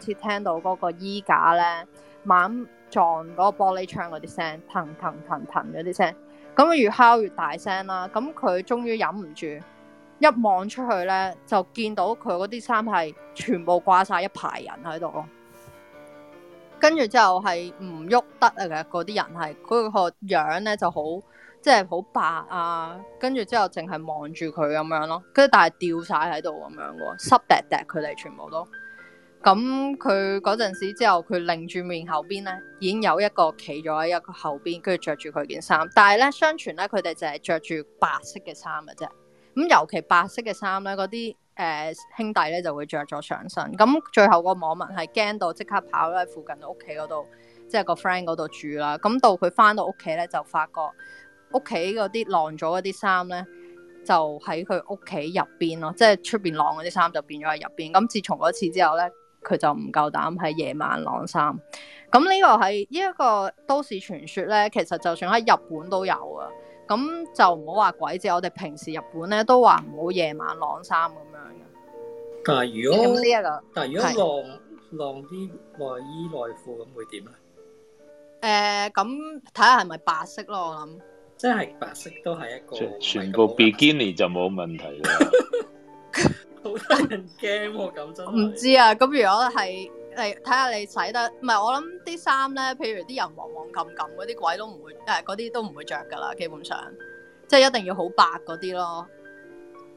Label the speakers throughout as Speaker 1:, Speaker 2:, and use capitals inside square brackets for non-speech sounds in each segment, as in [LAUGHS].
Speaker 1: 次聽到嗰個衣架咧猛撞嗰個玻璃窗嗰啲聲，騰騰騰騰嗰啲聲，咁佢越敲越大聲啦。咁佢終於忍唔住，一望出去咧就見到佢嗰啲衫係全部掛晒一排人喺度咯。跟住之後係唔喐得啊嘅嗰啲人係佢個樣咧就好即係好白啊，跟住之後淨係望住佢咁樣咯，跟住但係吊晒喺度咁樣喎，濕滴滴佢哋全部都。咁佢嗰陣時之後，佢擰住面後邊咧，已經有一個企咗喺一個後邊，跟住着住佢件衫。但係咧，相傳咧佢哋就係着住白色嘅衫嘅啫。咁尤其白色嘅衫咧，嗰啲誒兄弟咧就會着咗上身。咁最後個網民係驚到即刻跑咧附近屋企嗰度，即係個 friend 嗰度住啦。咁到佢翻到屋企咧，就發覺屋企嗰啲晾咗嗰啲衫咧，就喺佢屋企入邊咯，即係出邊晾嗰啲衫就變咗喺入邊。咁自從嗰次之後咧，佢就唔夠膽喺夜晚晾衫。咁呢個係呢一個都市傳說咧，其實就算喺日本都有啊。咁就唔好話鬼節，我哋平時日本咧都話唔好夜晚晾衫咁樣
Speaker 2: 但係如
Speaker 1: 嘅。咁
Speaker 2: 果
Speaker 1: 呢一個
Speaker 2: 但係如果晾晾啲內衣內褲咁會點咧？啊
Speaker 1: 誒，咁睇下係咪白色咯，我諗。
Speaker 2: 即係白色都係一個
Speaker 3: 全全部 bikini 就冇問題
Speaker 4: [LAUGHS]
Speaker 3: 啦。
Speaker 2: 好得人驚喎，咁真係
Speaker 1: 唔知啊，咁如果係你睇下你洗得，唔係我諗啲衫咧，譬如啲人黃黃冚冚嗰啲鬼都唔會，誒嗰啲都唔會着噶啦，基本上，即係一定要好白嗰啲咯，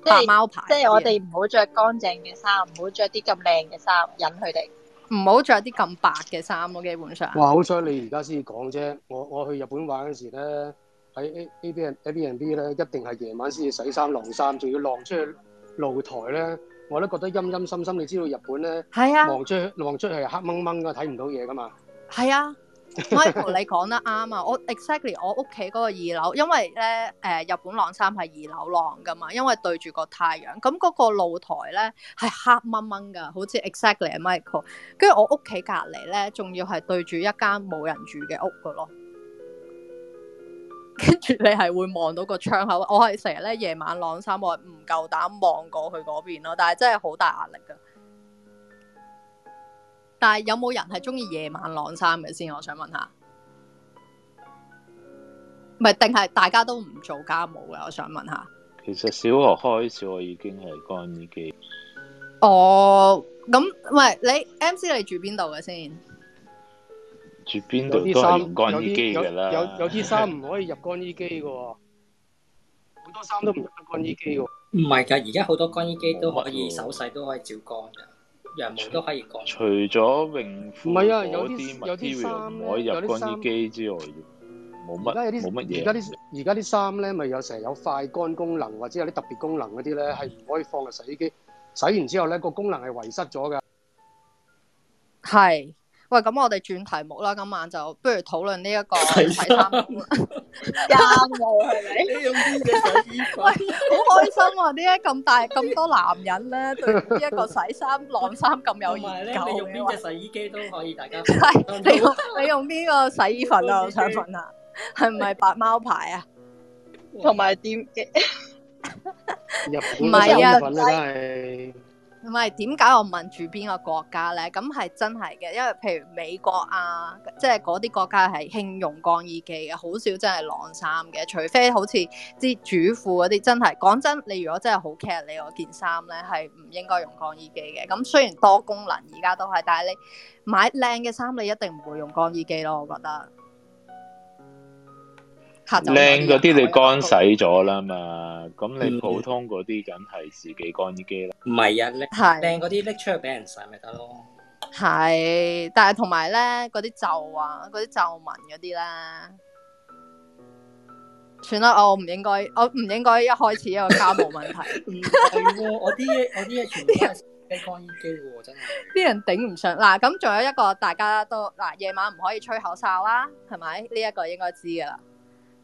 Speaker 5: 即係
Speaker 1: 白貓牌嗰啲啊。
Speaker 5: 即係我哋唔好着乾淨嘅衫，唔好着啲咁靚嘅衫，引佢哋。
Speaker 1: 唔好着啲咁白嘅衫咯，基本上。
Speaker 4: 哇！好彩你而家先講啫，我我去日本玩嗰時咧，喺 A A B N A B N B 咧，一定係夜晚先至洗衫晾衫，仲要晾出去露台咧，我都覺得陰陰森森。你知道日本咧，
Speaker 1: 係啊，
Speaker 4: 晾出去晾出去係黑掹掹噶，睇唔到嘢噶嘛。
Speaker 1: 係啊。Michael，你講得啱啊！我 exactly 我屋企嗰個二樓，因為咧誒、呃日本晾衫係二樓晾噶嘛，因為對住個太陽，咁嗰個露台咧係黑掹掹噶，好似 exactly 係 Michael。跟住我屋企隔離咧，仲要係對住一間冇人住嘅屋噶咯。跟住你係會望到個窗口，我係成日咧夜晚晾衫，我係唔夠膽望過去嗰邊咯，但係真係好大 [LAUGHS] 壓力噶。但係有冇人係中意夜晚晾衫嘅先？我想問下，唔係定係大家都唔做家務嘅？我想問下。
Speaker 3: 其實小學開始我已經係乾衣機，
Speaker 1: 哦，咁喂，你 M C 你住邊度嘅先？
Speaker 3: 住邊
Speaker 4: 有
Speaker 3: 度
Speaker 4: 啲
Speaker 3: 都係
Speaker 4: 衫
Speaker 3: 用
Speaker 4: 有
Speaker 3: 乾衣
Speaker 4: 啲
Speaker 3: 機
Speaker 4: 有
Speaker 3: 㗎啦。
Speaker 4: 有有啲衫唔可以入乾衣機嘅喎，好多衫都唔入得乾衣機嘅喎。
Speaker 2: 唔係㗎，而家好多乾衣機都可以手勢都可以照乾㗎，羊毛都可以乾。
Speaker 3: 除咗泳褲
Speaker 4: 唔係啊有
Speaker 3: 嗰
Speaker 4: 啲
Speaker 3: 啲
Speaker 4: 有啲
Speaker 3: material
Speaker 4: 衫咧
Speaker 3: 唔可以
Speaker 4: 有
Speaker 3: 入
Speaker 4: 啲
Speaker 3: 乾
Speaker 4: 衫
Speaker 3: 衣機之外，冇
Speaker 4: 而
Speaker 3: 乜
Speaker 4: 家有啲
Speaker 3: 冇乜嘢。
Speaker 4: 而家啲而家啲衫咧，咪有成日有快乾功能或者有啲特別功能嗰啲咧，係唔可以放入洗衣機。洗完之後咧，個功能係遺失咗㗎。
Speaker 1: 係，喂，咁我哋轉題目啦，今晚就不如討論呢一個洗
Speaker 2: 洗
Speaker 1: 衫， [LAUGHS] 好
Speaker 2: 衫
Speaker 1: 開
Speaker 5: 家務係咪？
Speaker 2: 你用邊隻洗衣粉？
Speaker 1: 心啊！點解咁大咁多男人咧，對呢一個洗衫晾衫咁有
Speaker 2: 同埋
Speaker 1: 研
Speaker 2: 咧，
Speaker 1: 究
Speaker 2: 你用邊
Speaker 1: 嘅？
Speaker 2: 隻洗衣機都可以，大家
Speaker 1: [LAUGHS] 係你用你用邊個洗衣粉啊？我想問下，係咪白貓牌啊？
Speaker 5: 同埋點嘅？
Speaker 4: 日本
Speaker 1: 唔
Speaker 4: 嘅
Speaker 1: 係啊
Speaker 4: 身份咧，真係
Speaker 1: 唔係點解我問住邊個國家咧？咁係真係嘅，因為譬如美國啊，即係嗰啲國家係興用乾衣機嘅，好少真係晾衫嘅，除非好似啲主婦嗰啲真係講真，你如果真係好 care 你嗰件衫咧，係唔應該用乾衣機嘅。咁雖然多功能而家都係，但係你買靚嘅衫，你一定唔會用乾衣機咯，我覺得。嚇走咗
Speaker 3: 靚嗰啲
Speaker 1: 人
Speaker 3: 你
Speaker 1: 啊
Speaker 3: 乾洗咗啦嘛，咁你
Speaker 2: 嗯
Speaker 3: 普通嗰啲梗係自己乾衣機啦。
Speaker 2: 唔係啊，靚
Speaker 1: 係。
Speaker 2: 靚嗰啲拎出去俾人洗咪得咯。
Speaker 1: 係，但係同埋咧，嗰啲皺啊，嗰啲皺紋嗰啲咧，算啦，我唔應該，我唔應該一開始有個家務問題，
Speaker 5: [LAUGHS] 嗯
Speaker 2: 唔係喎，我啲嘢我啲嘢全部都係洗乾衣機喎，真係。
Speaker 1: 啲人頂唔上。嗱，咁仲有一個大家都嗱，夜晚唔可以吹口哨啦，係咪？呢、一個應該知噶啦。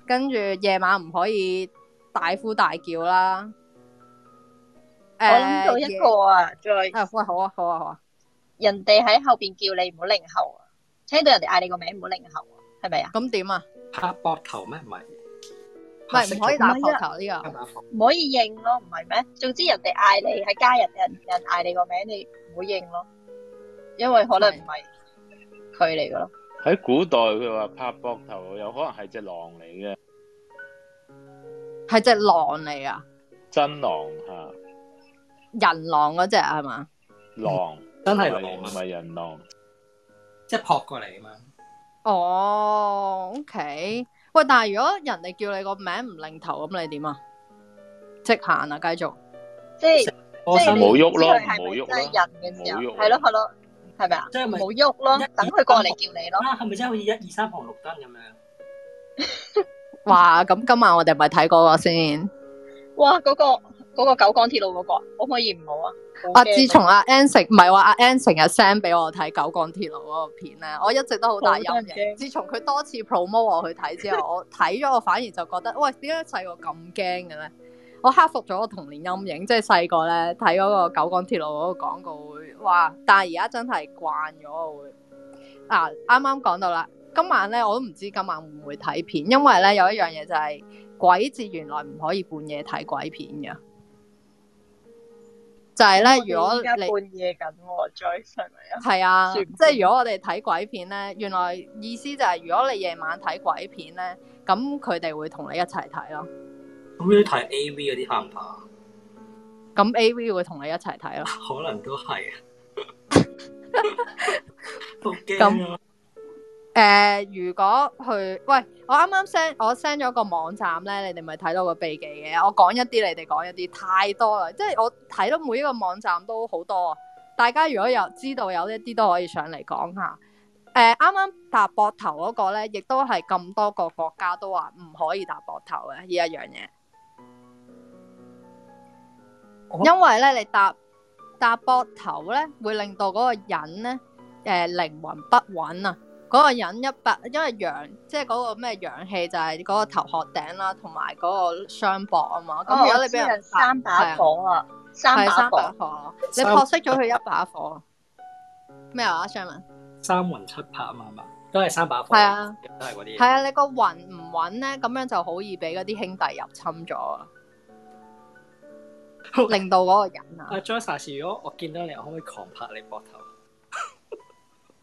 Speaker 1: 跟住夜晚唔可以大呼大叫啦。
Speaker 5: 我諗到一個啊，再
Speaker 1: 誒夜啊，喂，好啊，好啊，好啊。
Speaker 5: 人哋喺後邊叫你唔好擰後啊，聽到人哋嗌你個名唔好擰後啊，係咪啊？
Speaker 1: 咁點啊？
Speaker 2: 拍膊頭咩？唔係，
Speaker 1: 唔係唔可以打
Speaker 5: 唔係
Speaker 1: 球球呢
Speaker 2: 拍。
Speaker 1: 個
Speaker 2: 膊頭。
Speaker 5: 唔可以應咯，唔係咩？總之人哋嗌你喺家人人人嗌你個名，你唔好應咯。因為可能唔係佢嚟噶咯。
Speaker 3: 喺古代佢話拍膊頭有可能係只狼嚟嘅，
Speaker 1: 係只狼嚟啊，
Speaker 3: 真狼嚇，
Speaker 1: 人狼嗰只係嘛？
Speaker 3: 狼
Speaker 2: 真係
Speaker 3: 唔係
Speaker 2: 狼
Speaker 3: 唔
Speaker 2: 啊，
Speaker 3: 係人狼。
Speaker 2: 即係撲過嚟啊嘛。
Speaker 1: 哦，OK。喂，但係如果人哋叫你個名唔擰頭，咁你點啊？即行啊，繼續。
Speaker 5: 即係
Speaker 2: 我
Speaker 5: 即係
Speaker 2: 心
Speaker 5: 你
Speaker 3: 冇喐咯
Speaker 5: 知佢係咪
Speaker 3: 冇喐咯
Speaker 5: 真係人嘅時候，
Speaker 3: 冇喐咯
Speaker 5: 係咯係咯，係咪啊？
Speaker 2: 即係咪
Speaker 5: 冇喐咯，等佢過嚟叫你咯。
Speaker 2: 啊，係咪真係好似一二三紅綠燈咁樣？
Speaker 1: 哇，咁今晚我哋咪睇嗰個先。
Speaker 5: 哇！嗰個嗰個九廣鐵路嗰個，可唔可以唔好啊？
Speaker 1: 啊，自從阿 An 成唔係話阿 An 成日 send 俾我睇《九江鐵路》嗰個片咧，我一直都好大
Speaker 5: 好
Speaker 1: 陰
Speaker 5: 得人
Speaker 1: 嘅。
Speaker 5: 驚
Speaker 1: 自從佢多次 promote 我去睇之後，我睇咗我反而就覺得，喂，點解細個咁驚嘅咧？我克服咗我童年陰影，即係細個咧睇嗰個《九江鐵路》嗰個廣告會，哇！但係而家真係慣咗我會。啊，啱啱講到啦，今晚咧我都唔知今晚會唔會睇片，因為咧有一樣嘢就係、鬼節原來唔可以半夜睇鬼片嘅，就係咧如
Speaker 5: 我哋依
Speaker 1: 果
Speaker 5: 家
Speaker 1: 你。
Speaker 5: 半夜緊喎，再係咪啊？
Speaker 1: 系啊，
Speaker 5: 算唔
Speaker 1: 即系如果我哋睇鬼片咧，原來意思就係如果你夜晚睇鬼片咧，咁佢哋會同你一齊睇咯，
Speaker 2: 咁要睇 A V 嗰啲怕唔啊怕？
Speaker 1: 咁 A V 會同你一齊睇咯。
Speaker 2: 可能都係啊。好
Speaker 1: 咁
Speaker 2: 驚啊！
Speaker 1: 诶、如果去喂，我啱啱 send 我 send 咗個網站咧，你哋咪睇到個秘技嘅，我講一啲，你哋講一啲，太多啦，即係我睇到每一個網站都好多啊。大家如果有知道有一啲都可以上嚟講下。诶、呃啱啱搭膊頭嗰個咧，亦都係咁多個國家都話唔可以搭膊頭嘅呢一樣嘢。
Speaker 5: 哦
Speaker 1: 因為咧，你搭搭膊頭咧，會令到嗰個人咧，诶、靈魂不穩啊。嗰個人一百，因為陽即係嗰個咩陽氣就係嗰個頭殼頂啦，同埋嗰個雙膊啊嘛。咁、
Speaker 5: 哦
Speaker 1: 如果
Speaker 5: 我
Speaker 1: 你
Speaker 5: 知
Speaker 1: 俾
Speaker 5: 啊
Speaker 1: 人搭
Speaker 5: 三把火啊，三
Speaker 1: 係
Speaker 5: 把
Speaker 1: 三把
Speaker 5: 火，
Speaker 1: 火，你
Speaker 2: 三
Speaker 1: 撲熄咗佢一把火。咩話，Sherman？
Speaker 2: 三魂七魄啊嘛，係嘛都係三把火。
Speaker 1: 係啊，
Speaker 2: 都係嗰啲
Speaker 1: 係
Speaker 2: 嘢。
Speaker 1: 啊，你個魂唔穩咧，咁樣就好易俾嗰啲兄弟入侵咗啊，令到嗰個人啊。
Speaker 2: 阿 Joyce，如果我見到你，我可唔可以狂拍你膊頭？啊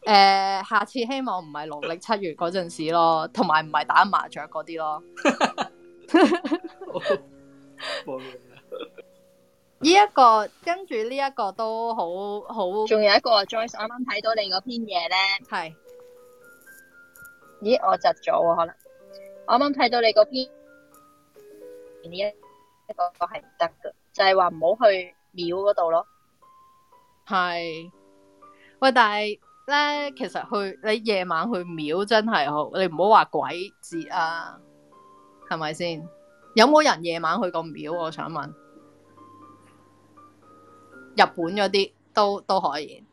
Speaker 1: 誒、呃下次希望唔係農曆七月嗰陣時咯，同埋唔係打麻雀嗰啲
Speaker 2: [LAUGHS]
Speaker 1: 咯。
Speaker 2: 冇嘢啦
Speaker 1: 呢、一個跟住呢一個都好好
Speaker 5: 仲有一個 Joyce 啱啱睇到你嗰篇嘢咧。
Speaker 1: 係
Speaker 5: 咦，我窒咗喎，可能我啱啱睇到你嗰篇呢一一個係唔得嘅，就係話唔好去廟嗰度咯。
Speaker 1: 係。喂，但係咧，其實去你夜晚去廟真係好，你唔好話鬼節啊，係咪先？有冇人夜晚去過廟？我想問。日本嗰啲都都可以。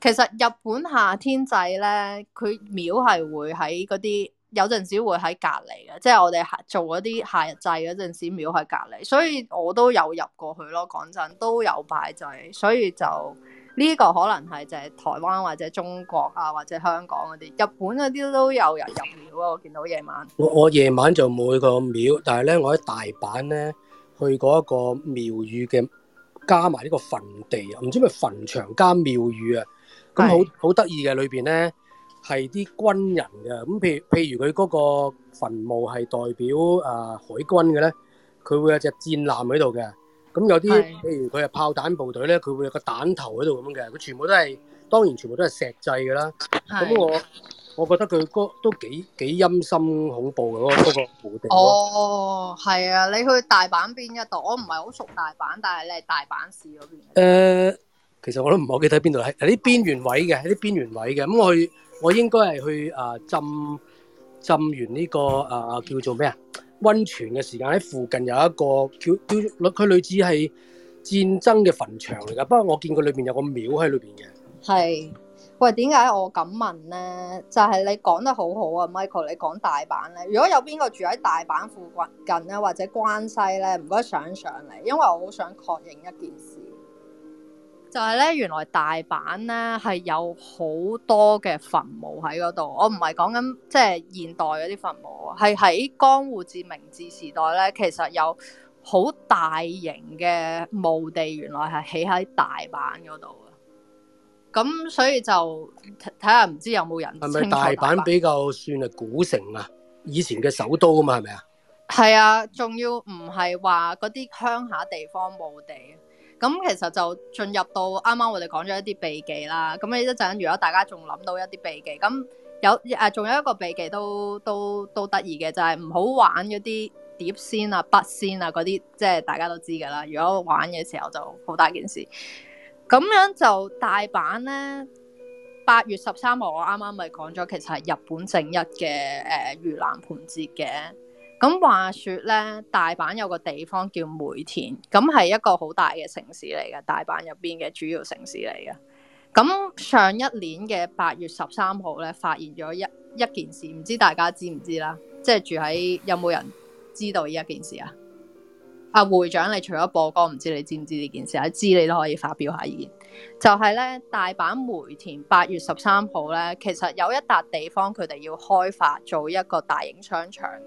Speaker 1: 其實日本夏天祭咧，佢廟係會喺嗰啲有陣時會喺隔離嘅，即係我哋夏做嗰啲夏日祭嗰陣時，廟喺隔離，所以我都有入過去咯。講真，都有拜祭，所以就呢、個可能係就係台灣或者中國啊，或者香港嗰啲，日本嗰啲都有人入廟啊。我見到夜晚
Speaker 4: 我我夜晚就冇去過廟，但係咧我喺大阪咧去過一個廟宇嘅，加埋呢個墳地啊，唔知咪墳場加廟宇啊，咁
Speaker 1: 係
Speaker 4: 好好得意嘅裏邊咧係啲軍人嘅，咁譬如譬如佢嗰個墳墓係代表啊、海軍嘅咧，佢會有隻戰艦喺度嘅，咁有啲
Speaker 1: 係
Speaker 4: 譬如佢係炮彈部隊咧，佢會有個彈頭喺度咁嘅，佢全部都係當然全部都係石製嘅啦。咁
Speaker 1: 係
Speaker 4: 我我覺得佢嗰都幾幾陰森恐怖嘅嗰嗰個墓地咯。
Speaker 1: 哦，係啊！你去大阪邊一度？我唔係好熟大阪，但係你係大阪市嗰邊。
Speaker 4: 誒、其實我都唔係好記得喺邊度，係係啲邊緣位嘅，係啲邊緣位嘅。咁我去我應該係去啊、浸浸完呢、個啊、叫做咩啊温泉嘅時間，喺附近有一個叫叫佢類似係戰爭嘅墳場嚟㗎。不過我見佢裏邊有個廟喺裏邊嘅。
Speaker 1: 係，喂，點解我咁問咧？就係、你講得好好啊，Michael，你講大阪咧。如果有邊個住喺大阪附近咧，或者關西咧，唔該上上嚟，因為我好想確認一件事，就係咧，原來大阪咧係有好多嘅墳墓喺嗰度。我唔係講緊即係現代嗰啲墳墓啊，係喺江戶至明治時代咧，其實有好大型嘅墓地，原來係起喺大阪嗰度嘅。咁所以就睇睇下唔知有冇人
Speaker 4: 係
Speaker 1: 清
Speaker 4: 咪
Speaker 1: 楚
Speaker 4: 大
Speaker 1: 阪
Speaker 4: 阪比較算係古城啊？以前嘅首都啊嘛，係咪啊？
Speaker 1: 係啊，仲要唔係話嗰啲鄉下地方冇地，咁其實就進入到啱啱我哋講咗一啲避忌啦。咁你一陣如果大家仲諗到一啲避忌，咁有誒仲有一個避忌都都都得意嘅，就係唔好玩嗰啲碟仙啊、筆仙啊嗰啲，即係大家都知㗎啦。如果玩嘅時候就好大件事。咁樣就大阪咧，八月十三號我啱啱咪講咗，其實係日本正一嘅誒盂蘭盆節嘅。咁話說咧，大阪有個地方叫梅田，咁係一個好大嘅城市嚟嘅，大阪入邊嘅主要城市嚟嘅。咁上一年嘅八月十三號咧，發現咗一一件事，唔知大家知唔知啦？即係住喺有冇人知道呢一件事啊？阿會長，你除咗播歌，唔知你知唔知呢件事啊？知你都可以發表下意見。就係咧，大阪梅田八月十三號咧，其實有一笪地方佢哋要開發做一個大型商場嘅。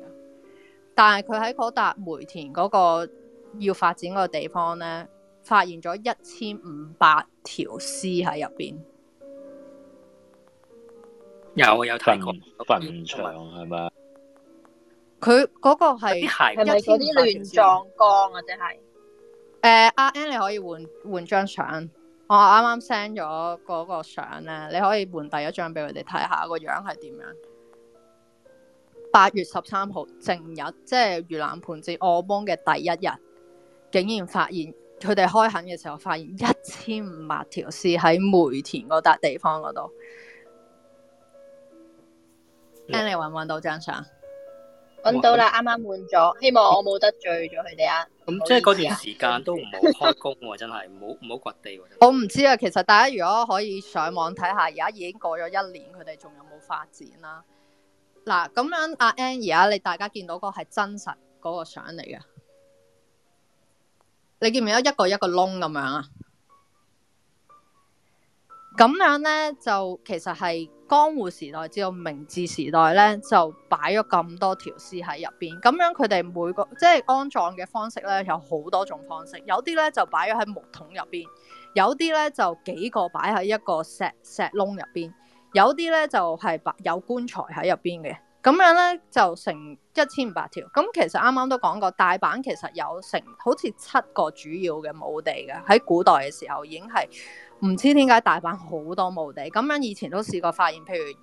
Speaker 1: 但係佢喺嗰笪梅田嗰個要發展嗰個地方咧，發現咗一千五百條屍喺入邊。
Speaker 2: 有有睇過
Speaker 3: 墳墳場係咪啊？
Speaker 1: 佢嗰個係
Speaker 2: 啲
Speaker 5: 係
Speaker 2: 鞋
Speaker 5: 咪嗰啲亂葬崗啊？即係
Speaker 1: 誒阿 N，你可以換換張相。我啱啱 send 咗嗰個相咧，你可以換第一張俾佢哋睇下個樣係點樣。八月十三號正日，即係盂蘭盆節我幫嘅第一日，竟然發現佢哋開墾嘅時候，發現一千五百條屍喺梅田嗰笪地方嗰度。N，你揾唔揾到張相？
Speaker 5: 揾到啦，啱啱換咗，希望我冇得罪咗佢哋啊！
Speaker 2: 咁即係嗰段時間都唔好開工喎，真係唔好唔好掘地喎。真係
Speaker 1: 我唔知啊，其實大家如果可以上網睇下，而家已經過咗一年，佢哋仲有冇發展啦？嗱，咁樣阿 N 而家你大家見到個係真實嗰個相嚟嘅，你見唔見到一個一個窿咁樣啊？咁樣咧就其實係江户時代至到明治時代咧，就擺咗咁多條屍喺入邊。咁樣佢哋每個即係安葬嘅方式咧，有好多種方式，有啲咧就擺咗喺木桶入邊。有啲咧就幾個擺喺一個石石窿入邊，有啲咧就係、擺有棺材喺入邊嘅，咁樣咧就成一千五百條。咁其實啱啱都講過，大阪其實有成好似七個主要嘅墓地嘅，喺古代嘅時候已經係唔知點解大阪好多墓地，咁樣以前都試過發現，譬如。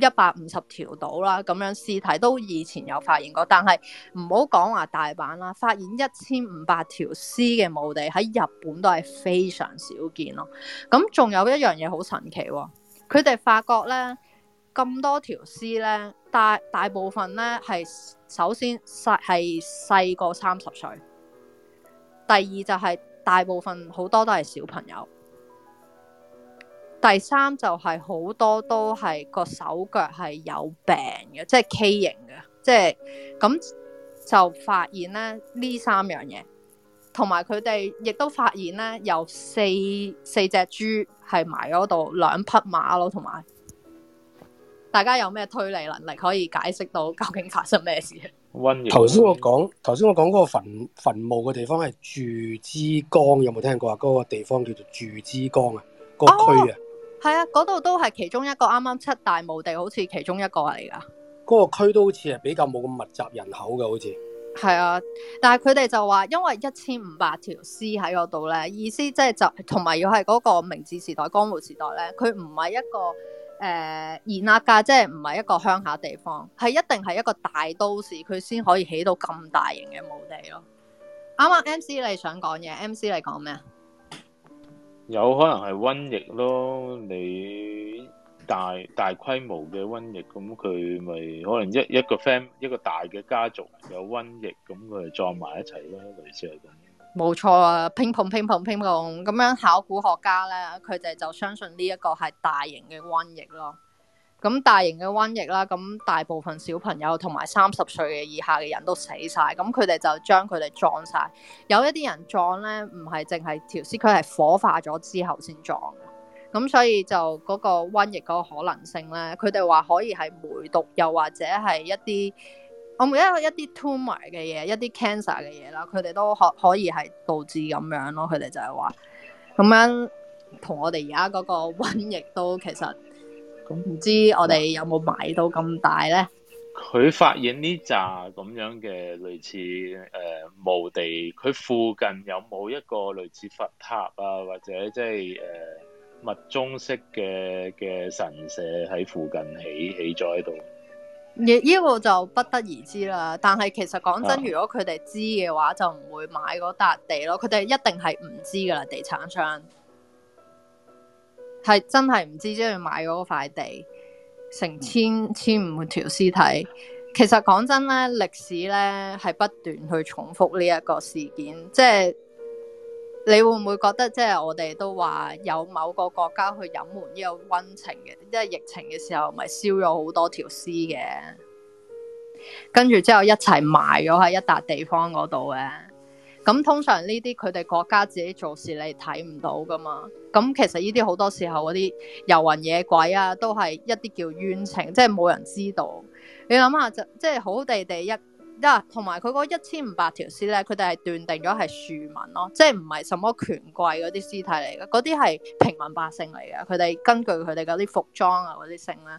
Speaker 1: 一百五十條到啦，咁樣屍體都以前有發現過，但係唔好講話大阪啦，發現一千五百條屍嘅墓地喺日本都係非常少見咯。咁仲有一樣嘢好神奇喎、佢哋發覺咧咁多條屍咧，大大部分咧係首先細係細過三十歲，第二就係大部分好多都係小朋友。第三就係好多都係個手腳係有病嘅，即係畸形嘅，即係咁就發現咧呢三樣嘢，同埋佢哋亦都發現咧有四四隻豬係埋咗度，兩匹馬咯，同埋大家有咩推理能力可以解釋到究竟發生咩事？
Speaker 3: 温
Speaker 4: 頭先我講頭先我講嗰個墳墳墓嘅地方係住之江，有冇聽過啊？嗰、個地方叫做住之江啊，嗰、個區啊，
Speaker 1: 係啊，嗰度都係其中一個啱啱七大墓地，好似其中一個嚟㗎。
Speaker 4: 嗰、個區都好似係比較冇咁密集人口嘅，好似
Speaker 1: 係啊，但係佢哋就話，因為一千五百條屍喺嗰度咧，意思即係就同埋要係嗰個明治時代、江戶時代咧，佢唔係一個誒現呃壓價，即係唔係一個鄉下地方，係一定係一個大都市，佢先可以起到咁大型嘅墓地咯。啱啱 M C 你想講嘢，M C 你講咩啊？
Speaker 3: 有可能係瘟疫咯，你大大規模嘅瘟疫，咁佢咪可能一一個 fam 一個大嘅家族有瘟疫，咁佢就撞埋一齊咯，類似係咁。
Speaker 1: 冇錯啊，乒乓乒乓乒乓咁樣，考古學家咧，佢哋就相信呢一個係大型嘅瘟疫咯。咁大型嘅瘟疫啦，咁大部分小朋友同埋三十歲嘅以下嘅人都死晒，咁佢哋就將佢哋撞晒。有一啲人撞咧，唔係淨係條屍，佢係火化咗之後先撞。咁所以就嗰個瘟疫嗰個可能性咧，佢哋話可以係梅毒，又或者係一啲我唔記得一啲 tumor 嘅嘢，一啲 cancer 嘅嘢啦，佢哋都可可以係導致咁樣咯。佢哋就係話咁樣同我哋而家嗰個瘟疫都其實
Speaker 3: 咁
Speaker 1: 唔知我哋有冇買到咁大咧？
Speaker 3: 佢發現呢扎咁樣嘅類似誒、呃、墓地，佢附近有冇一個類似佛塔啊，或者即係誒密宗式嘅嘅神社喺附近起起咗喺度？
Speaker 1: 呢呢個就不得而知啦。但係其實講真，
Speaker 3: 啊
Speaker 1: 如果佢哋知嘅話，就唔會買嗰笪地咯。佢哋一定係唔知噶啦，地產商係真係唔知，先去買嗰塊地，成
Speaker 3: 嗯
Speaker 1: 千千五條屍體。其實講真咧，歷史咧係不斷去重複呢一個事件，即係你會唔會覺得即係我哋都話有某個國家去隱瞞呢個温情嘅，即係疫情嘅時候，咪燒咗好多條屍嘅，跟住之後一齊埋咗喺一笪地方嗰度嘅。咁通常呢啲佢哋國家自己做事，你睇唔到噶嘛。咁其實呢啲好多時候嗰啲遊魂野鬼啊，都係一啲叫冤情，即係冇人知道。你諗下就即係好地地一啊，同埋佢嗰一千五百條屍咧，佢哋係斷定咗係庶民咯，即係唔係什麼權貴嗰啲屍體嚟嘅，嗰啲係平民百姓嚟嘅。佢哋根據佢哋嗰啲服裝啊嗰啲性咧，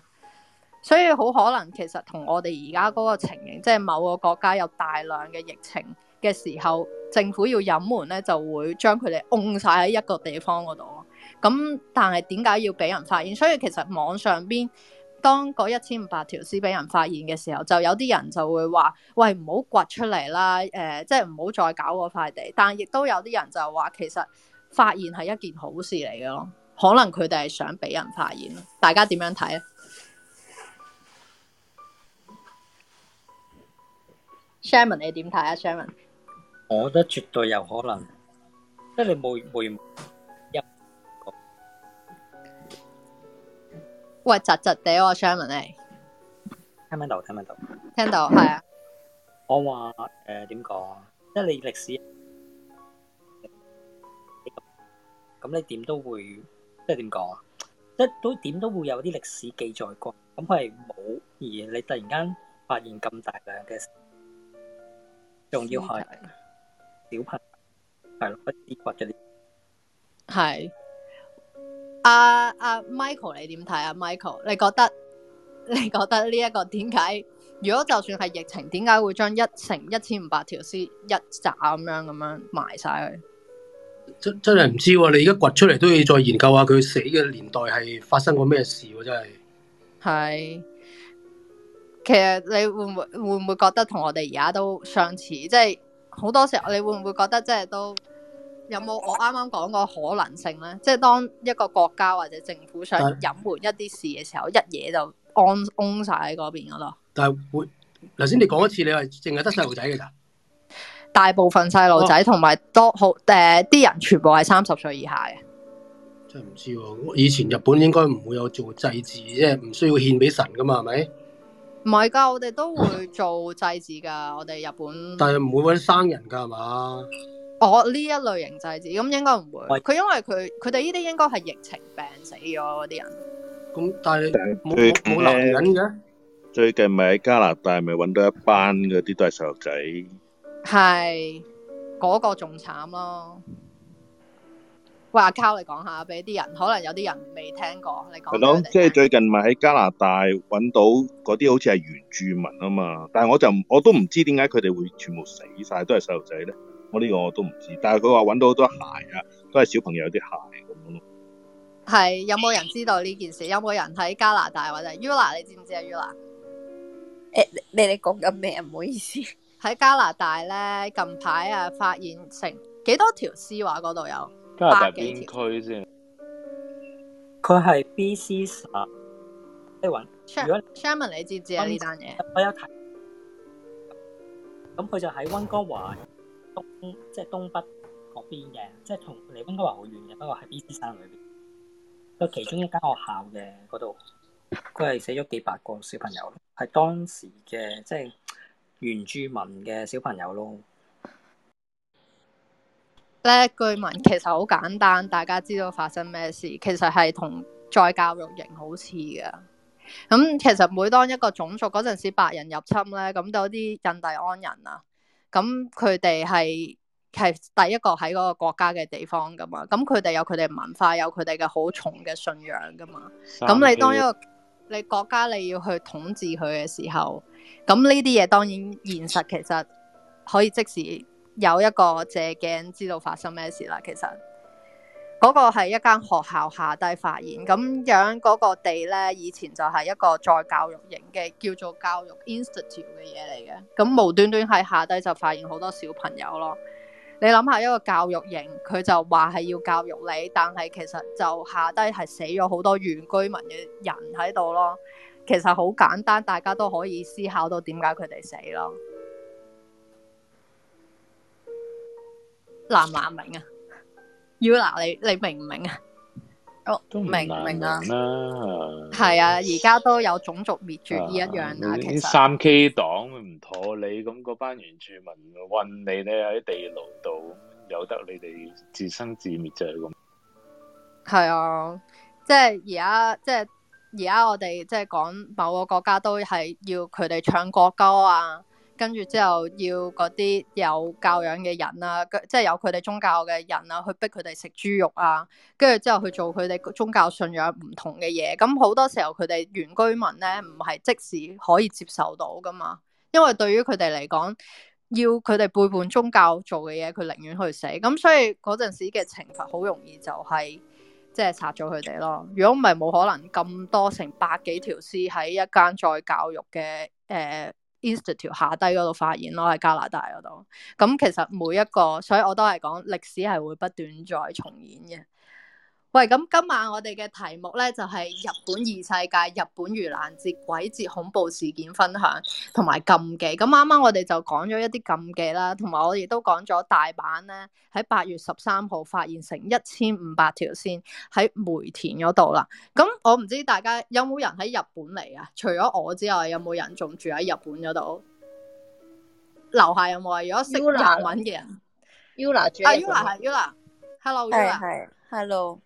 Speaker 1: 所以好可能其實同我哋而家嗰個情形，即係某個國家有大量嘅疫情嘅時候，政府要隱瞞咧，就會將佢哋擁晒喺一個地方嗰度咯。咁但係點解要俾人發現？所以其實網上邊。當嗰一千五百條屍俾人發現嘅時候，就有啲人就會話：喂，唔好掘出嚟啦！誒、即係唔好再搞嗰塊地。但亦都有啲人就話，其實發現係一件好事嚟嘅咯。可能佢哋係想俾人發現咯。大家點樣睇啊咧？Sherman，你點睇啊？Sherman，
Speaker 2: 我覺得絕對有可能，即係你冇冇
Speaker 1: 喂，窒窒地喎，Sherman 你
Speaker 2: 聽唔聽到？聽唔聽到？
Speaker 1: 聽到係啊？
Speaker 2: 我話誒點講啊？即係你歷史，咁你點都會即係點講啊？即係都點都會有啲歷史記載過，咁佢係冇，而你突然間發現咁大量嘅，仲要係小朋友係咯不知覺嘅呢，
Speaker 1: 係。阿、阿、Michael，你點睇啊？Michael，你覺得 [LAUGHS] 你覺得呢一個點解？如果就算係疫情，點解會將一成一千五百條屍一紮咁樣咁樣埋晒佢？
Speaker 4: 真真係唔知喎，你而家掘出嚟都要再研究下佢死嘅年代係發生過咩事喎，真係。
Speaker 1: 係，其實你會唔會會唔會覺得同我哋而家都相似？即係好多時候，你會唔會覺得即係都有冇我啱啱講個可能性咧？即係當一個國家或者政府想
Speaker 4: 但
Speaker 1: 隱瞞一啲事嘅時候，一嘢就安安晒喺嗰邊嗰度。
Speaker 4: 但係會頭先你講一次，你話淨係得細路仔嘅咋？
Speaker 1: 大部分細路仔同埋多好誒啲人全部係三十歲以下嘅，
Speaker 4: 真係唔知喎。以前日本應該唔會有做祭祀，即係唔需要獻俾神噶嘛，係咪？
Speaker 1: 唔係㗎，我哋都會做祭祀㗎。我哋日本
Speaker 4: 但係唔會揾生人㗎係嘛？
Speaker 1: 我哦呢一類型祭祀，咁應該唔會。
Speaker 2: 喂
Speaker 1: 佢因為佢佢哋呢啲應該係疫情病死咗嗰啲人，
Speaker 4: 咁但係冇
Speaker 6: 最
Speaker 4: 冇冇男人嘅，
Speaker 6: 最近咪喺加拿大咪揾到一班嗰啲都係細路仔，
Speaker 1: 哦係嗰、個仲慘咯。喂，阿 Cow 你講下俾啲人，可能有啲人未聽過，你講
Speaker 6: 係
Speaker 1: 俾
Speaker 6: 咯
Speaker 1: 佢？哋
Speaker 6: 即係
Speaker 1: 聽
Speaker 6: 最近咪喺加拿大揾到嗰啲好似係原住民啊嘛，但係我就唔我都唔知點解佢哋會全部死晒都係細路仔咧，我呢個我都唔知。但係佢話揾到好多鞋啊，都係小朋友啲鞋咁樣咯。
Speaker 1: 係有冇人知道呢件事？有冇人喺加拿大或者 Ula 你知唔知啊 Ula？
Speaker 7: 你哋講緊咩啊？唔好意思，
Speaker 1: 喺加拿大咧，近排啊發現成幾多條屍話嗰度有
Speaker 3: 加拿大
Speaker 1: 百幾
Speaker 3: 邊
Speaker 1: 條
Speaker 3: 區先？
Speaker 2: 佢係 B.C. 十，即係揾。
Speaker 1: Sher-
Speaker 2: 如果
Speaker 1: Sherman，你知唔知啊
Speaker 2: 嗯
Speaker 1: 呢單嘢？
Speaker 2: 我有睇，咁佢就喺温哥華東，即係東北嗰邊嘅，即係同離温哥華好遠嘅，不過喺 B.C. 省裏邊。佢其中一間學校嘅嗰度，佢係死咗幾百個小朋友，係當時嘅即係原住民嘅小朋友咯。
Speaker 1: 咧據聞其實好簡單，大家知道發生咩事，其實係同再教育營好似嘅。咁其實每當一個種族嗰陣時白人入侵咧，咁有啲印第安人啊，咁佢哋係係第一個喺嗰個國家嘅地方噶嘛，咁佢哋有佢哋文化，有佢哋嘅好重嘅信仰噶嘛。咁你當一個你國家你要去統治佢嘅時候，咁呢啲嘢當然現實其實可以即時有一個借鏡知道發生咩事啦。其實嗰個係一間學校下低發現，咁樣嗰個地咧以前就係一個再教育型嘅叫做教育 institute 嘅嘢嚟嘅，咁無端端喺下低就發現好多小朋友咯。你諗下一個教育營，佢就話係要教育你，但係其實就下低係死咗好多原居民嘅人喺度咯。其實好簡單，大家都可以思考到點解佢哋死咯。難唔難明啊？Yula，你你明唔明啊？
Speaker 7: 我
Speaker 3: 都唔
Speaker 7: 明
Speaker 3: 難
Speaker 7: 明啊
Speaker 3: 明，啦，
Speaker 1: 係啊，而家都有種族滅絕呢一樣
Speaker 3: 啊
Speaker 1: 啊，
Speaker 3: 你
Speaker 1: 其
Speaker 3: 啲
Speaker 1: 實
Speaker 3: 三 K 黨唔妥你，咁嗰班原住民運你咧喺地牢度，由得你哋自生自滅就係咁。
Speaker 1: 係啊，即係而家即係而家我哋即係講某個國家都係要佢哋唱國歌啊，跟住之後要嗰啲有教養嘅人啊，跟即係有佢哋宗教嘅人啊，去逼佢哋食豬肉啊，跟住之後去做佢哋宗教信仰唔同嘅嘢。咁好多時候佢哋原居民咧唔係即時可以接受到噶嘛，因為對於佢哋嚟講。要佢哋背叛宗教做嘅嘢，佢寧願去死。咁所以嗰陣時嘅懲罰好容易就係、即係殺咗佢哋咯。如果唔係，冇可能咁多成百幾條屍喺一間再教育嘅誒、呃 institute 下低嗰度發現咯，喺加拿大嗰度。咁其實每一個，所以我都係講歷史係會不斷再重演嘅。喂，咁今晚我哋嘅題目咧就係、日本異世界、日本盂蘭節、鬼節恐怖事件分享。同埋禁忌。咁啱啱我哋就講咗一啲禁忌啦，同埋我亦都講咗大阪咧喺八月十三號發現成一千五百條線喺梅田嗰度啦。咁我唔知大家有冇人喺日本嚟啊？除咗我之外，有冇人仲住喺日本嗰度？樓下有冇啊？如果識日文嘅人，
Speaker 5: Ula 住
Speaker 1: 啊
Speaker 5: 喺日
Speaker 1: Yula
Speaker 5: 本
Speaker 1: 係 Yula，Hello
Speaker 7: 系
Speaker 1: Yula。
Speaker 7: 系，hello，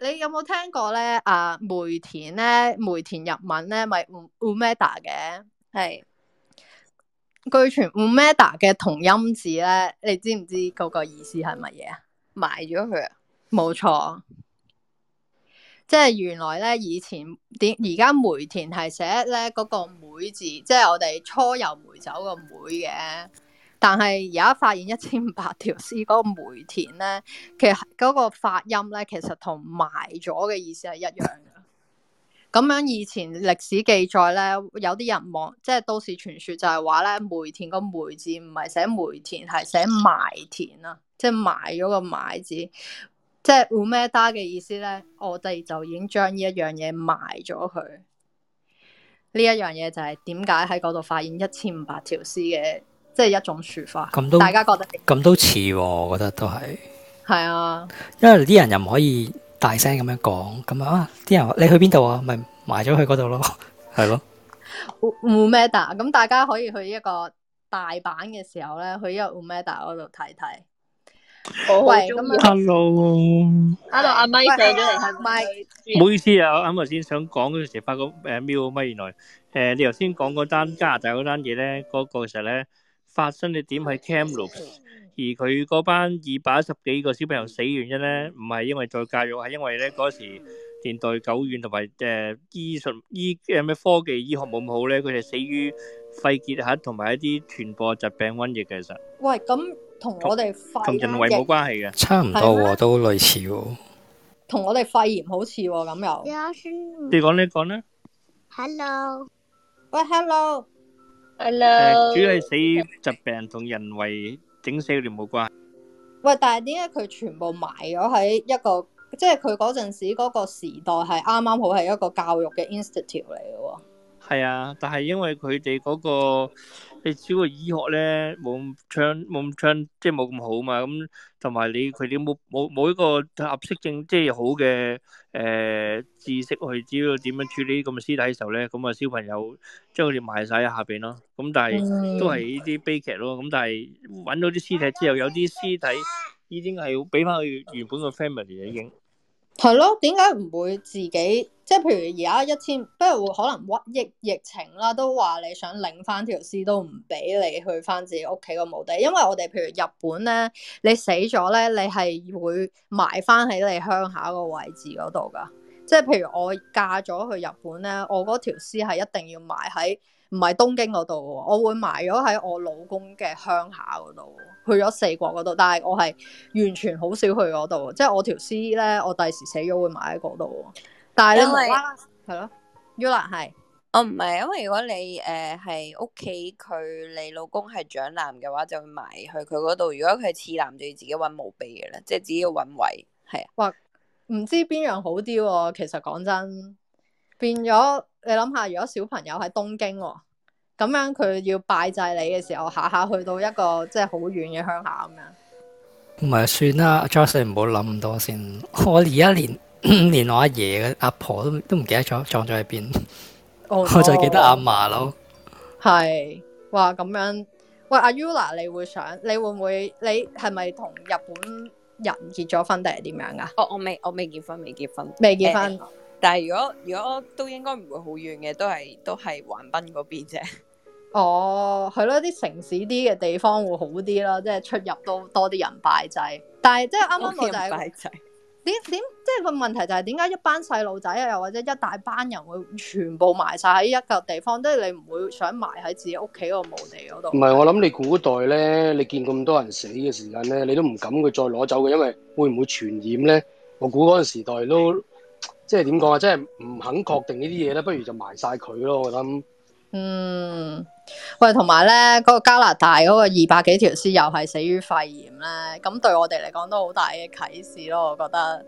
Speaker 1: 你有冇聽過咧？啊，梅田咧，梅田日文咧，咪 Umeda 嘅？
Speaker 7: 系
Speaker 1: 據傳 Umeda 嘅同音字咧，你知唔知嗰個意思係乜嘢啊？
Speaker 7: 埋咗佢啊，
Speaker 1: 冇錯，即係原來咧以前點而家梅田係寫咧嗰個梅字，即係我哋初游梅酒個梅嘅。但係而家發現一千五百 [LAUGHS] 條絲嗰個梅田咧，其實嗰個發音咧，其實同埋咗嘅意思係一樣嘅。咁樣以前歷史記載咧，有啲人望即係都市傳說就係話咧，梅田個梅字唔係寫梅田，係寫埋田啊，即係埋咗個埋字，即係 umeda 嘅意思咧，我哋就已經將呢一樣嘢埋咗佢。呢一樣嘢就係點解喺嗰度發現一千五百條絲嘅，即係一種説法。
Speaker 2: 咁都
Speaker 1: 大家覺得
Speaker 2: 咁都似喎，我覺得都係，
Speaker 1: 係啊？
Speaker 2: 因為啲人又唔可以大聲咁樣講，咁啊啲人話你去邊度啊，咪埋咗去嗰度咯，係咯，
Speaker 1: Umeda，咁大家可以去一個大阪嘅時候咧，去一個 Umeda 嗰度睇睇。
Speaker 5: 我好
Speaker 1: 喂
Speaker 5: 中
Speaker 1: 咁啊
Speaker 5: 意。
Speaker 8: Hello，
Speaker 5: Hello，阿咪
Speaker 1: 喂
Speaker 5: 上咗嚟係
Speaker 1: 咪
Speaker 5: 咪佢住
Speaker 8: 唔好意思啊，我啱頭先想講嗰陣時，發覺誒瞄咪原來誒你頭先講嗰單加拿大嗰單嘢咧，嗰個其實咧發生嘅點係 Kamloops，而佢嗰班二百一十幾個小朋友死原因咧，唔係因為再教育，係因為咧嗰時年代久遠同埋誒醫術醫誒咩科技醫學冇咁好咧，佢哋死於肺結核同埋一啲傳播疾病瘟疫嘅，其實
Speaker 1: 喂，咁同
Speaker 8: 同
Speaker 1: 我哋肺
Speaker 8: 同人為冇
Speaker 1: 咧，
Speaker 8: 關係嘅。
Speaker 2: 差唔多
Speaker 1: 係咩
Speaker 2: 喎，都類似喎。
Speaker 1: 同我哋肺炎好似喎，咁又。
Speaker 9: 老师
Speaker 8: 你講呢講咧？
Speaker 9: ，Hello，
Speaker 1: 喂，hello，
Speaker 8: 诶，
Speaker 1: 呃
Speaker 5: ？Hello，
Speaker 8: 呃主要係死於疾病同人為整死佢哋冇關。
Speaker 1: 喂，但係點解佢全部埋咗喺一個，即係佢嗰陣時嗰個時代係啱啱好係一個教育嘅 institute 嚟嘅喎。
Speaker 8: 係啊，但係因為佢哋嗰個你知個醫學咧冇咁暢冇咁暢，即係冇咁好嘛。咁同埋你佢哋冇冇冇一個合適性，即係好嘅誒、呃知識去知道點樣處理咁嘅屍體嘅時候咧，咁啊小朋友將佢哋埋晒喺下邊咯。咁但係都係
Speaker 1: 嗯，
Speaker 8: 呢啲悲劇咯。咁但係揾到啲屍體之後，有啲屍體已經係俾翻佢原本個 family 啦已經。
Speaker 1: 係咯，點解唔會自己即係譬如而家一千，不如會可能屈疫疫情啦，都話你想領翻條屍都唔俾你去翻自己屋企個墓地，因為我哋譬如日本咧，你死咗咧，你係會埋翻喺你鄉下個位置嗰度噶。即係譬如我嫁咗去日本咧，我嗰條屍係一定要埋喺唔係東京嗰度喎，我會埋咗喺我老公嘅鄉下嗰度喎，去咗四國嗰度，但係我係完全好少去嗰度，即係我條屍咧，我第時死咗會埋喺嗰度喎。但係你
Speaker 7: 因
Speaker 1: 無
Speaker 7: 為
Speaker 1: 啦啦係咯，Ula 係
Speaker 10: 哦
Speaker 7: 我唔係，因為如果你
Speaker 10: 呃
Speaker 7: 誒係屋企佢你老公係長男嘅話，就會埋去佢嗰度；如果佢係次男，就要自己揾墓碑嘅啦，即係自己要揾位。係啊，
Speaker 1: 唔知邊樣好啲喎。其實講真，變咗你諗下，如果小朋友喺東京喎，咁樣佢要拜祭你嘅時候，下下去到一個即係好遠嘅鄉下咁樣。
Speaker 11: 唔係算啦，Johnson 唔好諗咁多先。 [LAUGHS] 我而家連 [CLEARS THROAT] 連我阿爺嘅阿婆都都唔記得咗撞咗喺邊，
Speaker 1: Oh
Speaker 11: [LAUGHS] 我就記得
Speaker 1: no
Speaker 11: 阿嫲咯。
Speaker 1: 係，哇咁樣，喂阿 Yula，你會想，你會唔會，你係咪同日本人結咗婚定係點樣啊噶？
Speaker 9: 哦
Speaker 7: 我我未我未結婚，未結婚，
Speaker 1: 未結婚
Speaker 7: 誒但係如果如果都應該唔會好遠嘅，都係都係橫濱嗰邊啫。
Speaker 1: 哦，係咯，啲城市啲嘅地方會好啲啦，即係出入都多啲人拜祭。但係即係啱啱我就係、
Speaker 7: 拜祭
Speaker 1: 點點，即係個問題就係點解一班細路仔啊，又或者一大班人會全部埋晒喺一個地方，即係你唔會想埋喺自己屋企個墓地嗰度。
Speaker 4: 唔係，我諗你古代咧，你見咁多人死嘅時間咧，你都唔敢佢再攞走嘅，因為會唔會傳染咧？我估嗰陣時代都即係點講啊，即係唔肯確定呢啲嘢咧，不如就埋晒佢咯。我諗
Speaker 1: 嗯，喂，同埋咧，嗰、個加拿大嗰個二百幾條屍又係死於肺炎咧，咁對我哋嚟講都好大嘅啟示咯，我覺得。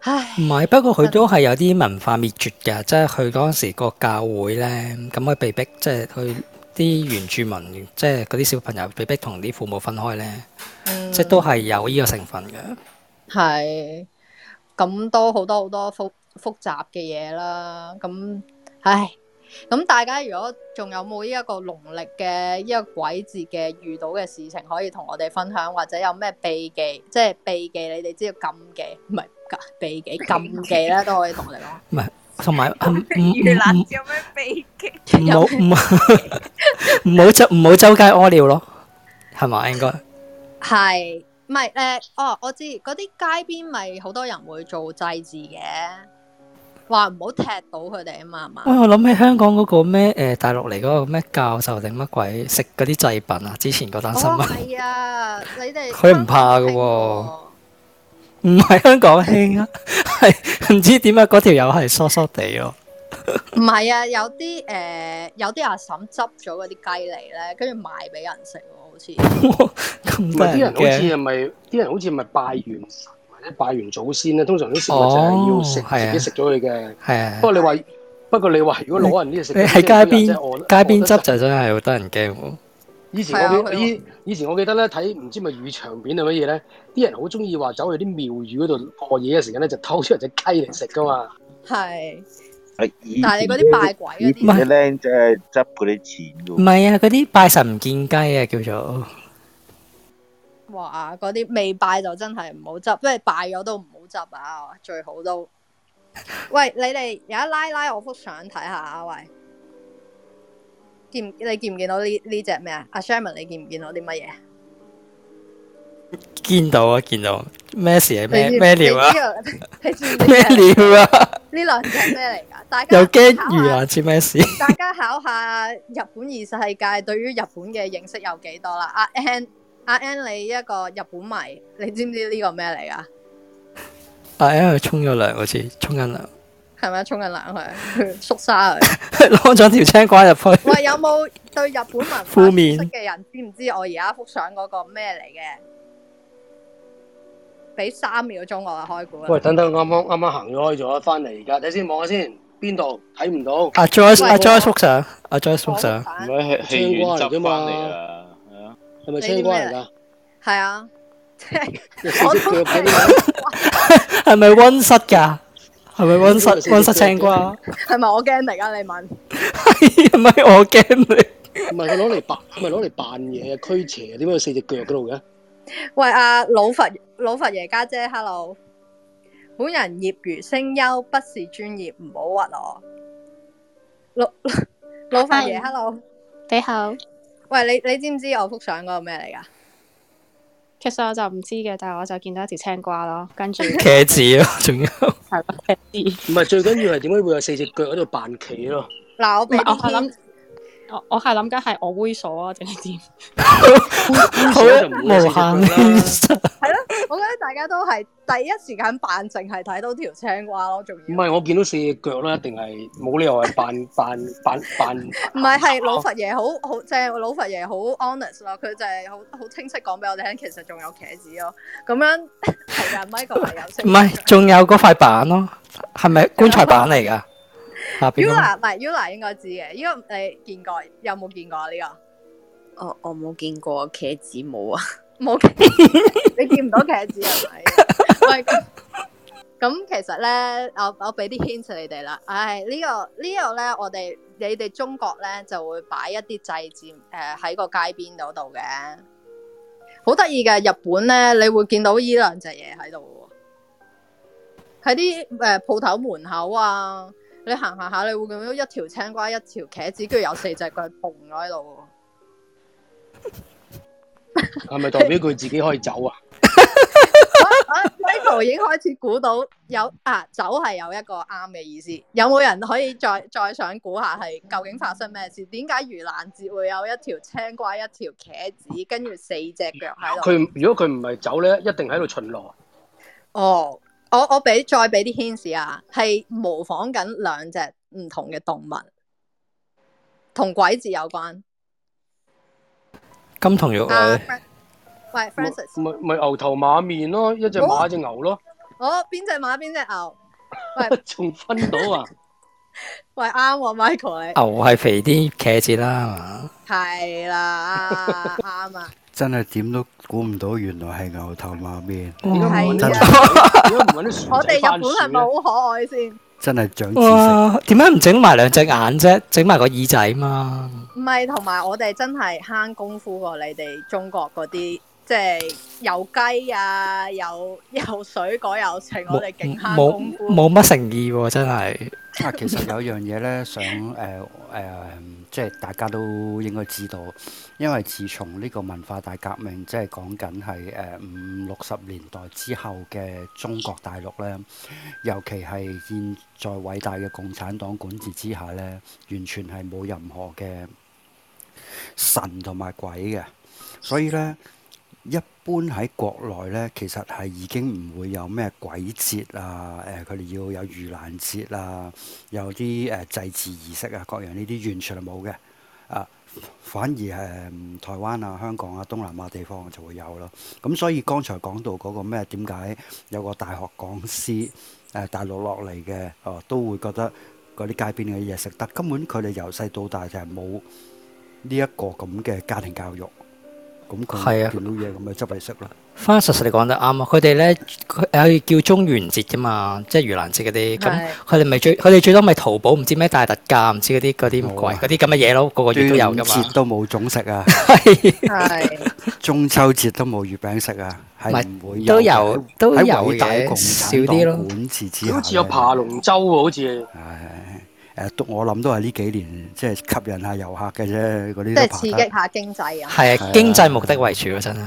Speaker 1: 唉，
Speaker 11: 唔係，不過佢都係有啲文化滅絕嘅，即係佢嗰陣時個教會咧，咁佢被逼即係佢啲原住民，即係嗰啲小朋友被逼同啲父母分開咧，
Speaker 1: 嗯
Speaker 11: 即係都係有呢個成分嘅。
Speaker 1: 係，咁都好多好多複複雜嘅嘢啦。咁，唉，咁大家如果仲有冇呢一個農曆嘅呢個鬼節嘅遇到嘅事情，可以同我哋分享，或者有咩秘技，即係秘技，你哋知道禁忌，
Speaker 11: [LAUGHS]
Speaker 1: 唔係秘技禁忌咧，都可以同我哋講。
Speaker 11: 唔係，同埋唔
Speaker 7: 魚腩
Speaker 11: 唔
Speaker 7: 有咩秘技？
Speaker 11: 唔唔好唔好唔好周唔好周街屙尿咯，係咪應該？
Speaker 1: 係，唔係诶？哦，我知嗰啲街邊咪好多人會做祭祀嘅，話唔好踢到佢哋啊嘛，係嘛？
Speaker 11: 喂，我諗起香港嗰個咩誒、大陸嚟嗰個咩教授定乜鬼食嗰啲製品啊，之前嗰單新
Speaker 1: 哦，
Speaker 11: 聞
Speaker 1: 係啊，你哋
Speaker 11: [LAUGHS] 佢唔怕㗎喎唔係香港興啊， [LAUGHS] 係唔知點解嗰條友係疏疏地咯。
Speaker 1: 唔係啊，有啲诶、有啲阿嬸執咗嗰啲雞嚟咧，跟住賣俾人食喎，好似
Speaker 4: 唔
Speaker 11: 咁
Speaker 4: 係
Speaker 11: 得
Speaker 4: 啲人
Speaker 11: 人
Speaker 4: 好似
Speaker 11: 驚
Speaker 4: 係咪啲人好似係咪拜完神或者拜完祖先咧，通常啲食物就係要
Speaker 11: 哦
Speaker 4: 食，
Speaker 11: 係
Speaker 4: 自
Speaker 11: 啊
Speaker 4: 己食咗佢嘅。
Speaker 11: 係啊
Speaker 4: 不，過你話，不過你話如果攞人啲嘢食，
Speaker 11: 你喺街邊
Speaker 4: 真係餓得
Speaker 11: 街邊
Speaker 4: 餓得
Speaker 11: 執
Speaker 4: 滯
Speaker 11: 就真係好得人驚喎。
Speaker 4: 以前
Speaker 1: 係啊
Speaker 4: 我
Speaker 1: 佢
Speaker 4: 記以以前我記得咧睇唔知咪粵語長片定乜嘢咧，啲人好中意話走去啲廟宇嗰度過夜嘅時間咧，就偷出人只雞嚟食噶嘛。
Speaker 1: 係，
Speaker 6: 係以
Speaker 1: 但係你
Speaker 6: 前
Speaker 1: 嗰啲拜
Speaker 6: 啲
Speaker 1: 鬼嗰啲
Speaker 6: 以前啲僆仔係執嗰啲錢
Speaker 11: 唔
Speaker 6: 㗎喎，
Speaker 11: 係啊，嗰啲拜神唔見雞啊，叫做
Speaker 1: 哇，嗰啲未拜就真係唔好執，即係拜咗都唔好執啊，最好都。喂，你哋而家拉拉我幅相睇下啊，喂，見你見唔見到呢呢只咩啊？阿 Sherman，你見唔見到啲乜嘢？
Speaker 11: 見到啊見到咩事啊咩
Speaker 1: 你知
Speaker 11: 咩料啊
Speaker 1: 你知啊你知唔知
Speaker 11: 咩
Speaker 1: 呢隻
Speaker 11: 料啊，
Speaker 1: 呢兩隻咩嚟㗎？大家
Speaker 11: 又驚
Speaker 1: 考
Speaker 11: 魚啊
Speaker 1: 下
Speaker 11: 腩似咩事？ [LAUGHS]
Speaker 1: 大家考下日本二世界對於日本嘅認識有幾多啦？阿 N，阿 N，你一個日本迷，你知唔知呢個咩嚟㗎？
Speaker 11: 啊，因為沖咗涼好似沖緊涼，
Speaker 1: 係咪沖緊涼佢 [LAUGHS] 縮沙佢？
Speaker 11: [LAUGHS] 攞咗條青瓜入去。
Speaker 1: 喂，有冇對日本文化
Speaker 11: 負
Speaker 1: 熟
Speaker 11: 面
Speaker 1: 悉嘅人知唔知我而家幅相嗰個咩嚟嘅？俾三秒鐘我就開估啦
Speaker 4: 喂，。等等，啱啱啱啱行開咗，翻嚟而家睇先望下先，邊度睇唔到？
Speaker 11: 阿 Joyce
Speaker 1: 喂
Speaker 11: 阿 Joyce 幅相，阿 Joyce 幅
Speaker 1: 我
Speaker 11: 相。 [LAUGHS]
Speaker 3: 唔
Speaker 1: 相
Speaker 3: 係戲戲院執翻嚟啊，係啊，
Speaker 4: 係咪青瓜嚟㗎？
Speaker 1: 係
Speaker 4: [LAUGHS]
Speaker 1: 啊，即係
Speaker 4: 有四隻腳嗰啲啊
Speaker 11: 系咪温室噶？系咪温室
Speaker 4: 呢個先
Speaker 11: 温室青瓜？
Speaker 1: 係咪我驚嚟㗎？你問
Speaker 11: 系咪我惊你？
Speaker 4: 唔係佢攞嚟扮，唔係攞嚟扮嘢驅邪，點解有四隻腳嗰度嘅？
Speaker 1: 啊喂，阿老佛老佛爺家姐，hello。本人業餘聲優，不是專業，唔好屈我。老 [LAUGHS] 老佛爺
Speaker 9: 係
Speaker 1: ，hello，
Speaker 9: 你好，
Speaker 1: 喂，你你知唔知我幅相嗰個咩
Speaker 9: [LAUGHS]
Speaker 1: 嚟噶？
Speaker 9: 其實我就唔知嘅，但係我就見到一條青瓜咯，跟住
Speaker 11: 茄子咯，仲有
Speaker 9: 係咯，茄子
Speaker 4: 唔係最緊要係點解會有四隻腳喺度扮企咯？
Speaker 1: 嗱，我
Speaker 9: 唔
Speaker 1: 俾
Speaker 9: 係我
Speaker 1: 啲
Speaker 9: 係
Speaker 1: hint
Speaker 9: 諗，我我係諗緊係我猥瑣啊定係點？
Speaker 11: 好無
Speaker 4: 猥瑣就唔會有四隻腳啦
Speaker 11: 限
Speaker 1: 我覺得大家都係第一時間扮，淨係睇到條青瓜咯，仲
Speaker 4: 唔
Speaker 1: 要
Speaker 4: 係我見到四隻腳啦，一定係冇理由
Speaker 11: [LAUGHS]
Speaker 4: 係扮扮扮扮。
Speaker 1: 唔係係老佛爺好好正，老佛爺好 honest 咯，佢就係好好清晰講俾我哋聽，其實仲有茄子咯。咁樣係啊，Michael 係有聲
Speaker 11: 唔係，仲有嗰塊板咯，係咪棺材板嚟㗎？下邊嗰
Speaker 1: Ula 唔係 Ula 應該知嘅，呢個你見過有冇見過啊呢、哦
Speaker 7: 我我冇見過茄子舞啊，
Speaker 1: 個？冇見，你見唔到茄子係咪？喂，咁咁其實咧，我我俾啲 hint 你哋啦。唉，呢、個呢、個咧，我哋你哋中國咧就會擺一啲祭祀誒喺個街邊嗰度嘅，好得意嘅。日本咧，你會見到呢兩隻嘢喺度喎，喺啲誒鋪頭門口啊。你行行下，你會見到一條青瓜、一條茄子，跟住有四隻腳蹦咗喺度喎。
Speaker 4: 係咪代表佢自己可以走啊？
Speaker 1: 啊，Michael 已經開始估到有啊，走係有一個啱嘅意思。有冇人可以再 [LAUGHS] 再想估下係究竟發生咩事？點解盂蘭節會有一條青瓜、一條茄子，跟住四隻腳喺度？
Speaker 4: 佢唔如果佢唔係走咧，一定喺度巡邏。
Speaker 1: 哦，我我俾再俾啲 hints 啊，係模仿緊兩隻唔同嘅動物，同鬼節有關。
Speaker 11: 金童玉
Speaker 1: 啊
Speaker 11: 女，
Speaker 1: ，Fran- 喂
Speaker 4: 咪
Speaker 1: Francis，哦
Speaker 4: 咪咪牛頭馬面咯，一隻馬一隻牛咯，
Speaker 1: 我哦邊只馬邊只牛？
Speaker 4: 仲分到啊！
Speaker 1: 喂啱喎，Michael 你
Speaker 4: 哦
Speaker 11: 牛係肥啲茄子啦係嘛，
Speaker 1: 係啦，啱啱啊，
Speaker 12: 啊真係點都估唔到，原來係牛頭馬面，
Speaker 4: [LAUGHS] 點解唔揾
Speaker 1: 係
Speaker 12: 真
Speaker 1: 啊
Speaker 12: 係。
Speaker 4: 點
Speaker 1: [LAUGHS]
Speaker 4: 解唔揾啲薯
Speaker 1: 我哋
Speaker 4: 仔
Speaker 1: 日
Speaker 4: 番
Speaker 1: 本
Speaker 4: 薯
Speaker 1: 係
Speaker 4: 咧？
Speaker 1: 咪好可愛先？
Speaker 12: 真係長知識。
Speaker 11: 哇！點解唔整埋兩隻眼啫？整埋個耳仔嘛？
Speaker 1: 唔係，同埋我哋真係慳功夫過你哋中國嗰啲，即係有雞啊，有 [LAUGHS] 有水果，有剩，我哋勁慳功
Speaker 11: 冇
Speaker 1: 夫。
Speaker 11: 冇乜誠意喎，真係。
Speaker 12: 啊，其實有樣嘢咧，想誒誒、即係大家都應該知道，因為自從呢個文化大革命，即係講緊係誒五六十年代之後嘅中國大陸咧，尤其係現在偉大嘅共產黨管治之下咧，完全係冇任何嘅神同埋鬼嘅，所以咧。一般喺國內呢，其實係已經唔會有咩鬼節啊，誒佢哋要有盂蘭節啊，有啲誒、呃祭祀儀式啊，各樣呢啲完全係冇嘅。啊，反而誒、嗯台灣啊、香港啊、東南亞地方就會有咯。咁所以剛才講到嗰個咩點解有個大學講師誒、呃大陸落嚟嘅，哦、都會覺得嗰啲街邊嘅嘢食得，根本佢哋由細到大就係冇呢一個咁嘅家庭教育。咁
Speaker 11: 係啊
Speaker 12: 佢見到嘢咁咪執嚟食啦。
Speaker 11: Francis 你講得啱啊！佢哋咧，佢係叫中元節噶嘛，即係盂蘭節嗰啲。咁
Speaker 1: 係
Speaker 11: 佢哋咪最，佢哋最多咪淘寶唔知咩大特價，唔知嗰啲嗰啲
Speaker 12: 冇啊
Speaker 11: 鬼嗰啲咁嘅嘢咯，個個月都有
Speaker 12: 端午
Speaker 11: 噶
Speaker 12: 節
Speaker 11: 嘛。
Speaker 12: 都冇粽食啊，
Speaker 1: 係
Speaker 12: 中秋節都冇月餅食啊，
Speaker 11: 咪
Speaker 12: 係唔會
Speaker 11: 都
Speaker 12: 嘅
Speaker 11: 有都
Speaker 12: 喺
Speaker 11: 有
Speaker 12: 偉大
Speaker 11: 嘅
Speaker 12: 共
Speaker 11: 少
Speaker 12: 產
Speaker 11: 啲咯
Speaker 12: 黨管治之下
Speaker 4: 好似有
Speaker 12: 呢
Speaker 4: 爬龍舟喎，好似
Speaker 12: 唉誒，都我諗都係呢幾年即係吸引下遊客嘅啫，嗰啲
Speaker 1: 即
Speaker 12: 都
Speaker 1: 係
Speaker 12: 爬
Speaker 1: 刺
Speaker 12: 得
Speaker 1: 激下經濟啊！
Speaker 11: 係
Speaker 12: 係
Speaker 11: 啊，
Speaker 12: 啊
Speaker 11: 經濟目的為主咯，真係。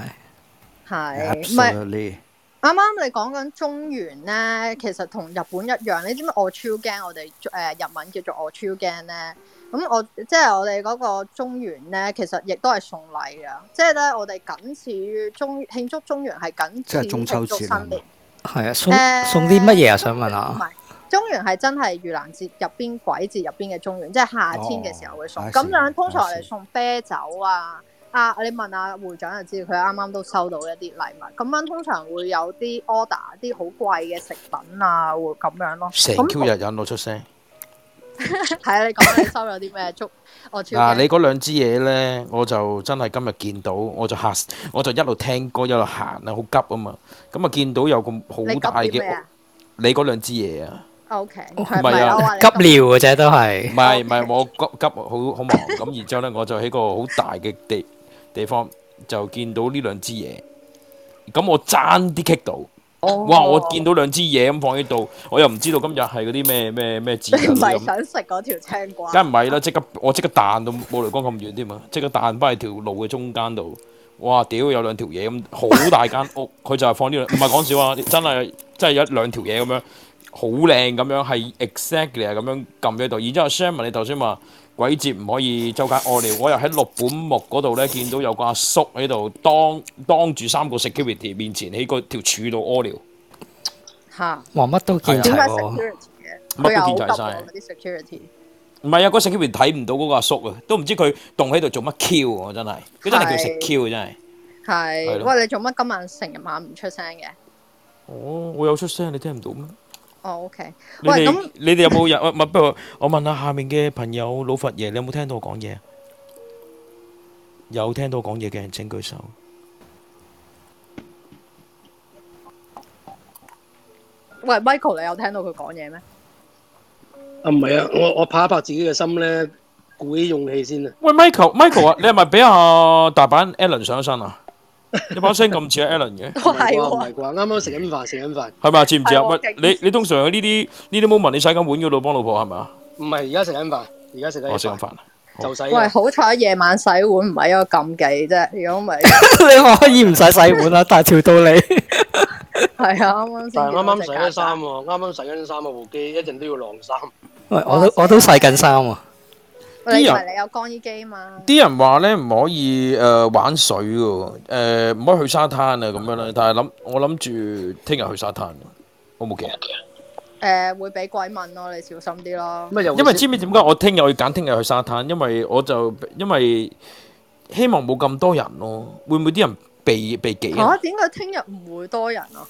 Speaker 1: 係，唔係
Speaker 12: absolutely
Speaker 1: 啱啱你講緊中原咧，其實同日本一樣。你知唔知我超驚我哋誒、呃日文叫做我超驚咧？咁我即係我哋嗰個中原咧，其實亦都係送禮噶，即係咧我哋僅次於中慶祝中原係僅
Speaker 12: 即
Speaker 1: 次
Speaker 12: 係
Speaker 1: 於
Speaker 12: 中秋
Speaker 1: 慶祝
Speaker 12: 節啊
Speaker 1: 新年。
Speaker 11: 係啊，送
Speaker 1: 誒
Speaker 11: 送啲乜嘢啊？想問
Speaker 1: 唔
Speaker 11: 下。
Speaker 1: 係中原係真係盂蘭節入邊鬼節入邊嘅中原，即係夏天嘅時候會送。
Speaker 12: 哦
Speaker 1: 咁、
Speaker 12: I see，
Speaker 1: 樣通常
Speaker 12: I see
Speaker 1: 嚟送啤酒啊。啊！你問下會長就知，佢啱啱都收到一啲禮物。咁樣通常會有啲 order 啲好貴嘅食品啊，會咁樣咯。
Speaker 13: 成
Speaker 1: 咁
Speaker 13: Q 日引我出聲。
Speaker 1: [LAUGHS] 係啊，你講你收咗啲咩祝我超
Speaker 13: 嗱，
Speaker 1: 驚
Speaker 13: 你嗰兩支嘢咧，我就真係今日見到，我就嚇，我就一路聽歌一路行啊，好急啊嘛。咁啊，見到有個好
Speaker 1: 你急
Speaker 13: 大
Speaker 1: 啲咩
Speaker 13: 嘅
Speaker 1: 啊哦
Speaker 13: 你嗰兩支嘢啊，
Speaker 1: ？OK，
Speaker 11: 唔
Speaker 1: 係
Speaker 13: 係啊
Speaker 1: 我話你
Speaker 11: 急尿嘅啫，都
Speaker 13: 唔
Speaker 11: 係。
Speaker 13: 係唔係，我急 [LAUGHS] 急好好忙咁，然之後咧我就喺個好大嘅地地方就見到呢兩支嘢，咁我爭啲棘到，
Speaker 1: 哦
Speaker 13: 哇！我見到兩支嘢咁放喺度，我又唔知道今日係嗰啲咩咩咩節
Speaker 1: [LAUGHS]
Speaker 13: 日
Speaker 1: 唔係
Speaker 13: 咁，
Speaker 1: 想食嗰條青瓜，
Speaker 13: 梗唔係啦！即刻我即刻彈到冇雷光咁遠添啊！即刻彈翻喺條路嘅中間度，哇！屌有兩條嘢咁，好大間屋， [LAUGHS] 佢就係放呢兩，唔係講笑啊！真係真係有一兩條嘢咁樣，好靚咁樣，係 exactly 係咁樣撳咗喺度。然之後 Sherman 你頭先話鬼節唔可以周街屙尿，我又喺六本木嗰度咧見到有個阿叔喺度當當住三個 security 面前喺個條柱度屙尿。
Speaker 1: 嚇，
Speaker 11: 哇，乜都見
Speaker 1: 點
Speaker 11: 齊
Speaker 1: 解
Speaker 11: 喎，
Speaker 1: security 嘅？
Speaker 13: 啊乜都
Speaker 1: 佢有好
Speaker 13: 見齊
Speaker 1: 急
Speaker 13: 晒
Speaker 1: 喎嗰啲 security，
Speaker 13: 唔係啊，嗰食 Q 邊睇唔到嗰個阿叔啊，都唔知佢棟喺度做乜 Q 啊！我真係，佢真係叫食 Q 啊！真係。係
Speaker 1: 係
Speaker 13: 咯
Speaker 1: 喂你做乜今晚成日晚唔出聲嘅？
Speaker 13: 哦，我有出聲，你聽唔到咩？
Speaker 1: 哦，OK，
Speaker 13: 你
Speaker 1: 喂咁
Speaker 13: 哋你哋有冇人？唔係，不過我問下下面嘅朋友老佛爺，你有冇聽到我講嘢啊？有聽到我講嘢嘅人請舉手。
Speaker 1: [LAUGHS] 喂 Michael，你有聽到佢講嘢咩？
Speaker 4: 啊，唔係啊，我我拍一拍自己嘅心咧，鼓起勇氣先啊。
Speaker 13: 喂，Michael，Michael 啊，你係咪俾阿大阪 ờ, Alan 上身啊？你把聲咁似阿 Alan 嘅，
Speaker 4: 唔係啩？唔係啩？啱啱食緊飯，食緊飯。
Speaker 13: 係咪啊？似唔似啊？
Speaker 4: 係
Speaker 13: 喂，你你通常喺呢啲呢啲 moment，你洗緊碗嗰度幫老婆係咪啊？
Speaker 4: 唔係而家食緊飯，而家食緊
Speaker 13: 我食
Speaker 4: 飯，
Speaker 13: 緊飯啊。
Speaker 4: 就洗
Speaker 1: 喂，
Speaker 4: 啦。
Speaker 1: 好彩夜晚洗碗唔係一個禁忌啫，如果唔
Speaker 13: [LAUGHS]
Speaker 1: 係
Speaker 11: 你可以唔使洗碗啦，但係跳到你。
Speaker 1: 係啊，啱啱先
Speaker 4: 但係
Speaker 1: 見
Speaker 4: 啱
Speaker 1: 到
Speaker 4: 啱
Speaker 1: 隻
Speaker 4: 洗
Speaker 1: 曱甴
Speaker 4: 緊衫喎，啱啱洗緊衫啊，部機一陣都要晾衫。
Speaker 11: 喂，我都我都洗緊衫喎。
Speaker 1: 喂，你
Speaker 13: 啲
Speaker 1: 唔
Speaker 13: 人
Speaker 1: 係你有乾衣機嘛？
Speaker 13: 啲人話咧唔可以誒、呃玩水嘅喎，呃唔、可以去沙灘啊咁樣啦。但係諗我諗住聽日去沙灘，我冇記。
Speaker 1: 誒，會俾鬼問咯，你小心啲咯。
Speaker 4: 乜又
Speaker 13: 因為知唔知點解我聽日我要揀聽日去沙灘？因為我就因為希望冇咁多人咯。會唔會啲人避避忌啊
Speaker 1: 嚇？？點解聽日唔會多人啊？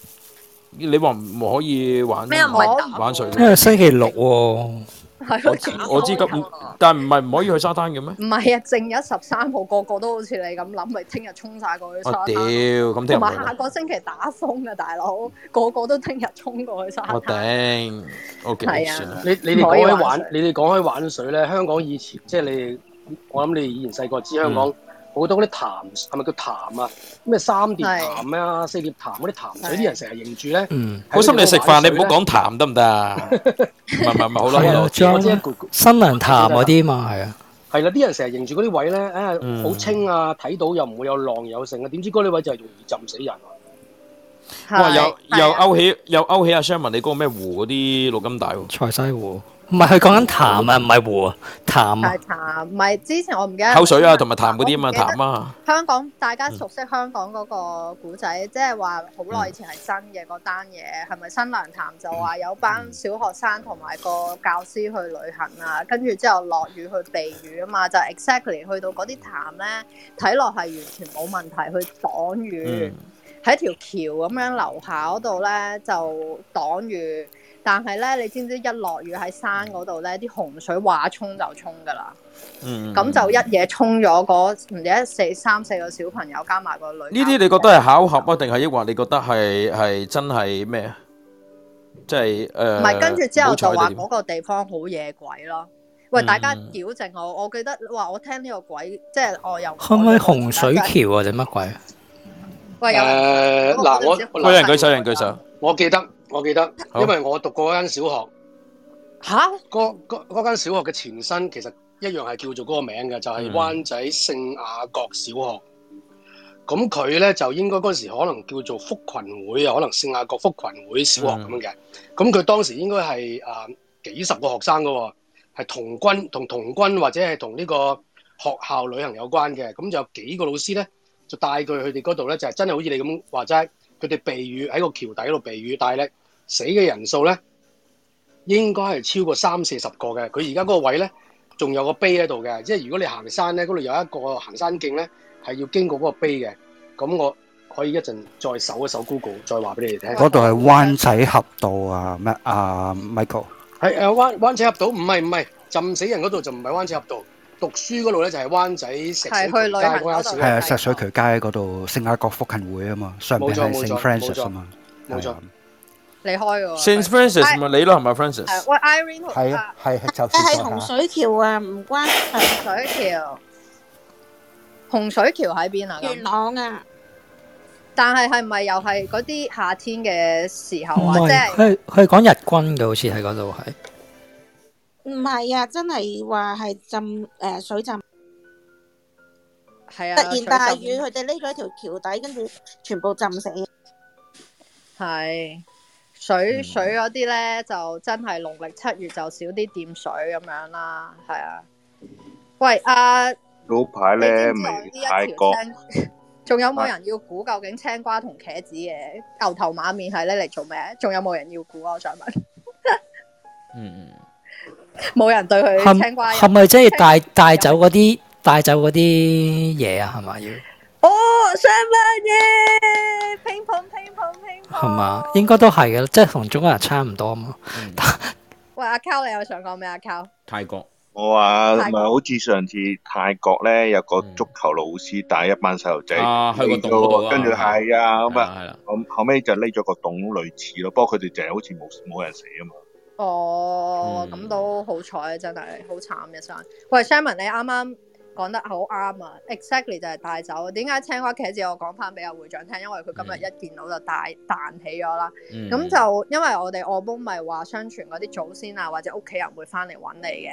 Speaker 13: 你話唔唔可以玩
Speaker 1: 咩啊唔可以
Speaker 13: 玩水？
Speaker 11: 因為星期六喎，
Speaker 1: 係
Speaker 13: 我
Speaker 1: 咯，
Speaker 13: 知我知咁，但係唔係唔可以去沙灘嘅咩？
Speaker 1: 唔係啊，正日十三號個個都好似你咁諗，咪聽日衝晒過去
Speaker 13: 我
Speaker 1: 沙
Speaker 13: 屌，
Speaker 1: 灘。
Speaker 13: 咁聽
Speaker 1: 同
Speaker 13: 日唔
Speaker 1: 埋
Speaker 13: 去
Speaker 1: 下
Speaker 13: 啦
Speaker 1: 個星期打風啊，大佬，個個都聽日衝過去沙
Speaker 13: 我
Speaker 1: 灘。
Speaker 13: 頂，OK，
Speaker 1: 係啊
Speaker 13: 算啦。
Speaker 4: 你你哋
Speaker 1: 唔可以
Speaker 4: 講
Speaker 1: 玩
Speaker 4: 開玩，你哋講開玩水咧，香港以前即係你，我諗你以前細個知香
Speaker 1: 嗯
Speaker 4: 港好多嗰啲潭，係咪叫潭啊？咩三碟潭啊、四碟潭嗰啲潭水，
Speaker 1: 係
Speaker 4: 啲人成日認住咧。
Speaker 11: 嗯，
Speaker 13: [LAUGHS] 好心你食飯，你
Speaker 4: [LAUGHS]
Speaker 13: 唔好講痰得唔得啊？唔係唔係唔係，好啦
Speaker 11: 係
Speaker 13: 好啦，
Speaker 11: 啊
Speaker 13: 我，知
Speaker 11: 仲
Speaker 4: 我知一
Speaker 11: 有新娘潭嗰啲嘛，係啊，
Speaker 4: 係啦，啲人成日認住嗰啲位咧，啊
Speaker 13: 嗯
Speaker 4: 好清啊，睇到又唔會有浪有剩啊，點知嗰啲位就係容易浸死人啊。
Speaker 13: 哇！
Speaker 1: 係
Speaker 13: 又
Speaker 1: 係
Speaker 13: 又
Speaker 1: 啊
Speaker 13: 勾起又勾起阿 Sherman 你嗰個咩湖嗰啲錄音帶
Speaker 11: 菜
Speaker 13: 喎，
Speaker 11: 西湖，唔係佢講緊潭啊，唔係湖啊，潭啊
Speaker 1: 係，潭，唔係之前我唔記得
Speaker 13: 口水啊，同埋痰嗰啲啊嘛，
Speaker 1: 我唔記得
Speaker 13: 痰啊，
Speaker 1: 香港大家熟悉香港嗰個古仔，即係話好耐以前係新嘅嗰單嘢，係咪新娘潭就話有班小學生同埋個教師去旅行啊，跟住之後落雨去避雨啊嘛，就 exactly 去到嗰啲潭咧，睇落係完全冇問題去擋雨
Speaker 13: 嗯，
Speaker 1: 喺條橋咁樣樓下嗰度咧就擋雨，但係咧你知唔知一落雨喺山嗰度咧啲洪水話衝就衝㗎啦。
Speaker 13: 嗯，
Speaker 1: 咁就一嘢衝咗嗰唔知一四三四個小朋友加埋個女。
Speaker 13: 呢啲你覺得係巧合啊，定係抑或你覺得係係真係咩啊？即係誒，
Speaker 1: 唔係，跟住之後
Speaker 13: 冇彩
Speaker 1: 就話
Speaker 13: 定
Speaker 1: 嗰
Speaker 13: 點
Speaker 1: 個地方好夜鬼咯。喂，大家
Speaker 13: 嗯
Speaker 1: 矯正我，我記得話我聽呢個鬼，即係我又
Speaker 11: 可唔可以洪水橋啊？定乜鬼？
Speaker 1: 喂有
Speaker 4: 誒
Speaker 1: 人
Speaker 4: 嗱，我
Speaker 13: 有人
Speaker 4: 嗱
Speaker 13: 舉手，有人舉手，
Speaker 1: 啊
Speaker 4: 我記得我記得，
Speaker 13: 好
Speaker 4: 因為我讀過嗰間小學，
Speaker 1: 吓？
Speaker 4: 嗰嗰嗰間小學嘅前身其實一樣係叫做嗰個名嘅，就係、
Speaker 13: 嗯
Speaker 4: 灣仔聖雅各小學。咁佢咧就應該嗰時可能叫做福群會啊，可能聖雅各福群會小學咁
Speaker 13: 嗯
Speaker 4: 樣嘅。咁佢、當時應該係啊幾十個學生噶喎、係童軍同童軍或者係同呢個學校旅行有關嘅。咁就有幾個老師咧就帶佢去佢哋嗰度咧，就係、真係好似你咁話齋，佢哋避雨喺個橋底嗰度避雨，但係咧死嘅人數咧應該係超過三四十個嘅。佢而家嗰個位咧仲有個碑喺度嘅，即係如果你行山咧，嗰度有一個行山徑咧係要經過嗰個碑嘅。咁我可以一陣再搜一搜 Google，再話俾你哋聽。
Speaker 12: 嗰度係灣仔峽道啊，咩啊 Michael？
Speaker 4: 係啊誒灣灣仔峽道，唔係唔係浸死人嗰度就唔係灣仔峽道，讀書嗰度咧就係灣仔石水
Speaker 1: 係
Speaker 4: 渠街
Speaker 1: 去旅行
Speaker 4: 嗰
Speaker 1: 嗰度
Speaker 4: 間小
Speaker 12: 係啊，
Speaker 4: 學。
Speaker 12: 石水渠街嗰度聖雅各福勤會啊嘛，上邊
Speaker 4: 冇錯
Speaker 12: 係
Speaker 4: 冇
Speaker 12: St
Speaker 4: 錯冇
Speaker 12: Francis
Speaker 4: 錯
Speaker 12: 啊嘛，
Speaker 4: 冇錯
Speaker 12: 係啊
Speaker 1: 你開嘅喎。
Speaker 13: ？Saint Francis 咪你咯，係咪
Speaker 1: 係
Speaker 13: Francis？
Speaker 1: 喂，Irene 同
Speaker 12: 係啊，係係就
Speaker 14: 係
Speaker 12: 是
Speaker 14: 洪
Speaker 12: 在下
Speaker 14: 水橋啊，唔關係
Speaker 1: 洪水橋，洪水橋喺邊啊？咁
Speaker 14: 元朗啊，
Speaker 1: 但係係咪又係嗰啲夏天嘅時候
Speaker 11: 唔
Speaker 1: 啊？即
Speaker 11: 係
Speaker 1: 係
Speaker 11: 佢佢講日軍嘅，好似喺嗰度係。
Speaker 14: 唔係啊，真係話係浸诶、呃水浸，
Speaker 1: 係
Speaker 14: 突
Speaker 1: 啊，
Speaker 14: 然大
Speaker 1: 水
Speaker 14: 雨，
Speaker 1: 浸
Speaker 14: 佢哋匿咗條橋底，跟住全部浸死。
Speaker 1: 係
Speaker 6: 嗯
Speaker 1: 水水嗰啲咧，就真係農曆七月就少啲掂水咁樣啦，係啊。喂，啊，
Speaker 6: 早排咧
Speaker 1: 知
Speaker 6: 咪
Speaker 1: 我呢一
Speaker 6: 泰國
Speaker 1: 條青，仲有冇人要估究竟青瓜同茄子嘅牛頭馬面係咧嚟做咩？仲有冇人要估啊？我想問，
Speaker 13: 嗯
Speaker 1: 冇人對
Speaker 11: 係
Speaker 1: 佢
Speaker 11: 咪
Speaker 1: 青瓜有
Speaker 11: 係咪即係帶帶走嗰啲帶走嗰啲嘢啊？係咪要
Speaker 1: 哦，雙乜耶！乒乓乒乓乒乓。
Speaker 11: 係嘛？應該都係嘅，即係同中國人差唔多啊嘛。
Speaker 1: 喂，阿 cow 你有想講咩？啊阿 cow
Speaker 13: 泰國
Speaker 6: 我話
Speaker 1: 泰
Speaker 6: 咪
Speaker 1: 國
Speaker 6: 好似上次泰國咧有個足球老師帶一班細路仔
Speaker 13: 啊去個
Speaker 6: 匿
Speaker 13: 洞嗰度
Speaker 6: 咗，
Speaker 13: 啊
Speaker 6: 跟住係啊咁
Speaker 13: 係
Speaker 6: 啊，咁後尾就匿咗個洞類似咯，不過佢哋就係好似冇冇人死啊嘛。
Speaker 1: 哦，咁都好彩啊，真係好慘嘅生。喂，Sherman，你啱啱講得好啱啊，exactly 就係帶走。點解青瓜茄子我講翻俾阿會長聽，因為佢今日一見到就大彈起咗啦。
Speaker 15: 嗯
Speaker 1: 咁、就因為我哋外公咪話相傳嗰啲祖先啊或者屋企人會翻嚟揾你嘅。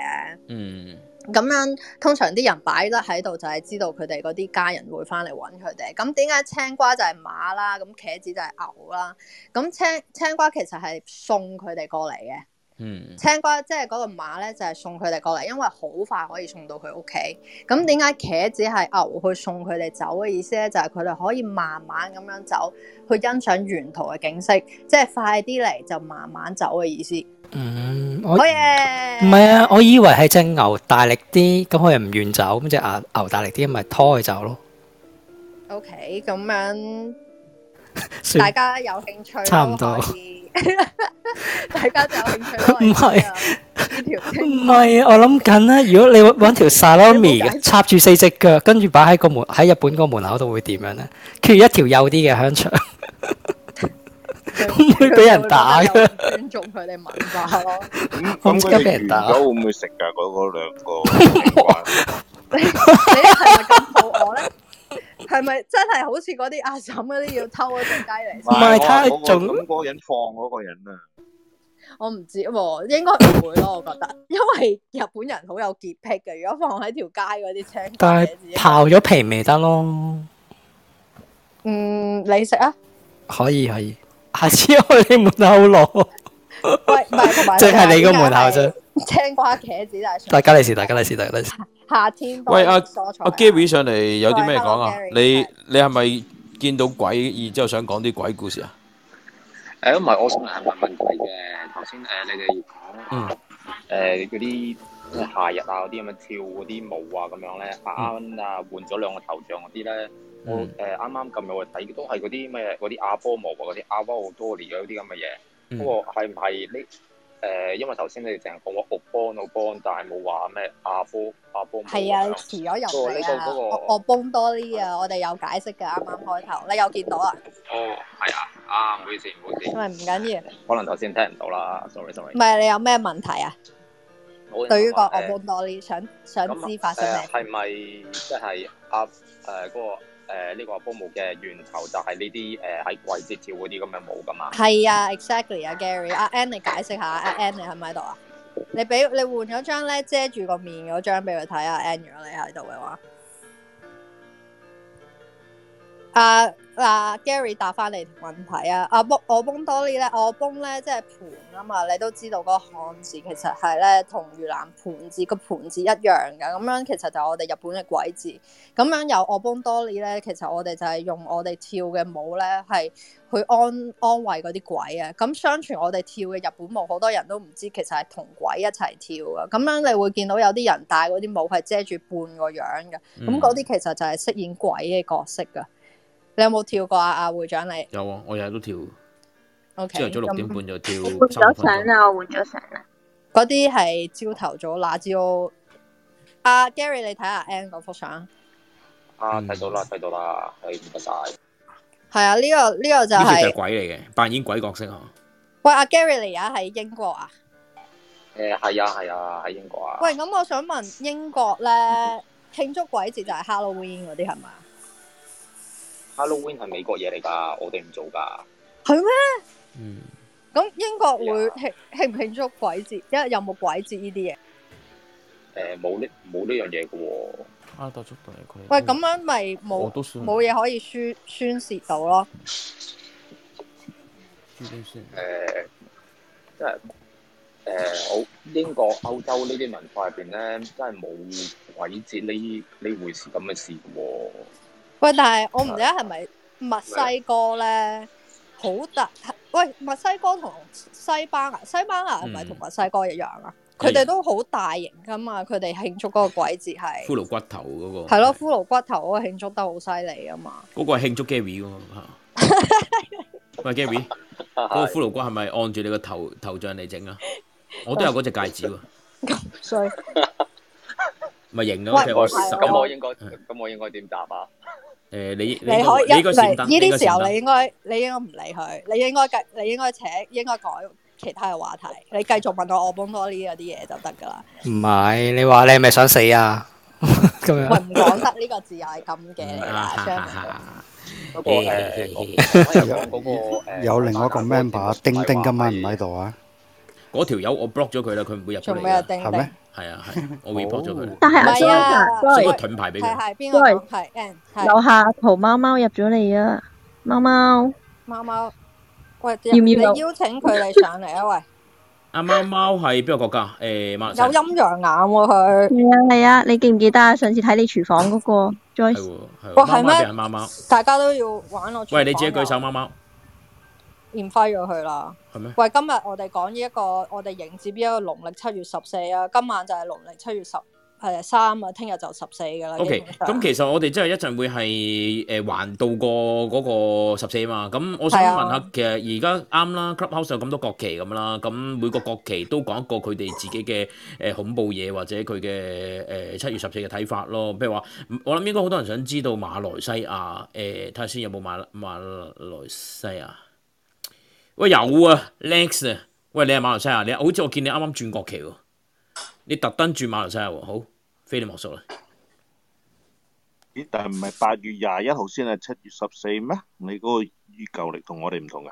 Speaker 13: 嗯
Speaker 1: 咁樣通常啲人擺得喺度就係知道佢哋嗰啲家人會翻嚟揾佢哋。咁點解青瓜就係馬啦，咁茄子就係牛啦？咁青青瓜其實係送佢哋過嚟嘅。
Speaker 13: 嗯
Speaker 1: 青瓜即係嗰個馬咧，就係、送佢哋過嚟，因為好快可以送到佢屋企。咁點解茄子係牛去送佢哋走嘅意思咧？就係佢哋可以慢慢咁樣走，去欣賞沿途嘅景色，即係快啲嚟就慢慢走嘅意思。
Speaker 11: 嗯，我
Speaker 1: 好
Speaker 11: 唔
Speaker 1: 嘢！
Speaker 11: 係啊，我以為係只牛大力啲，咁佢又唔願走，咁只牛牛大力啲，咪拖佢走咯。
Speaker 1: O K，咁樣
Speaker 11: 算
Speaker 1: 大家有興趣
Speaker 11: 差唔多
Speaker 1: 都可以大家就有興趣都可以
Speaker 11: 唔係
Speaker 1: 呢
Speaker 11: [LAUGHS]
Speaker 1: 條
Speaker 11: 唔係，我諗緊咧，如果你揾條 salami 嘅插住四隻腳，跟住擺喺個門喺日本個門口度會點樣咧？缺一條幼啲嘅香腸，會唔會俾人打嘅？
Speaker 1: 尊重佢哋文化咯。
Speaker 11: 我唔
Speaker 6: 咁
Speaker 11: 知俾
Speaker 6: 佢哋
Speaker 11: 人
Speaker 6: 完
Speaker 11: 打
Speaker 6: 咗。會唔會食㗎？嗰嗰兩個
Speaker 1: [LAUGHS]
Speaker 6: 啊青瓜
Speaker 1: 你你係咪咁肚餓咧？係咪真係好似嗰啲阿嬸嗰啲要偷嗰只雞嚟
Speaker 11: 唔係他
Speaker 1: 食？
Speaker 6: 我話嗰個
Speaker 11: 仲
Speaker 6: 咁嗰個人放嗰個人啊。
Speaker 1: 我唔知喎，應該唔會咯，我覺得，因為日本人好有潔癖嘅，如果放喺條街嗰啲青瓜
Speaker 11: 但
Speaker 1: 茄
Speaker 11: 係
Speaker 1: 子，
Speaker 11: 刨咗皮咪得咯，
Speaker 1: 嗯，你食啊？
Speaker 11: 可以可以，下次我去你門口
Speaker 1: 喂，唔係同埋
Speaker 11: 攞，即係你個門口啫。
Speaker 1: 啫。青瓜茄子就係
Speaker 11: 大家利是，大家利是，大
Speaker 1: [LAUGHS]
Speaker 11: 家利是。
Speaker 1: 夏天多
Speaker 13: 喂
Speaker 11: 啊
Speaker 13: 阿
Speaker 1: 蔬菜
Speaker 13: 阿 Gary 上嚟有啲咩講啊
Speaker 1: 喂？，hello，Gary
Speaker 13: 你你係咪見到鬼，然之後想講啲鬼故事啊？
Speaker 16: 誒唔係，我想係問問題嘅。頭先誒，你哋
Speaker 13: 嗯
Speaker 16: 誒嗰啲即係夏日啊嗰啲咁樣跳嗰啲舞啊咁樣咧，啊啱啊換咗兩個頭像嗰啲咧，我誒
Speaker 13: 嗯
Speaker 16: 啱啱撳入去睇都係嗰啲咩嗰啲阿波舞啊嗰啲阿波好多年嗰啲咁嘅嘢。
Speaker 13: 嗯
Speaker 16: 不過係唔係呢？誒，因為頭先你哋淨係講話奧邦奧邦，但係冇話咩阿波阿波舞咁樣。
Speaker 1: 係啊，遲咗入
Speaker 16: 哦呢
Speaker 1: 嚟
Speaker 16: 個
Speaker 1: 啊！
Speaker 16: 嗰個
Speaker 1: 我我崩多啲啊！我哋有解釋嘅，啱啱開頭你有見到啊？
Speaker 16: 哦，係啊，啊，唔好意思，唔好意
Speaker 1: 唔係唔
Speaker 16: 思，
Speaker 1: 緊要，唔
Speaker 16: 可能頭先聽唔到啦，sorry sorry。
Speaker 1: 係你有咩問題啊？
Speaker 16: 我
Speaker 1: 對於個
Speaker 16: 想
Speaker 1: 我
Speaker 16: 話誒
Speaker 1: 崩多啲，想想知發生
Speaker 16: 誒
Speaker 1: 咩？
Speaker 16: 係咪即係阿誒嗰個誒呢個阿波舞嘅源頭就係呢啲誒喺季節跳嗰啲咁嘅舞噶嘛？
Speaker 1: 係啊，exactly 啊，Gary，阿 Ann 你解釋下，阿 Ann 你喺唔喺度啊？你俾你換咗張咧遮住個面嗰張俾佢睇啊，Ann 如果你喺度嘅話，啊啊 Gary 答翻你問題啊，阿崩我崩多啲咧，我崩咧即係盤啊嘛，你都知道個漢字其實係咧同越南盤字個盤字一樣嘅，咁樣其實就係我哋日本嘅鬼字。咁樣有我邦多利咧，其實我哋就係用我哋跳嘅舞咧，係去安安慰嗰啲鬼啊。咁相傳我哋跳嘅日本舞，好多人都唔知其實係同鬼一齊跳啊。咁樣你會見到有啲人戴嗰啲帽係遮住半個樣嘅，咁
Speaker 13: 嗯
Speaker 1: 嗰啲其實就係飾演鬼嘅角色噶。你有冇跳過啊？阿會長你
Speaker 13: 有
Speaker 15: à?
Speaker 13: 啊，
Speaker 15: dạ,
Speaker 13: 我日日都跳，
Speaker 1: ，OK，
Speaker 13: 朝頭早六
Speaker 1: 咁
Speaker 13: 點半就跳
Speaker 5: 換
Speaker 13: 三
Speaker 5: 咗
Speaker 13: 十分
Speaker 5: 相
Speaker 13: 鐘。
Speaker 5: 啦，我換咗相啦。
Speaker 1: 嗰啲係朝頭早那朝。阿 Gary，你睇下 Ann 嗰幅相，
Speaker 16: 啊，睇到啦，睇到啦，係唔該晒。
Speaker 1: 係啊，呢、個呢、個就
Speaker 13: 呢
Speaker 1: 係、
Speaker 13: 隻就係鬼嚟嘅，扮演鬼角色啊！
Speaker 1: 喂阿 Gary，你而家喺英國啊？
Speaker 16: 誒係啊係啊，喺英國啊。
Speaker 1: 喂，咁我想問英國咧慶祝鬼節就係 Halloween 嗰啲係咪啊？
Speaker 16: Halloween 係美國嘢嚟㗎，我哋唔做㗎。
Speaker 1: 係咩？
Speaker 13: 嗯
Speaker 1: 咁英國會慶慶唔慶祝鬼節？因為有冇鬼節呢啲嘢？
Speaker 16: 誒冇呢冇呢樣嘢嘅喎。
Speaker 15: 啊，到捉到你佢。
Speaker 1: 喂，咁樣咪冇
Speaker 15: 我都算
Speaker 1: 冇嘢可以宣宣泄到咯。
Speaker 16: 誒、即係誒，我英國、歐洲呢啲文化入邊咧，真係冇鬼節呢呢回事咁嘅事嘅喎。
Speaker 1: 喂，但係我唔記得係咪墨西哥咧好大？喂，墨西哥同西班牙，西班牙係咪同墨西哥一樣啊？佢哋都好大型噶嘛，佢哋慶祝嗰個鬼節係
Speaker 15: 骷髏骨頭嗰個。
Speaker 1: 係咯，骷髏骨頭嗰個慶祝得好犀利啊嘛。
Speaker 15: 嗰個係慶祝 Gary 喎嚇。喂 Gary，嗰個骷髏骨係咪按住你個頭頭像嚟整啊？我都有嗰隻戒指喎，
Speaker 1: 所以
Speaker 15: 咪型
Speaker 1: 喂
Speaker 15: 咯。其實我
Speaker 1: 唔係
Speaker 15: 十嗯
Speaker 1: 喎
Speaker 16: 咁我應該咁我應該點答啊？
Speaker 15: 誒你
Speaker 1: 你可以一
Speaker 15: 你個
Speaker 1: 嚟
Speaker 15: 閃
Speaker 1: 呢
Speaker 15: 燈
Speaker 1: 啲時候，你
Speaker 15: 你
Speaker 1: 應該你應該唔理佢，你應該繼你應該扯，應該改其他嘅話題。你繼續問我我幫多呢嗰啲嘢就得㗎啦。
Speaker 11: 唔係你話你係咪想死啊？ [LAUGHS] 咁
Speaker 1: 喂，
Speaker 11: 樣
Speaker 1: 唔講得呢個字眼係咁嘅嚟啦
Speaker 15: 啊，
Speaker 1: 張
Speaker 15: 哈
Speaker 1: 明
Speaker 15: 哈
Speaker 16: 不過誒，呃我我有講嗰個誒
Speaker 12: 有另外一個 member 丁丁今晚唔喺度啊，
Speaker 15: 嗰條友我 block 咗佢啦，佢唔會入到
Speaker 1: 做
Speaker 15: 嚟
Speaker 1: 咩啊？
Speaker 15: 㗎。
Speaker 1: 丁
Speaker 12: 係
Speaker 1: 丁
Speaker 12: 咩？
Speaker 15: 係啊係，我 report 咗佢。
Speaker 10: 但係
Speaker 1: 唔
Speaker 10: 阿
Speaker 1: 係啊
Speaker 10: Joyce
Speaker 15: 送個
Speaker 10: Joyce
Speaker 15: 盾牌俾
Speaker 1: 係
Speaker 15: 佢。
Speaker 1: 係邊個
Speaker 10: 哦
Speaker 1: 講係 N 係
Speaker 10: 樓下淘貓貓入咗嚟啊！貓貓，
Speaker 1: 貓貓？喂，
Speaker 10: 要唔
Speaker 1: 你
Speaker 10: 要有
Speaker 1: 邀請佢哋上嚟
Speaker 11: [LAUGHS]
Speaker 1: 啊？喂，
Speaker 15: 阿貓貓係邊個國家？誒馬來西
Speaker 1: 有
Speaker 15: 亞。
Speaker 1: 陰陽眼喎佢。
Speaker 10: 係啊係啊，你記唔記得啊？上次睇你廚房嗰個 Joyce，
Speaker 15: 係
Speaker 1: 哇
Speaker 15: 喎
Speaker 1: 哦係
Speaker 15: 貓貓定係
Speaker 1: 咩？哦
Speaker 15: 貓貓？
Speaker 1: 大家都要玩我。
Speaker 15: 喂，你自己舉手，貓貓
Speaker 1: 免揮咗佢啦。
Speaker 15: 係咩？
Speaker 1: 喂，今日我哋講呢一個，我哋迎接呢一個農曆七月十四啊，今晚就係農曆七月十誒三啊，聽日就十四噶啦。基
Speaker 15: O.K.
Speaker 1: 本上
Speaker 15: 咁其實我哋真係一陣會係誒環渡過嗰個十四嘛，咁我想
Speaker 1: 係啊
Speaker 15: 問下，其實而家啱啦，Clubhouse 有咁多國旗咁啊啦，咁每個國旗都講一個佢哋自己嘅誒、呃恐怖嘢或者佢嘅誒七月十四嘅睇法咯，譬如話，我諗應該好多人想知道馬來西亞誒，睇下先有冇馬馬來西亞。喂有啊，Lex 啊，喂你係馬來西亞，你好似我見你啱啱轉國旗喎，你特登轉馬來西亞喎，好，非你莫屬啦。
Speaker 6: 咦？但係唔係八月廿一號先係七月十四咩？你嗰個依舊歷同我哋唔同㗎。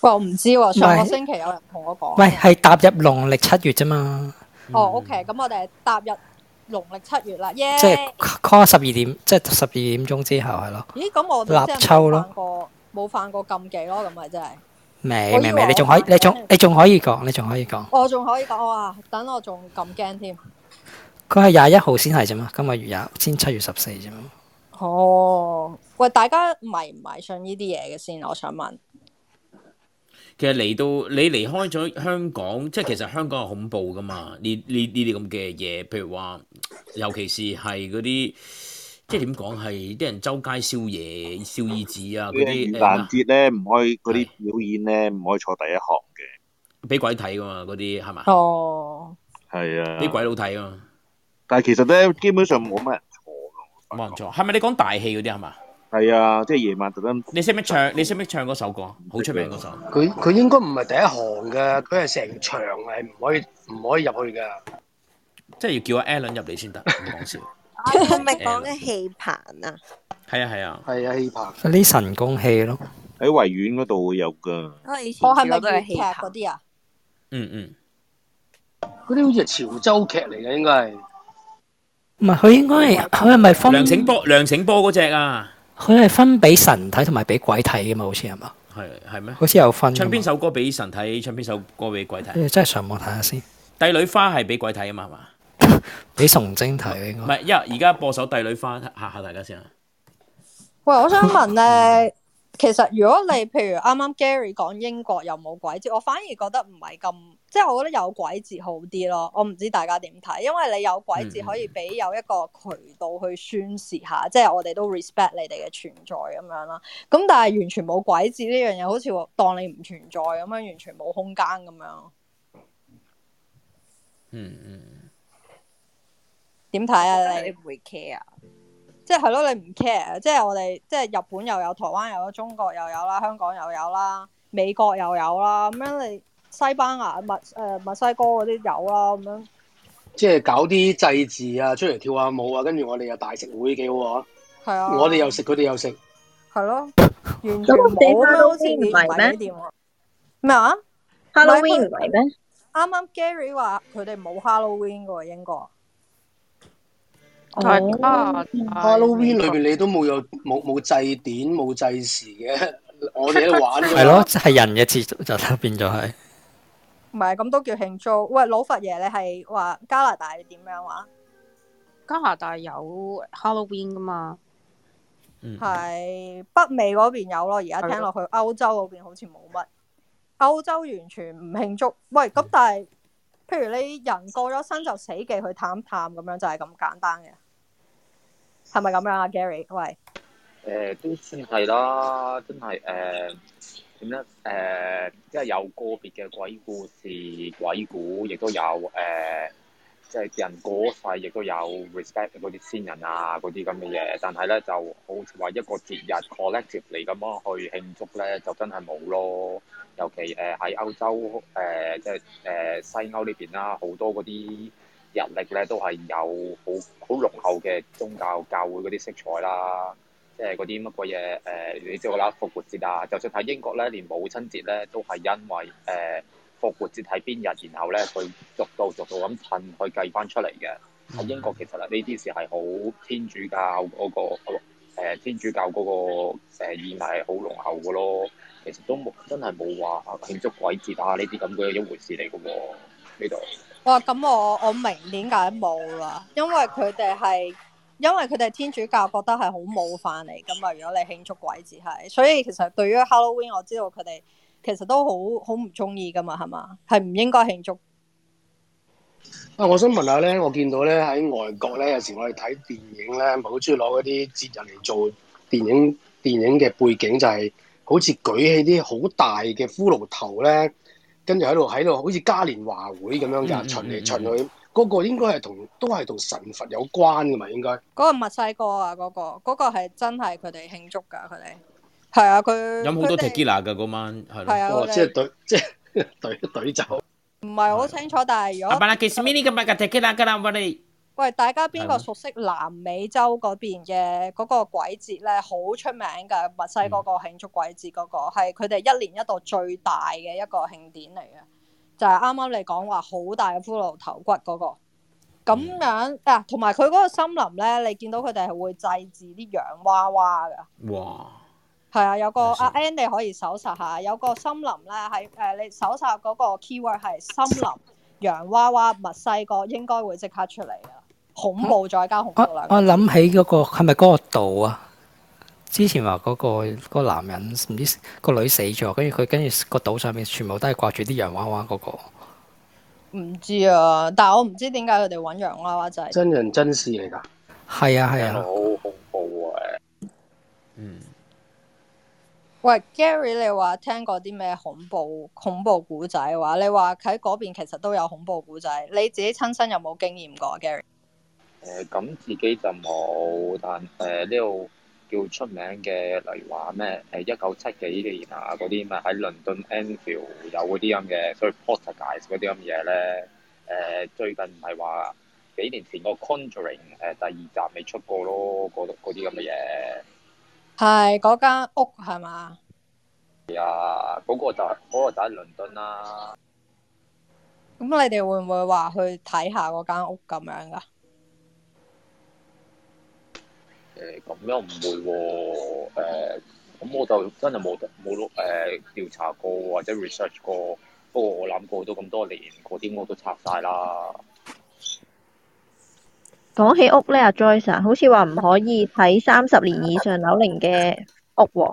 Speaker 1: 喂，我唔知喎，上個
Speaker 11: 喂
Speaker 1: 星期有人同我講。
Speaker 11: 喂係踏入農曆七月啫嘛，
Speaker 1: 哦，OK，咁我哋踏入農曆七月啦，耶！
Speaker 11: 即係 call 十二點，即係十二點鐘之後係咯。
Speaker 1: 咦，咁我
Speaker 11: 立
Speaker 1: 哋即係
Speaker 11: 秋
Speaker 1: 冇
Speaker 11: 咯
Speaker 1: 犯過冇犯過禁忌咯，咁咪真係。
Speaker 11: 未
Speaker 1: 我以
Speaker 11: 未
Speaker 1: 為
Speaker 11: 未，你
Speaker 1: 我
Speaker 11: 仲可以，
Speaker 1: 犯
Speaker 11: 你仲
Speaker 1: 緊
Speaker 11: 你仲可以講，你仲可以講。
Speaker 1: 我仲可以講哇，等我仲咁驚添。
Speaker 11: 佢係廿一號先係啫嘛，今個月廿先七月十四啫嘛。
Speaker 1: 哦，喂，大家迷唔迷信呢啲嘢嘅先？我想問。
Speaker 15: 其實嚟到你離開咗香港，即係其實香港係恐怖噶嘛？呢呢呢啲咁嘅嘢，譬如話，尤其是係嗰啲即係點講係啲人周街燒嘢、燒衣紙啊嗰啲誒
Speaker 6: 盂蘭
Speaker 15: 嗱，
Speaker 6: 節咧唔可以嗰啲表演咧唔可以坐第一行嘅。
Speaker 15: 俾鬼睇噶嘛嗰啲係嘛？
Speaker 1: 哦，
Speaker 6: 係啊，
Speaker 15: 俾鬼佬睇啊嘛，
Speaker 6: 但係其實咧基本上冇乜人坐㗎。
Speaker 15: 冇人坐。係咪你講大戲嗰啲係嘛？
Speaker 6: 係啊，即係夜晚特登。
Speaker 15: 你識唔識唱？你識唔識唱嗰首歌？好出名嗰首。
Speaker 4: 佢佢應該唔係第一行嘅，佢係成場係唔可以唔可以入去㗎。
Speaker 15: 即係要叫阿 Alan 入嚟先得，唔好講笑。
Speaker 10: 啊
Speaker 7: 我咪講嘅戲棚啊，
Speaker 15: 係啊係啊，
Speaker 4: 係啊，氣棚。
Speaker 11: 嗰啲神功戲咯，
Speaker 6: 喺維園嗰度會有㗎。
Speaker 7: 我以前
Speaker 1: 我係咪
Speaker 7: 試過都
Speaker 1: 粵
Speaker 7: 係
Speaker 1: 劇
Speaker 7: 戲
Speaker 1: 嗰啲啊？
Speaker 15: 嗯嗯。
Speaker 4: 嗰啲好似係潮州劇嚟嘅，應該係。
Speaker 11: 唔係啊佢應該係佢係咪
Speaker 15: 嗯
Speaker 11: 分
Speaker 15: 梁醒波梁醒波嗰只啊，
Speaker 11: 佢係分俾神睇同埋俾鬼睇噶嘛？好似係嘛？
Speaker 15: 係係咩？
Speaker 11: 好似有分㗎
Speaker 15: 唱
Speaker 11: 嘛
Speaker 15: 邊首歌俾神睇，唱邊首歌俾鬼睇。
Speaker 11: 你真係上網睇下先，
Speaker 15: 帝女花係俾鬼睇啊嘛，係嘛？
Speaker 11: 俾崇晶睇應
Speaker 15: 唔
Speaker 11: 該。
Speaker 15: 係，因為而家播首帝女花嚇嚇大家先啊。
Speaker 1: [LAUGHS] 喂，我想問咧，其實如果你譬如啱啱 Gary 講英國有冇鬼節，我反而覺得唔係咁，即係我覺得有鬼節好啲咯。我唔知大家點睇，因為你有鬼節可以俾有一個渠道去宣泄下，即係我哋都 respect 你哋嘅存在咁樣啦。咁但係完全冇鬼節呢樣嘢，好似話當你唔存在咁樣，完全冇空間咁樣，
Speaker 15: 嗯嗯。
Speaker 1: 點睇啊
Speaker 7: 但
Speaker 1: 你
Speaker 7: 你？唔會 care。
Speaker 1: 即係係咯，你唔 care，即係我哋即係日本又有，台灣又有，中國又有啦，香港又有啦，美國又有啦，咁樣你西班牙、墨誒墨西哥嗰啲有啦，咁樣
Speaker 4: 即係搞啲祭祀啊，出嚟跳下舞啊，跟住我哋又大食會幾好啊！
Speaker 1: 係啊。
Speaker 4: 我哋又食，佢哋又食。
Speaker 1: 係咯，完全
Speaker 10: 咁我哋
Speaker 1: 冇咩好似
Speaker 10: Halloween
Speaker 1: 你唔
Speaker 10: 唔係咩
Speaker 1: 係幾掂喎。咩啊
Speaker 10: ？Halloween
Speaker 1: 咪
Speaker 10: 唔係咩？
Speaker 1: 啱啱 Gary 話佢哋冇 Halloween 嘅喎，英國。哦
Speaker 4: 但係加
Speaker 1: 拿
Speaker 4: Halloween 裏邊你都冇有冇冇祭典冇祭時嘅，我哋喺度玩
Speaker 11: 係
Speaker 4: 㗎
Speaker 11: 咯，
Speaker 4: 嘛。
Speaker 11: 即係人嘅節就啦，變咗係。
Speaker 1: 唔係咁都叫慶祝。喂，老佛爺，你係話加拿大點樣話？
Speaker 9: 加拿大有 Halloween 噶嘛？
Speaker 1: 係北美嗰邊有咯，而家
Speaker 9: 係咯
Speaker 1: 聽落去歐洲嗰邊好似冇乜。歐洲完全唔慶祝。喂，咁但係，譬如你人過咗身就死記去探探咁樣，就係咁簡單嘅，係咪咁樣啊，Gary？喂，
Speaker 16: 誒、呃都算係啦，真係誒點咧？誒、即係有個別嘅鬼故事、鬼故，亦都有誒、即係人過世，亦都有 respect 嗰啲先人啊，嗰啲咁嘅嘢。但係咧，就好似話一個節日 collectively 咁樣去慶祝咧，就真係冇咯。尤其誒喺歐洲誒、即係誒、呃西歐呢邊啦，好多嗰啲日曆咧都係有好好濃厚嘅宗教教會嗰啲色彩啦。即係嗰啲乜鬼嘢誒，你知我啦，復活節啊，就算喺英國咧，連母親節咧都係因為誒、呃復活節喺邊日，然後咧佢逐度逐度咁褪去計翻出嚟嘅。喺英國其實呢啲事係好呃天主教嗰、個、呃天主教嗰、個誒意味係好濃厚嘅咯。其實都冇真係冇話啊慶祝鬼節啊呢啲咁嘅一回事嚟嘅喎，呢度。
Speaker 1: 哇，咁我我明點解冇啦，因為佢哋係因為佢哋天主教覺得係好冒犯嚟噶嘛，如果你慶祝鬼節係，所以其實對於 Halloween 我知道佢哋其實都好好唔中意噶嘛，係嘛，係唔應該慶祝。
Speaker 4: 啊，我想問下咧，我見到咧喺外國咧，有時我哋睇電影咧，咪好中意攞嗰啲節日嚟做電影電影嘅背景，就係、好似舉起啲好大嘅骷髏頭咧，跟住喺度喺度好似嘉年華會咁樣
Speaker 1: 嗯
Speaker 4: 㗎，
Speaker 1: 嗯
Speaker 4: 巡
Speaker 1: 嗯
Speaker 4: 嚟巡去，嗰、個應該係同都係同神佛有關㗎嘛，應該。
Speaker 1: 嗰個墨西哥啊，嗰、個嗰、個係真係佢哋慶祝㗎，佢哋係啊，佢
Speaker 15: 飲好多
Speaker 1: 佢哋
Speaker 15: tequila 㗎嗰晚，係
Speaker 1: 係啊
Speaker 15: 咯。
Speaker 1: 哦佢哋即係
Speaker 4: 對，即係
Speaker 15: [LAUGHS]
Speaker 4: 對對走。
Speaker 1: 唔係好清楚，但係如
Speaker 15: 阿
Speaker 1: 果
Speaker 15: 巴拉基斯米尼咁嘅 tequila 㗎啦，我哋。
Speaker 1: 喂大家邊個
Speaker 15: 係咩
Speaker 1: 熟悉南美洲嗰邊嘅嗰個鬼節咧，好出名㗎，墨西哥個慶祝鬼節嗰、個係佢哋一年一度最大嘅一個慶典嚟嘅，就係啱啱你講話好大嘅骷髏頭骨嗰、個。咁樣啊，同埋佢嗰個森林咧，你見到佢哋係會祭祀啲洋娃娃㗎。
Speaker 15: 哇！
Speaker 1: 係啊，有個阿 Andy 可以搜查下，有個森林咧喺誒，你搜查嗰個 keyword 係森林洋娃娃墨西哥，應該會即刻出嚟啊！恐怖再加恐怖兩個
Speaker 11: 我諗起嗰、個係咪嗰個島啊？之前話嗰、個嗰個男人唔知個女死咗，跟住佢跟住個島上面全部都係掛住啲洋娃娃嗰、個。
Speaker 1: 唔知啊，但係我唔知點解佢哋揾洋娃娃就係
Speaker 4: 真人真事嚟㗎。
Speaker 11: 係啊係啊，
Speaker 16: 好恐怖啊！
Speaker 15: 嗯，
Speaker 1: 喂 Gary，你話聽過啲咩恐怖恐怖古仔話？你話喺嗰邊其實都有恐怖古仔，你自己親身有冇經驗過啊，Gary？
Speaker 16: 誒呃咁、自己就冇，但誒呃呢度叫出名嘅，例如話咩誒一九七幾年啊嗰啲咪喺倫敦 Enfield 有嗰啲咁嘅，所以 Poltergeist 嗰啲咁嘢咧誒最近唔係話幾年前個 Conjuring 誒、第二集未出過咯，嗰嗰啲咁嘅嘢。
Speaker 1: 係嗰間屋係嘛？
Speaker 16: 係啊，嗰、個就係嗰、個就喺倫敦啦。
Speaker 1: 咁你哋會唔會話去睇下嗰間屋咁樣噶？
Speaker 16: 誒咁又唔會喎、誒咁我就真係冇得冇碌誒調查過或者 research 過，不過我諗過都咁多年，嗰啲屋都拆晒啦。
Speaker 10: 講起屋咧，阿 Joyce 啊，好似話唔可以睇三十年以上樓齡嘅屋喎，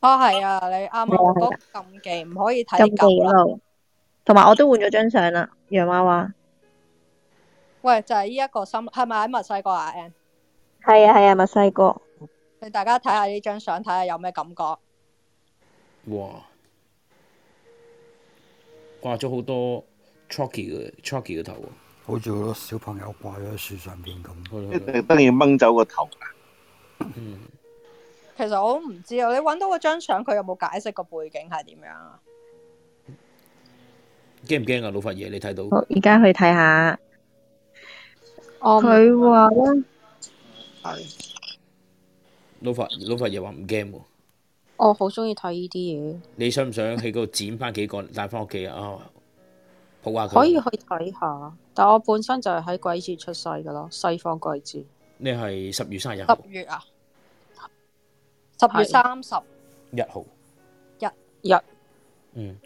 Speaker 1: 哦，係啊，你啱啱
Speaker 10: 係啊
Speaker 1: 嗰
Speaker 10: 係
Speaker 1: 個禁忌啊唔可以睇
Speaker 10: 禁
Speaker 1: 啲
Speaker 10: 忌
Speaker 1: 狗啦。
Speaker 10: 路。同埋我都換咗張相啦，楊娃娃。
Speaker 1: 喂，就係呢一個心，係咪喺墨西哥啊？N，
Speaker 10: 係啊係啊，墨西哥。
Speaker 1: 你大家睇下呢張相，睇下有咩感覺？
Speaker 15: 哇！掛咗好多 Chucky 嘅 Chucky 嘅頭喎。
Speaker 12: 好似好多小朋友掛咗喺樹上邊咁。
Speaker 6: 一定得要掹走個頭啊！
Speaker 1: 其實我都唔知啊，你揾到嗰張相，佢有冇解釋個背景係點樣啊？
Speaker 15: 驚唔驚啊？老佛爺，你睇到
Speaker 11: 哦
Speaker 10: 好，而家去睇下。
Speaker 9: 我唔
Speaker 10: 佢話咧，
Speaker 15: 老佛老佛爺話唔驚喎。
Speaker 9: 我好中意睇呢啲
Speaker 15: 你想唔想喺嗰度剪翻幾個帶翻屋企啊？抱下
Speaker 9: 嘢，可以
Speaker 15: 佢。
Speaker 9: 去睇下。但我本身就係喺鬼節出世噶咯，西方鬼節。
Speaker 15: 你係十月三十一號
Speaker 1: 十月啊，十月三十
Speaker 15: 一號，
Speaker 9: 一日
Speaker 15: 嗯，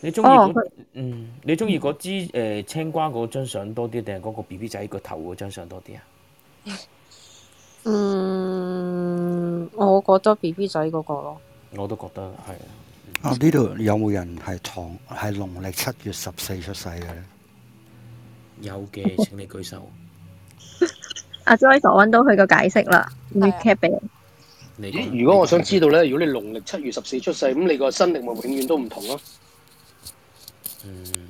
Speaker 15: 你中意
Speaker 10: 哦，
Speaker 15: 嗰
Speaker 10: 佢
Speaker 15: 嗯，你中意嗰支誒青瓜嗰張相多啲，定係嗰個 B B 仔個頭嗰張相多啲啊？
Speaker 9: 嗯，我覺得 B B 仔嗰個咯，
Speaker 15: 我都覺得係啊。
Speaker 12: 啊，呢度有冇人係唐係農曆七月十四出世嘅咧？
Speaker 15: 有嘅，請你舉手。
Speaker 10: 阿 Joyce 我揾到佢個解釋啦，recap
Speaker 1: 啊
Speaker 10: 俾我。
Speaker 4: 咦？如果我想知道咧，如果你農曆七月十四出世，咁你個新曆咪永遠都唔同咯。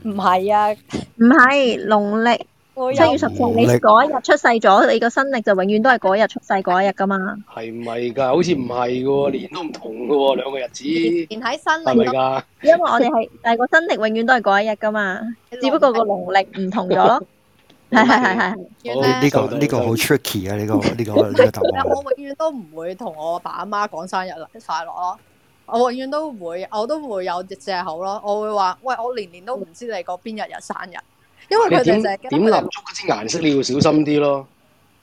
Speaker 1: 唔係啊，
Speaker 10: 唔係農曆
Speaker 1: 會
Speaker 10: 七
Speaker 1: 有
Speaker 10: 月十四，你嗰一日出世咗，你個新曆就永遠都係嗰一日出世嗰一日㗎嘛。
Speaker 4: 係唔係㗎？好似唔係嘅喎，年都唔同嘅喎，兩個日子
Speaker 10: 連喺新
Speaker 4: 係咪㗎？
Speaker 10: 因為我哋係， [LAUGHS] 但係個新曆永遠都係嗰一日噶嘛，只不過個農曆唔同
Speaker 12: [LAUGHS]
Speaker 10: 咗咯。係係係係。
Speaker 1: 遠
Speaker 12: 呢
Speaker 1: 咧，
Speaker 12: 呢個呢個好 tricky 啊！呢個呢個呢個答案。
Speaker 1: [LAUGHS] 我永遠都唔會同我阿爸阿媽講生日快樂咯。我永遠都會，我都會有藉口咯。我會話：喂，我年年都唔知你個邊日日生日，因為
Speaker 4: 你
Speaker 1: 佢哋
Speaker 4: 點
Speaker 1: 就係驚
Speaker 4: 點
Speaker 1: 佢
Speaker 4: 蠟
Speaker 1: 哋
Speaker 4: 燭嗰支顏色你要小心啲咯。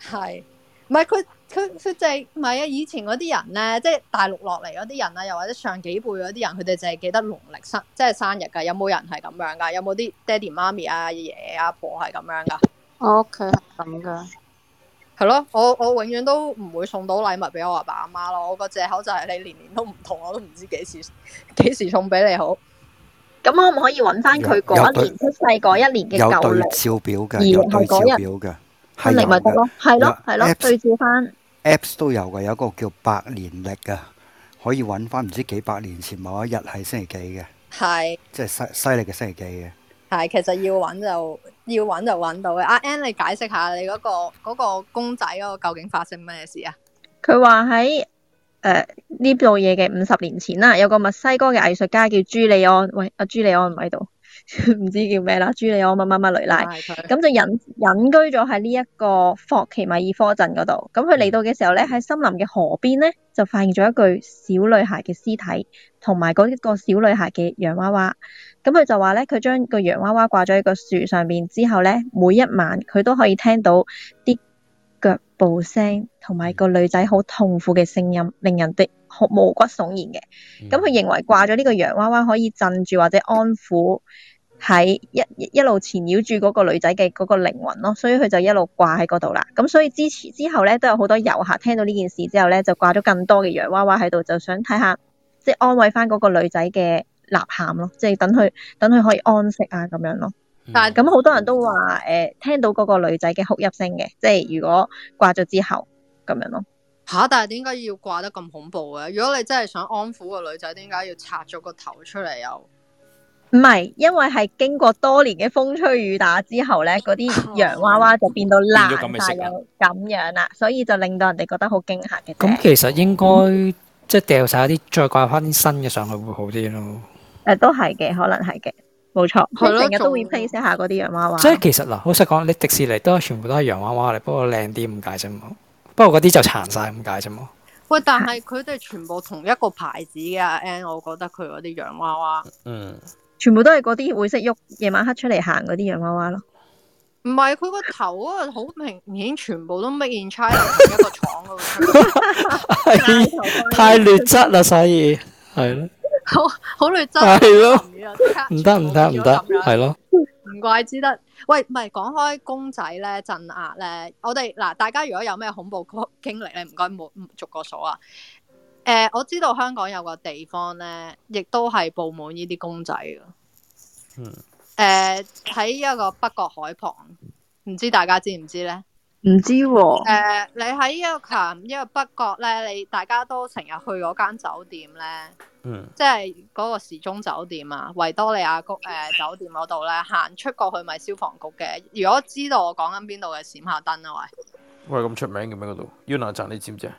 Speaker 1: 係，唔係佢佢佢就係唔係啊？以前嗰啲人咧，即係大陸落嚟嗰啲人啊，又或者上幾輩嗰啲人，佢哋就係記得農曆生，即係生日㗎。有冇人係咁樣㗎？有冇啲爹哋媽咪啊、爺爺阿婆係咁樣㗎？
Speaker 9: 我屋企係咁噶。
Speaker 1: 係咯，我我永遠都唔會送到禮物俾我阿爸阿媽咯。我個藉口就係你年年都唔同，我都唔知幾時幾時送俾你好。
Speaker 10: 咁可唔可以揾翻佢嗰一年出世嗰一年嘅
Speaker 12: 有
Speaker 10: 舊
Speaker 12: 對
Speaker 10: 曆，
Speaker 12: 照表
Speaker 10: 而
Speaker 12: 嘅，有對
Speaker 10: 係
Speaker 12: 照
Speaker 10: 嗰
Speaker 12: 表
Speaker 10: 日
Speaker 12: 嘅，係
Speaker 10: 新曆咪
Speaker 12: 有
Speaker 10: 得
Speaker 12: 嘅
Speaker 10: 咯？係咯係
Speaker 12: 有
Speaker 10: 咯，對
Speaker 12: Apps
Speaker 10: 照翻。
Speaker 12: Apps 都有嘅，有一個叫百年歷啊，可以揾翻唔知幾百年前某一日係星期幾嘅，
Speaker 1: 係
Speaker 12: 即係西西歷嘅星期幾嘅。
Speaker 1: 係，其實要揾就要揾就揾到嘅。阿 Ann，你解釋下你嗰、個嗰、個公仔嗰個究竟發生咩事啊？
Speaker 10: 佢話喺誒呢度嘢嘅五十年前啦，有個墨西哥嘅藝術家叫朱利安，喂阿朱利安唔喺度， [LAUGHS] 唔知叫咩啦，朱利安乜乜乜雷拉，咁就隱隱居咗喺呢一個霍奇米爾科鎮嗰度。咁佢嚟到嘅時候咧，喺森林嘅河邊咧就發現咗一具小女孩嘅屍體，同埋嗰一個小女孩嘅洋娃娃。咁佢就話咧，佢將個洋娃娃掛咗喺個樹上邊之後咧，每一晚佢都可以聽到啲腳步聲同埋個女仔好痛苦嘅聲音，令人哋好毛骨悚然嘅。咁佢認為掛咗呢個洋娃娃可以鎮住或者安撫喺一一一路纏繞住嗰個女仔嘅嗰個靈魂咯，所以佢就一路掛喺嗰度啦。咁所以之前之後咧，都有好多遊客聽到呢件事之後咧，就掛咗更多嘅洋娃娃喺度，就想睇下即係安慰翻嗰個女仔嘅呐喊咯，即係等佢等佢可以安息啊咁樣咯。
Speaker 11: 嗯
Speaker 1: 但
Speaker 10: 咁好多人都話誒、呃、聽到嗰個女仔嘅哭泣聲嘅，即係如果掛咗之後咁樣咯。
Speaker 1: 吓、但係點解要掛得咁恐怖嘅？如果你真係想安撫個女仔，點解要拆咗個頭出嚟又？
Speaker 10: 唔係，因為係經過多年嘅風吹雨打之後咧，
Speaker 11: [LAUGHS]
Speaker 10: 嗰啲洋娃娃就變到
Speaker 11: 哦變咗
Speaker 10: 爛
Speaker 11: 咁嘅
Speaker 10: 晒
Speaker 11: 色啦啊
Speaker 10: 又咁樣啦，所以就令到人哋覺得好驚嚇嘅啫。
Speaker 11: 咁其實應該即係掉晒啲，再掛翻啲新嘅上去會好啲咯。
Speaker 10: 誒都係嘅，可能係嘅，冇錯。即
Speaker 1: 係
Speaker 10: 係
Speaker 1: 咯
Speaker 10: 成日都
Speaker 1: 仲
Speaker 10: replace 一下嗰啲洋娃娃。
Speaker 11: 即係其實嗱，老實講，你迪士尼都係全部都係洋娃娃嚟，不過靚啲咁解啫嘛。不過嗰啲就殘晒咁解啫嘛。
Speaker 15: 哦
Speaker 1: 喂，但係佢哋全部同一個牌子嘅阿 N，我覺得佢嗰啲洋娃娃，
Speaker 15: 嗯，
Speaker 10: 全部都係嗰啲會識喐，夜晚黑出嚟行嗰啲洋娃娃咯。
Speaker 1: 唔係佢個頭嗰個好明顯，全部都 make in China 同一個廠嗰度出嚟
Speaker 11: 太劣質啦，所以係咯，
Speaker 1: [LAUGHS] 好好劣質啊，
Speaker 11: 係咯
Speaker 1: 呢個即刻，
Speaker 11: 唔得唔得唔得，係咯。
Speaker 1: 唔怪之得。喂，唔係講開公仔咧，鎮壓咧，我哋嗱，大家如果有咩恐怖經歷咧，唔該冇逐個數啊。誒、我知道香港有個地方咧，亦都係佈滿呢啲公仔嘅。
Speaker 15: 嗯，
Speaker 1: 誒喺一個北角海旁，唔知大家知唔知咧？
Speaker 10: 唔知
Speaker 1: 誒、
Speaker 10: 喎、
Speaker 1: 呃你喺呢個琴呢個北角咧，你大家都成日去嗰間酒店咧，
Speaker 15: 嗯，
Speaker 1: 即係嗰個時鐘酒店啊，維多利亞谷誒、酒店嗰度咧，行出過去咪消防局嘅。如果知道我講緊邊度嘅，閃下燈啊
Speaker 13: 喂，咁出名嘅咩嗰度？Yuna 站你知唔知啊？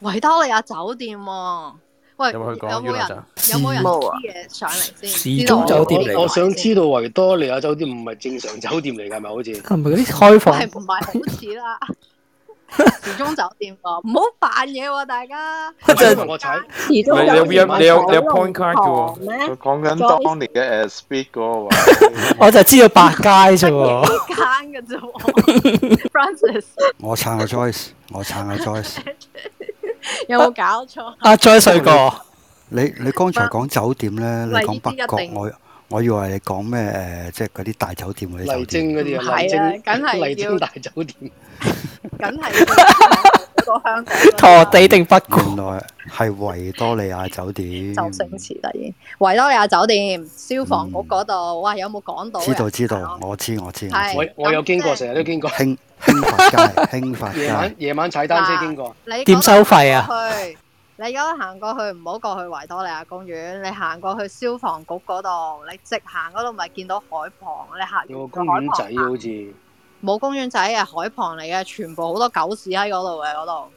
Speaker 1: 喂！維多利亞酒店喎、喂，
Speaker 13: 有
Speaker 1: 有
Speaker 13: 冇去過
Speaker 1: 冇
Speaker 13: Yuna
Speaker 1: 人
Speaker 13: 站？
Speaker 1: 有冇人
Speaker 4: 冇啊
Speaker 1: 知嘢上嚟先？
Speaker 11: 時
Speaker 1: 知道
Speaker 11: 鐘酒店嚟
Speaker 4: 我
Speaker 11: 㗎
Speaker 4: 我想知道維多利亞酒店唔係正常酒店嚟㗎，係咪好似？
Speaker 11: 係咪嗰啲開放
Speaker 1: 喂唔係好似啦？ [LAUGHS] 時鐘酒店喎，唔好扮嘢喎，大家。
Speaker 3: 我睇
Speaker 1: 時
Speaker 3: 唔係你有你有你有 point
Speaker 11: card 嘅
Speaker 1: 咩？
Speaker 3: 佢講緊
Speaker 1: 再
Speaker 3: 當年嘅誒 speed 嗰個話，
Speaker 11: [LAUGHS] 我就知道百佳啫喎。
Speaker 1: 間嘅啫
Speaker 11: [LAUGHS]
Speaker 1: 喎，Francis
Speaker 12: [LAUGHS] 我撐阿 Joyce，我撐阿 Joyce。
Speaker 1: 有冇搞錯？
Speaker 11: [LAUGHS] 阿 Joyce 啊細個
Speaker 12: 你你剛才講酒店咧，你
Speaker 1: 喂
Speaker 12: 講北角
Speaker 1: 呢啲一，定
Speaker 12: 我我以為你講咩誒，即係嗰啲大酒店嗰啲酒
Speaker 4: 麗晶
Speaker 12: 店。
Speaker 4: 嗰啲
Speaker 1: 唔係
Speaker 4: 啊，
Speaker 1: 啊
Speaker 4: 麗晶
Speaker 1: 梗係
Speaker 4: [LAUGHS]
Speaker 1: 要
Speaker 4: 麗晶大酒店，
Speaker 1: 梗係嗰
Speaker 11: [LAUGHS]
Speaker 1: 個香港啦
Speaker 11: [LAUGHS] 陀哦地定不
Speaker 12: 過？原來係維多利亞酒店。
Speaker 1: 周星馳啦已經。維多利亞酒店消防局嗰
Speaker 11: 嗯
Speaker 1: 度，哇有冇講到啊？
Speaker 12: 知道知道，我知我知
Speaker 1: 係
Speaker 12: 我
Speaker 1: 我
Speaker 12: 知。
Speaker 4: 我有經過，成日都經過。
Speaker 12: 興興發街，
Speaker 1: [LAUGHS]
Speaker 12: 興發
Speaker 4: 夜晚
Speaker 12: 街。
Speaker 4: 夜晚踩單車經過，
Speaker 1: 你嗰度
Speaker 11: 點收費啊
Speaker 1: 行過去？你嗰度行過去，唔好過去維多利亞公園，你行過去消防局嗰度，你直行嗰度咪見到海旁，你行
Speaker 4: 有個公
Speaker 1: 完個海
Speaker 4: 園
Speaker 1: 旁
Speaker 4: 仔好似。
Speaker 1: 冇公園仔嘅海旁嚟嘅，全部好多狗屎喺嗰度嘅嗰度。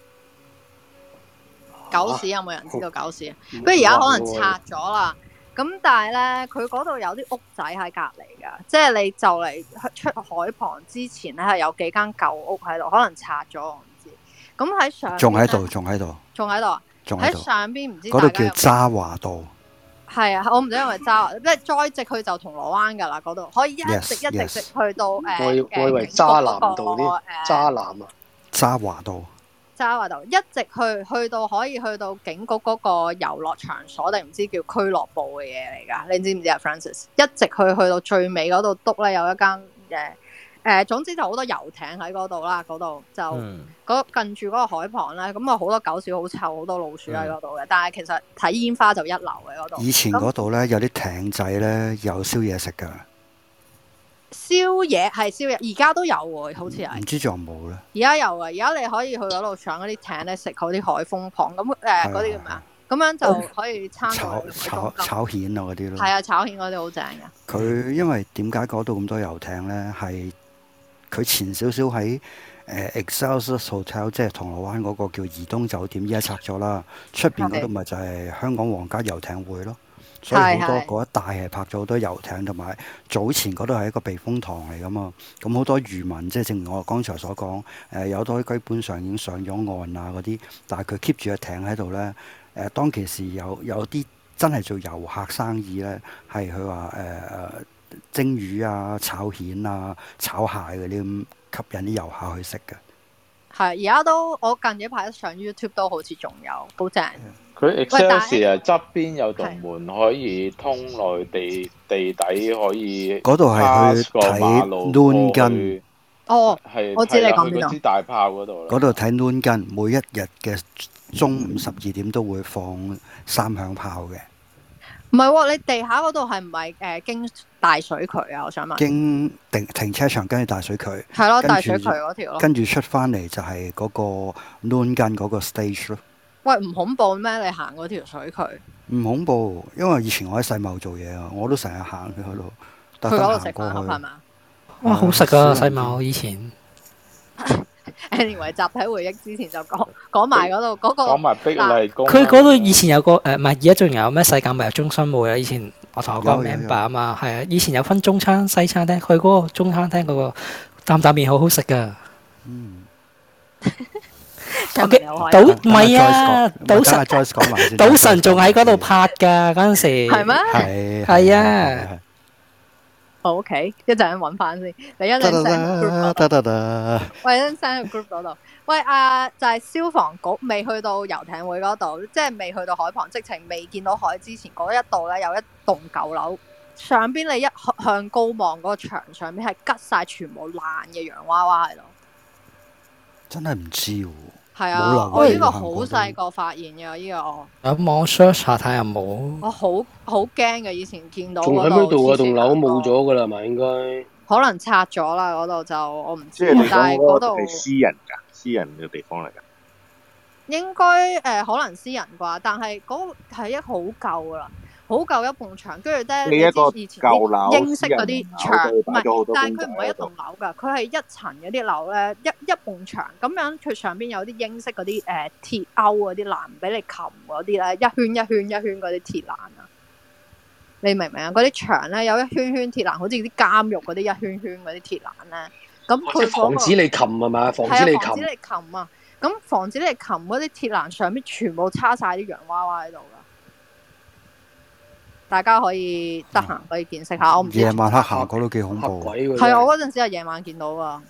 Speaker 4: 啊
Speaker 1: 狗屎有冇人知道狗屎啊？不過而家可能拆咗啦。咁但係咧，佢嗰度有啲屋仔喺隔離㗎，即係你就嚟出海旁之前咧，係有幾間舊屋喺度，可能拆咗我唔知。咁喺上邊呢啊
Speaker 12: 仲喺度，，仲喺度，
Speaker 1: 仲喺度啊！
Speaker 12: 仲喺
Speaker 1: 喺
Speaker 12: 度。
Speaker 1: 上邊唔知
Speaker 12: 嗰
Speaker 1: 大
Speaker 12: 度
Speaker 1: 家
Speaker 12: 叫
Speaker 1: 有
Speaker 12: 渣華道，
Speaker 1: 係啊，我唔知因為渣， [LAUGHS] 即係栽直去就銅鑼灣㗎啦，嗰度可以一直
Speaker 12: Yes，
Speaker 1: 一直
Speaker 12: yes
Speaker 1: 直去到誒
Speaker 4: 我以我以為渣男道啲渣男啊，
Speaker 12: 渣華道。
Speaker 1: 渣華道，一直去去到可以去到警局嗰個遊樂場所定唔知叫俱樂部嘅嘢嚟㗎，你知唔知啊，Francis？一直去去到最尾嗰度篤咧，有一間誒誒，總之就好多遊艇喺嗰度啦，嗰度就。
Speaker 12: 嗯
Speaker 1: 嗰近住嗰個海旁咧，咁啊好多狗屎好臭，好多老鼠喺嗰度嘅。但係其實睇煙花就一流嘅嗰度。
Speaker 12: 嗯以前
Speaker 1: 咁
Speaker 12: 嗰度咧有啲艇仔咧有宵夜食㗎，
Speaker 1: 宵夜係宵夜，而家都有喎，好似係
Speaker 12: 唔。知仲有冇咧？
Speaker 1: 而家有啊，而家你可以去嗰度上嗰啲艇咧，食嗰啲海風蚌咁
Speaker 12: 係
Speaker 1: 誒
Speaker 12: 啊哦
Speaker 1: 嗰啲叫咩啊？咁樣就可以撐到
Speaker 12: 炒
Speaker 1: 去海
Speaker 12: 炒
Speaker 1: 中心。
Speaker 12: 炒蜆啊嗰啲
Speaker 1: 係
Speaker 12: 咯。
Speaker 1: 啊，炒蜆嗰啲好正嘅。
Speaker 12: 佢因為點解嗰度咁多遊艇咧？係佢前少少喺誒 Excelsior Hotel，即係銅鑼灣嗰個叫怡東酒店，依家拆咗啦。出邊嗰度
Speaker 1: 係
Speaker 12: 咪就係香港皇家遊艇會咯。所以好多
Speaker 1: 係係
Speaker 12: 嗰一帶係拍咗好多遊艇，同埋早前嗰度係一個避風塘嚟噶嘛。咁好多漁民，即係正如我剛才所講，誒、有好多基本上已經上咗岸啊嗰啲，但係佢 keep 住個艇喺度咧。誒、當其時有有啲真係做遊客生意咧，係佢話誒誒蒸魚啊、炒蜆啊、炒蟹嗰啲咁吸引啲遊客去食嘅。
Speaker 1: 係而家都我近幾排上 YouTube 都好似仲有，好正。
Speaker 3: 嗯佢
Speaker 1: 但
Speaker 3: Excelsior 側邊有道門可以通內地地底，可以
Speaker 12: 嗰度係去
Speaker 3: pass 過馬
Speaker 12: 睇
Speaker 3: 路
Speaker 12: noon
Speaker 3: 過
Speaker 12: 根
Speaker 3: 去，。
Speaker 1: 哦
Speaker 3: 係，
Speaker 1: 我知你
Speaker 3: 係啦
Speaker 1: 講
Speaker 3: 去
Speaker 1: 邊
Speaker 3: 嗰
Speaker 1: 度
Speaker 3: 支。大炮嗰度啦。
Speaker 12: 嗰度睇 noon 根，每一日嘅中午十二點都會放三響炮嘅。
Speaker 1: 唔係喎，你地下嗰度係唔係誒經大水渠啊？我想問。
Speaker 12: 經停停車場跟住大水渠，
Speaker 1: 係
Speaker 12: 跟
Speaker 1: 咯
Speaker 12: 住
Speaker 1: 大水渠嗰條咯
Speaker 12: 跟住出翻嚟就係嗰個 noon 間嗰個 stage 咯，
Speaker 1: 喂，唔恐怖咩？你行嗰條水渠， [LAUGHS]
Speaker 12: 唔恐怖，因為以前我喺世貿做嘢啊，我都成日行去嗰度，特
Speaker 1: 佢
Speaker 12: 登
Speaker 1: 嗰度
Speaker 12: 行
Speaker 1: 食
Speaker 12: 過
Speaker 1: 飯盒係啊
Speaker 12: 去。
Speaker 1: 嘛
Speaker 11: 哇，好食啊！西馬我以前
Speaker 1: ？anyway，集體回憶之前就講講埋嗰度嗰個。
Speaker 3: 講埋碧麗宮
Speaker 11: 佢嗰度以前有個誒，唔係而家仲有咩世界物遊中心冇啊？以前我同我個
Speaker 12: 有有有
Speaker 11: member 啊嘛，係啊，以前有分中餐西餐廳，佢嗰個中餐廳嗰個擔擔麵好好食噶。
Speaker 1: 我
Speaker 11: 記賭唔係啊，
Speaker 12: 等阿 Joyce 講
Speaker 11: 賭
Speaker 12: 等阿 Joyce 講埋先
Speaker 11: 神賭神仲喺嗰度拍㗎嗰陣時。係
Speaker 12: 係
Speaker 1: 咩
Speaker 11: 係啊，
Speaker 1: 好 OK，一陣揾翻先，你一陣
Speaker 12: 得得
Speaker 1: send 去 group
Speaker 12: 得
Speaker 1: 啊嗰度，
Speaker 12: 得得得，
Speaker 1: 喂，一陣 send 去 group 嗰度。喂啊，就係消防局未去到遊艇會嗰度，即係未去到海旁，直情未見到海之前嗰一度咧，有一棟舊樓，上邊你一向向高望嗰個牆上邊係吉晒全部爛嘅洋娃娃喺度。
Speaker 12: 真係唔知喎。
Speaker 1: 係
Speaker 12: 冇
Speaker 1: 啊，
Speaker 12: 留
Speaker 1: 我
Speaker 12: 意
Speaker 1: 呢個
Speaker 12: 喎
Speaker 1: 好
Speaker 12: 行過都
Speaker 1: 細個發現嘅，呢個我
Speaker 11: 有網 search 下睇下有冇。
Speaker 1: 我好好驚嘅，以前見到
Speaker 4: 仲喺
Speaker 1: 嗰
Speaker 4: 邊度啊？
Speaker 1: 度，
Speaker 4: 棟樓冇咗㗎啦係咪應該？
Speaker 1: 可能拆咗啦，嗰度就我唔知
Speaker 6: 即係你，
Speaker 1: 但
Speaker 6: 講
Speaker 1: 係嗰
Speaker 6: 嗰個
Speaker 1: 度
Speaker 6: 係私人㗎，私人嘅地方嚟㗎。
Speaker 1: 應該誒、呃可能私人啩，但係嗰個係一個好舊噶啦，好舊一埲牆，跟住咧
Speaker 6: 呢一個
Speaker 1: 你知以前啲
Speaker 6: 舊樓
Speaker 1: 英式嗰啲
Speaker 6: 私
Speaker 1: 牆，
Speaker 6: 人
Speaker 1: 唔
Speaker 6: 樓都擺咗
Speaker 1: 係，但
Speaker 6: 好多
Speaker 1: 係
Speaker 6: 公仔
Speaker 1: 佢唔係一
Speaker 6: 喺度
Speaker 1: 棟樓㗎，佢係一層嗰啲樓咧，一一埲牆咁樣，佢上邊有啲英式嗰啲誒鐵鈎嗰啲欄俾你擒嗰啲咧，一圈一圈一圈嗰啲鐵欄啊，你明唔明啊？嗰啲牆咧有一圈圈鐵欄，好似啲監獄嗰啲一圈圈嗰啲鐵欄咧，咁咁佢嗰
Speaker 4: 防
Speaker 1: 個
Speaker 4: 止你擒係嘛？防止
Speaker 1: 係
Speaker 4: 你
Speaker 1: 啊，防止
Speaker 4: 擒。
Speaker 1: 你擒啊！咁防止你擒嗰啲鐵欄上面全部叉晒啲洋娃娃喺度噶，大家可以得
Speaker 4: 嗯
Speaker 1: 閒可以見識下。我唔知
Speaker 12: 夜晚黑行嗰都幾恐怖。
Speaker 1: 係啊，我嗰陣時係夜晚見到啊。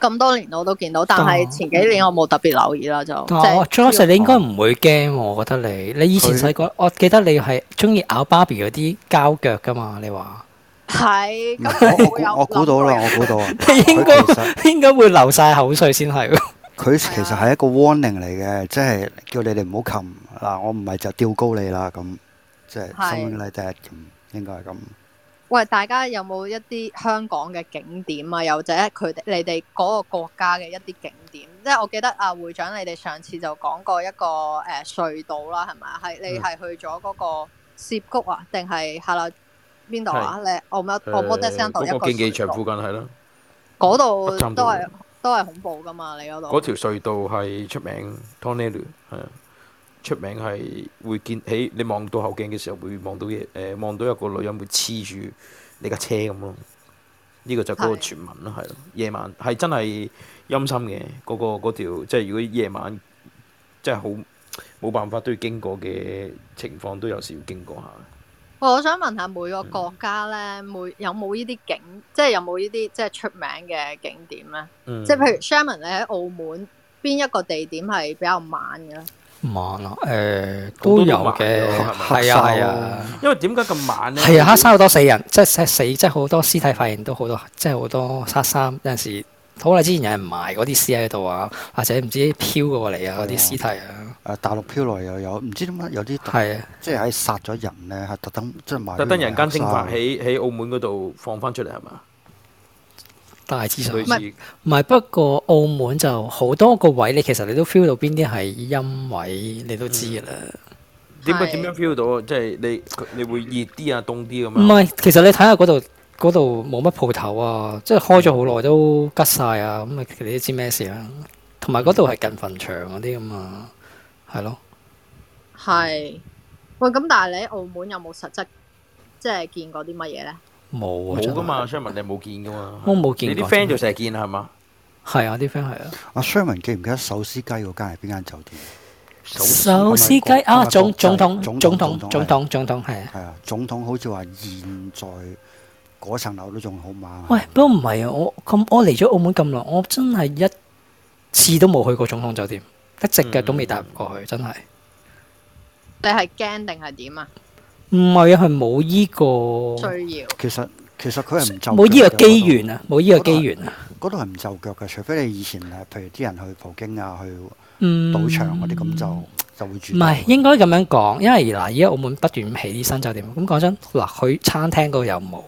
Speaker 1: 咁多年我都見到，但
Speaker 12: 哦
Speaker 1: 係前幾年我冇特別留意啦，就即
Speaker 11: 但係我
Speaker 1: 係
Speaker 11: j o s 你應該唔會驚喎，我覺得你你以前細個，我記得你係中意咬芭比嗰啲膠腳噶嘛？你話
Speaker 1: 係
Speaker 12: 我估我估到啦，我估到啊。
Speaker 11: [LAUGHS] 你應該應該會流晒口水先係喎。
Speaker 12: 佢其實係一個 warning 嚟嘅，即係叫你哋唔好擒嗱，我唔係就吊高你啦咁，即係
Speaker 1: 係
Speaker 12: something like that 咁，應該係咁。
Speaker 1: 喂，大家有冇一啲香港嘅景點啊？又或者佢哋你哋嗰個國家嘅一啲景點？即係我記得啊，會長你哋上次就講過一個誒、呃隧道啦，係咪啊？係你
Speaker 15: 嗯
Speaker 1: 係去咗嗰個涉谷啊，定係下啦邊度啊？你
Speaker 15: 係
Speaker 1: 我冇我冇得聲
Speaker 15: 誒
Speaker 1: 到一
Speaker 15: 嗰
Speaker 1: 個
Speaker 15: 個競技場
Speaker 1: 隧道
Speaker 15: 附近係啦，
Speaker 1: 嗰度
Speaker 15: 北站
Speaker 1: 都
Speaker 15: 道
Speaker 1: 係都係恐怖噶嘛？你嗰度
Speaker 15: 嗰條隧道係出名 t o n n e l 係啊，出名係會見起你望到後鏡嘅時候會望到嘢，誒望到有個女人會黐住你架車咁咯。呢個就嗰個
Speaker 13: 係
Speaker 15: 傳聞啦，係咯，夜晚係真係陰森嘅，嗰、個嗰條即係如果夜晚即係好冇辦法都要經過嘅情況，都有時要經過下。
Speaker 1: 喂我想問下每個國家咧，每有冇呢啲景，即係有冇呢啲即係出名嘅景點咧？
Speaker 11: 嗯
Speaker 1: 即係譬如 Sherman，你喺澳門邊一個地點係比較猛嘅咧？
Speaker 11: 晚啊，誒、都有嘅，係啊係啊，
Speaker 15: 因為點解咁晚咧？
Speaker 11: 係啊，黑衫好多死人，即係死死，即係好多屍體發現都好多，即係好多黑衫。有陣時好耐之前有人埋嗰啲屍喺度啊，或者唔知飄過嚟啊嗰啲屍體啊，
Speaker 12: 誒大陸漂來又有，唔知點解有啲特
Speaker 11: 係啊
Speaker 12: 即係喺殺咗人咧，係特登即係埋
Speaker 15: 特登人間蒸發
Speaker 11: 啊
Speaker 12: 法
Speaker 15: 喺喺澳門嗰度放翻出嚟係嘛？
Speaker 11: 大致上
Speaker 15: 類似
Speaker 11: 唔係，不過澳門就好多個位，你其實你都 feel 到邊啲係陰位，你都知㗎啦。
Speaker 15: 點解點樣 feel 到啊？即係你佢你會熱啲啊，凍啲咁
Speaker 11: 唔
Speaker 15: 樣。
Speaker 11: 係，其實你睇下嗰度嗰度冇乜鋪頭啊，即係開咗好耐都吉晒啊，咁啊你都知咩事啦。同埋嗰度係近墳場嗰啲咁嘛，係咯。
Speaker 12: 嗯
Speaker 1: 係，喂，咁但係你喺澳門有冇實質即係見過啲乜嘢咧？
Speaker 11: 冇啊，
Speaker 15: 冇
Speaker 11: 真
Speaker 15: 噶
Speaker 11: 係
Speaker 15: 嘛，Sherman 你冇見噶嘛？
Speaker 11: 我冇見
Speaker 15: 你啲
Speaker 11: 過
Speaker 15: friend 就成日見係嘛？
Speaker 11: 係啊，啲 friend 係啊。
Speaker 12: 阿 Sherman 記唔記得手撕雞嗰間係邊間酒店？
Speaker 11: 手撕雞啊，總總統
Speaker 12: 總
Speaker 11: 總
Speaker 12: 統
Speaker 11: 統總統總統係啊。
Speaker 12: 係啊，總統好似話現在嗰層樓都仲好猛。
Speaker 11: 喂，不過唔係啊，我咁我嚟咗澳門咁耐，我真係一次都冇去過總統酒店，一隻腳都未踏入過去，真係。
Speaker 1: 你係驚定係點啊？
Speaker 11: 唔係啊，係冇依個
Speaker 1: 需要
Speaker 12: 其實其實佢係唔就
Speaker 11: 冇依
Speaker 12: 腳嘅
Speaker 11: 個機緣啊，冇依個機緣啊。
Speaker 12: 嗰度係唔就腳嘅，除非你以前誒，譬如啲人去葡京啊，去
Speaker 11: 嗯
Speaker 12: 賭場嗰啲咁就就會住
Speaker 11: 唔。係應該咁樣講，因為嗱，而家澳門不斷起啲新酒店，咁講真，嗱，佢餐廳嗰度又冇，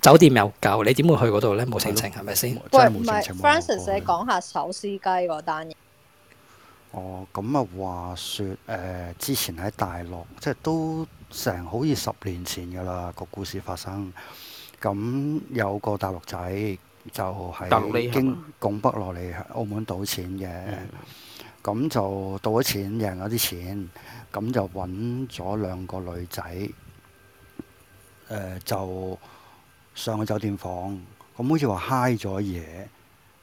Speaker 11: 酒店又夠，你點會去嗰度咧？冇情情係咪先？
Speaker 1: 喂，唔係 Francis，你講下手撕雞嗰單嘢。
Speaker 12: 哦，咁啊話說誒、呃之前喺大陸，即係都成好似十年前㗎啦，個故事發生。咁有個大陸仔就
Speaker 15: 大陸
Speaker 12: 係
Speaker 15: 呢係
Speaker 12: 經
Speaker 15: 嘛
Speaker 12: 拱北落嚟澳門賭錢嘅，咁、就賭咗錢贏咗啲錢，咁就揾咗兩個女仔，誒、就上去酒店房，咁好似話嗨咗嘢，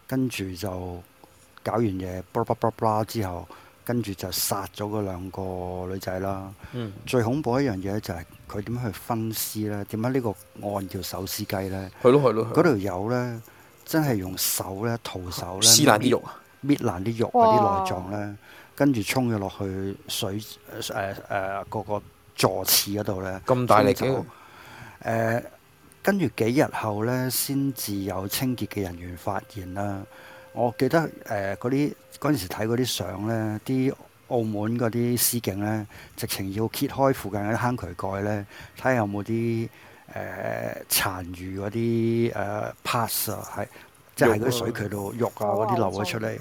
Speaker 12: 跟住就。搞完嘢，巴拉巴拉巴拉之後，跟住就殺咗嗰兩個女仔啦。
Speaker 15: 嗯
Speaker 12: 最恐怖一樣嘢就係佢點樣去分屍呢？點解呢個案叫手撕雞呢？
Speaker 15: 係咯係咯係
Speaker 12: 嗰
Speaker 15: 咯
Speaker 12: 條友呢，真係用手呢，徒手呢，
Speaker 15: 撕爛啲肉啊，
Speaker 12: 搣爛啲肉啊
Speaker 15: 哇
Speaker 12: 啲內臟呢，跟住衝咗落去水誒誒嗰個座廁嗰度呢。
Speaker 15: 咁大力嘅
Speaker 12: 衝走呃誒，跟住幾日後咧，先至有清潔嘅人員發現啦。我記得誒嗰啲嗰陣時睇嗰啲相咧，啲澳門嗰啲司警咧，直情要揭開附近嗰啲坑渠蓋咧，睇下有冇啲誒殘餘嗰啲誒 pass 啊，係即係喺嗰啲水渠度肉啊嗰啲流咗出嚟，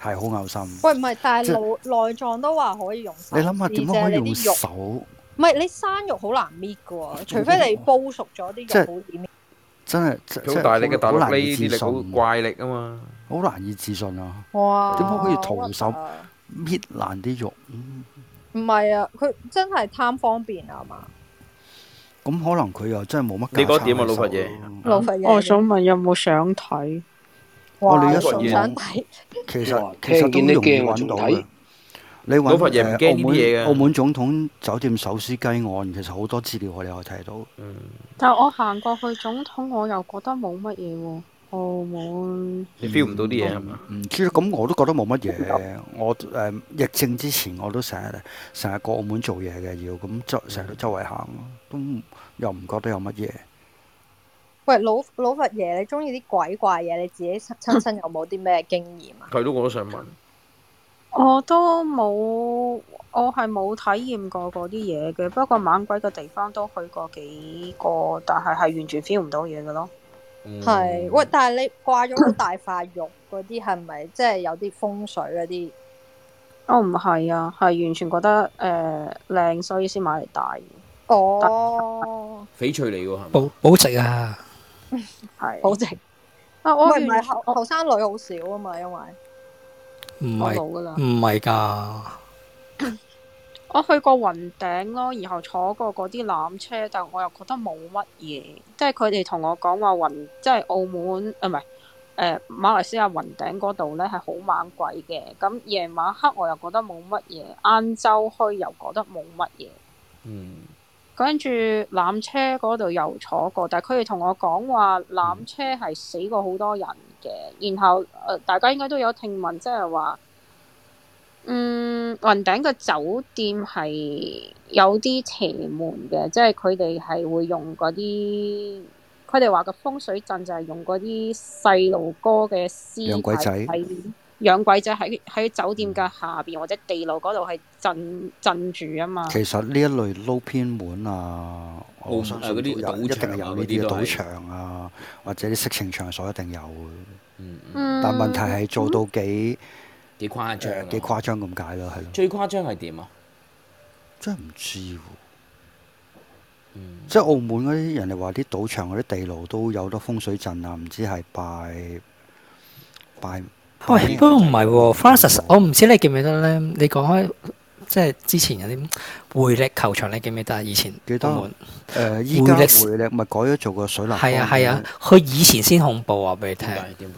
Speaker 12: 係好嘔心。
Speaker 1: 喂，唔係，但係
Speaker 12: 即係
Speaker 1: 內內臟都話可以用手
Speaker 12: 你
Speaker 1: 撕
Speaker 12: 諗下點樣
Speaker 1: 啫
Speaker 12: 可以
Speaker 1: 你
Speaker 12: 用
Speaker 1: 啲肉
Speaker 12: 手？
Speaker 1: 唔係你生肉好難搣嘅
Speaker 12: [LAUGHS]
Speaker 1: 喎，除非你煲熟咗啲
Speaker 12: 即係
Speaker 1: 肉好點搣。
Speaker 12: 真係真
Speaker 15: 佢好大力嘅
Speaker 12: 真
Speaker 15: 大陸
Speaker 12: 好
Speaker 15: 呢
Speaker 12: 難以
Speaker 15: 啲
Speaker 12: 置
Speaker 15: 力好
Speaker 12: 信。
Speaker 15: 怪力啊嘛。
Speaker 12: 好難以置信啊！
Speaker 1: 哇！
Speaker 12: 點解可以徒手搣爛啲肉？嗯
Speaker 1: 唔係啊，佢真係貪方便啊嘛。
Speaker 12: 咁可能佢又真係冇乜。
Speaker 15: 你覺得點啊老佛爺？
Speaker 12: 嗯
Speaker 9: 老佛
Speaker 14: 爺
Speaker 9: 哦我想問有冇想睇？
Speaker 12: 哇哇你一上你想網睇其實啊其實都容易揾到嘅。你揾
Speaker 15: 老佛爺唔
Speaker 12: 誒
Speaker 15: 驚
Speaker 12: 澳
Speaker 15: 呢啲嘢
Speaker 12: 門
Speaker 15: 嘅
Speaker 12: 澳門總統酒店手撕雞案，其實好多資料我哋可以睇到。嗯，
Speaker 9: 但我行過去總統，我又覺得冇乜嘢喎。澳
Speaker 12: 嗯
Speaker 9: 門
Speaker 15: 你 feel 唔到啲嘢係嘛？
Speaker 12: 唔知咁我都覺得冇乜嘢。我誒、疫症之前我都成日成日過澳門做嘢嘅，要咁周成日都周圍行，都唔又唔覺得有乜嘢。
Speaker 1: 喂，老老佛爺，你中意啲鬼怪嘢，你自己 [LAUGHS] 親身有冇啲咩經驗啊？
Speaker 15: 係咯，我都想問。
Speaker 9: 我都冇，我係冇體驗過嗰啲嘢嘅。不過猛鬼嘅地方都去過幾個，但係係完全 feel 唔到嘢嘅咯。
Speaker 15: 嗯
Speaker 9: 嗯
Speaker 1: 係，喂，但係你掛咗好大塊肉嗰啲，係咪即係有啲風水嗰啲？
Speaker 9: 哦，唔係啊，係完全覺得誒靚、所以先買嚟戴嘅。
Speaker 1: 哦，
Speaker 15: 翡翠嚟喎係嘛？
Speaker 11: 保保值啊！
Speaker 9: 係
Speaker 1: 保值
Speaker 9: 啊！我
Speaker 1: 喂唔係
Speaker 9: 完
Speaker 1: 後後生女好少啊嘛，因為
Speaker 11: 唔係
Speaker 9: 我老㗎啦
Speaker 11: 唔係㗎，
Speaker 9: 我去過雲頂咯，然後坐過嗰啲纜車，但我又覺得冇乜嘢，即係佢哋同我講話雲，即係澳門啊，唔係誒馬來西亞雲頂嗰度咧係好猛鬼嘅。咁夜晚黑我又覺得冇乜嘢，晏晝去又覺得冇乜嘢。
Speaker 15: 嗯，
Speaker 9: 跟住纜車嗰度又坐過，但係佢哋同我講話纜車係死過好多人嘅，然後誒、呃大家應該都有聽聞，即係話嗯雲頂嘅酒店係有啲邪門嘅，即係佢哋係會用嗰啲，佢哋話嘅風水陣就係用嗰啲細路哥嘅屍體
Speaker 12: 養鬼仔
Speaker 9: 喺養鬼仔喺喺酒店嘅下邊或者地牢嗰度係鎮鎮住啊嘛。
Speaker 12: 其實呢一類撈偏門啊，我相信
Speaker 15: 澳門啊嗰啲
Speaker 12: 都有一
Speaker 15: 賭場
Speaker 12: 定
Speaker 15: 啊
Speaker 12: 係有呢
Speaker 15: 嗰
Speaker 12: 啲
Speaker 15: 啲都係
Speaker 12: 賭場啊，或者啲色情場所一定有嘅。
Speaker 9: 嗯
Speaker 12: 但問題係做到幾
Speaker 15: 幾誇張啊
Speaker 12: 誒幾誇張咁解咯，係咯，
Speaker 15: 最誇張係點啊？
Speaker 12: 真係唔知喎。
Speaker 15: 嗯
Speaker 12: 即係澳門嗰啲人哋話啲賭場嗰啲地牢都有好多風水陣啊，唔知係拜拜
Speaker 11: 喂，不過唔係喎，Francis，我唔知你記唔記得咧？你講開即係之前有啲回力球場，你記唔記得啊？以前
Speaker 12: 記得
Speaker 11: 澳門
Speaker 12: 誒，依家
Speaker 11: 回力
Speaker 12: 回力咪改咗做個水立
Speaker 11: 係啊
Speaker 12: 方
Speaker 11: 係啊
Speaker 12: 嘅，
Speaker 11: 佢以前先恐怖啊！話俾你聽，
Speaker 15: 點講？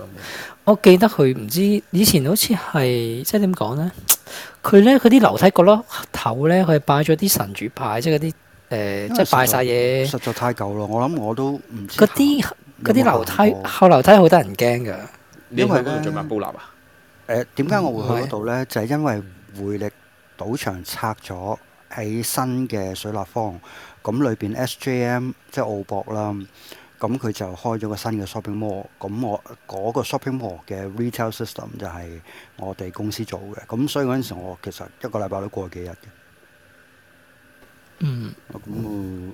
Speaker 11: 我記得佢唔知以前好似係即係點講咧？佢咧佢啲樓梯角落頭咧，佢係擺咗啲神主牌，即係嗰啲誒，即係擺晒嘢。
Speaker 12: 實在太舊啦！我諗我都唔知
Speaker 11: 嗰啲嗰啲樓
Speaker 12: 有冇
Speaker 11: 梯
Speaker 12: 行過
Speaker 11: 後樓梯好得人驚㗎。
Speaker 12: 因為咧，
Speaker 15: 布立啊？
Speaker 12: 誒點解我會去嗰度咧？就係因為匯力賭場拆咗喺新嘅水立方，咁裏邊 SJM 即係澳博啦，咁佢就開咗個新嘅 shopping mall。咁我嗰個 shopping mall 嘅 retail system 就係我哋公司做嘅，咁所以嗰陣時我其實一個禮拜都過幾日嘅。
Speaker 11: 嗯，
Speaker 12: 咁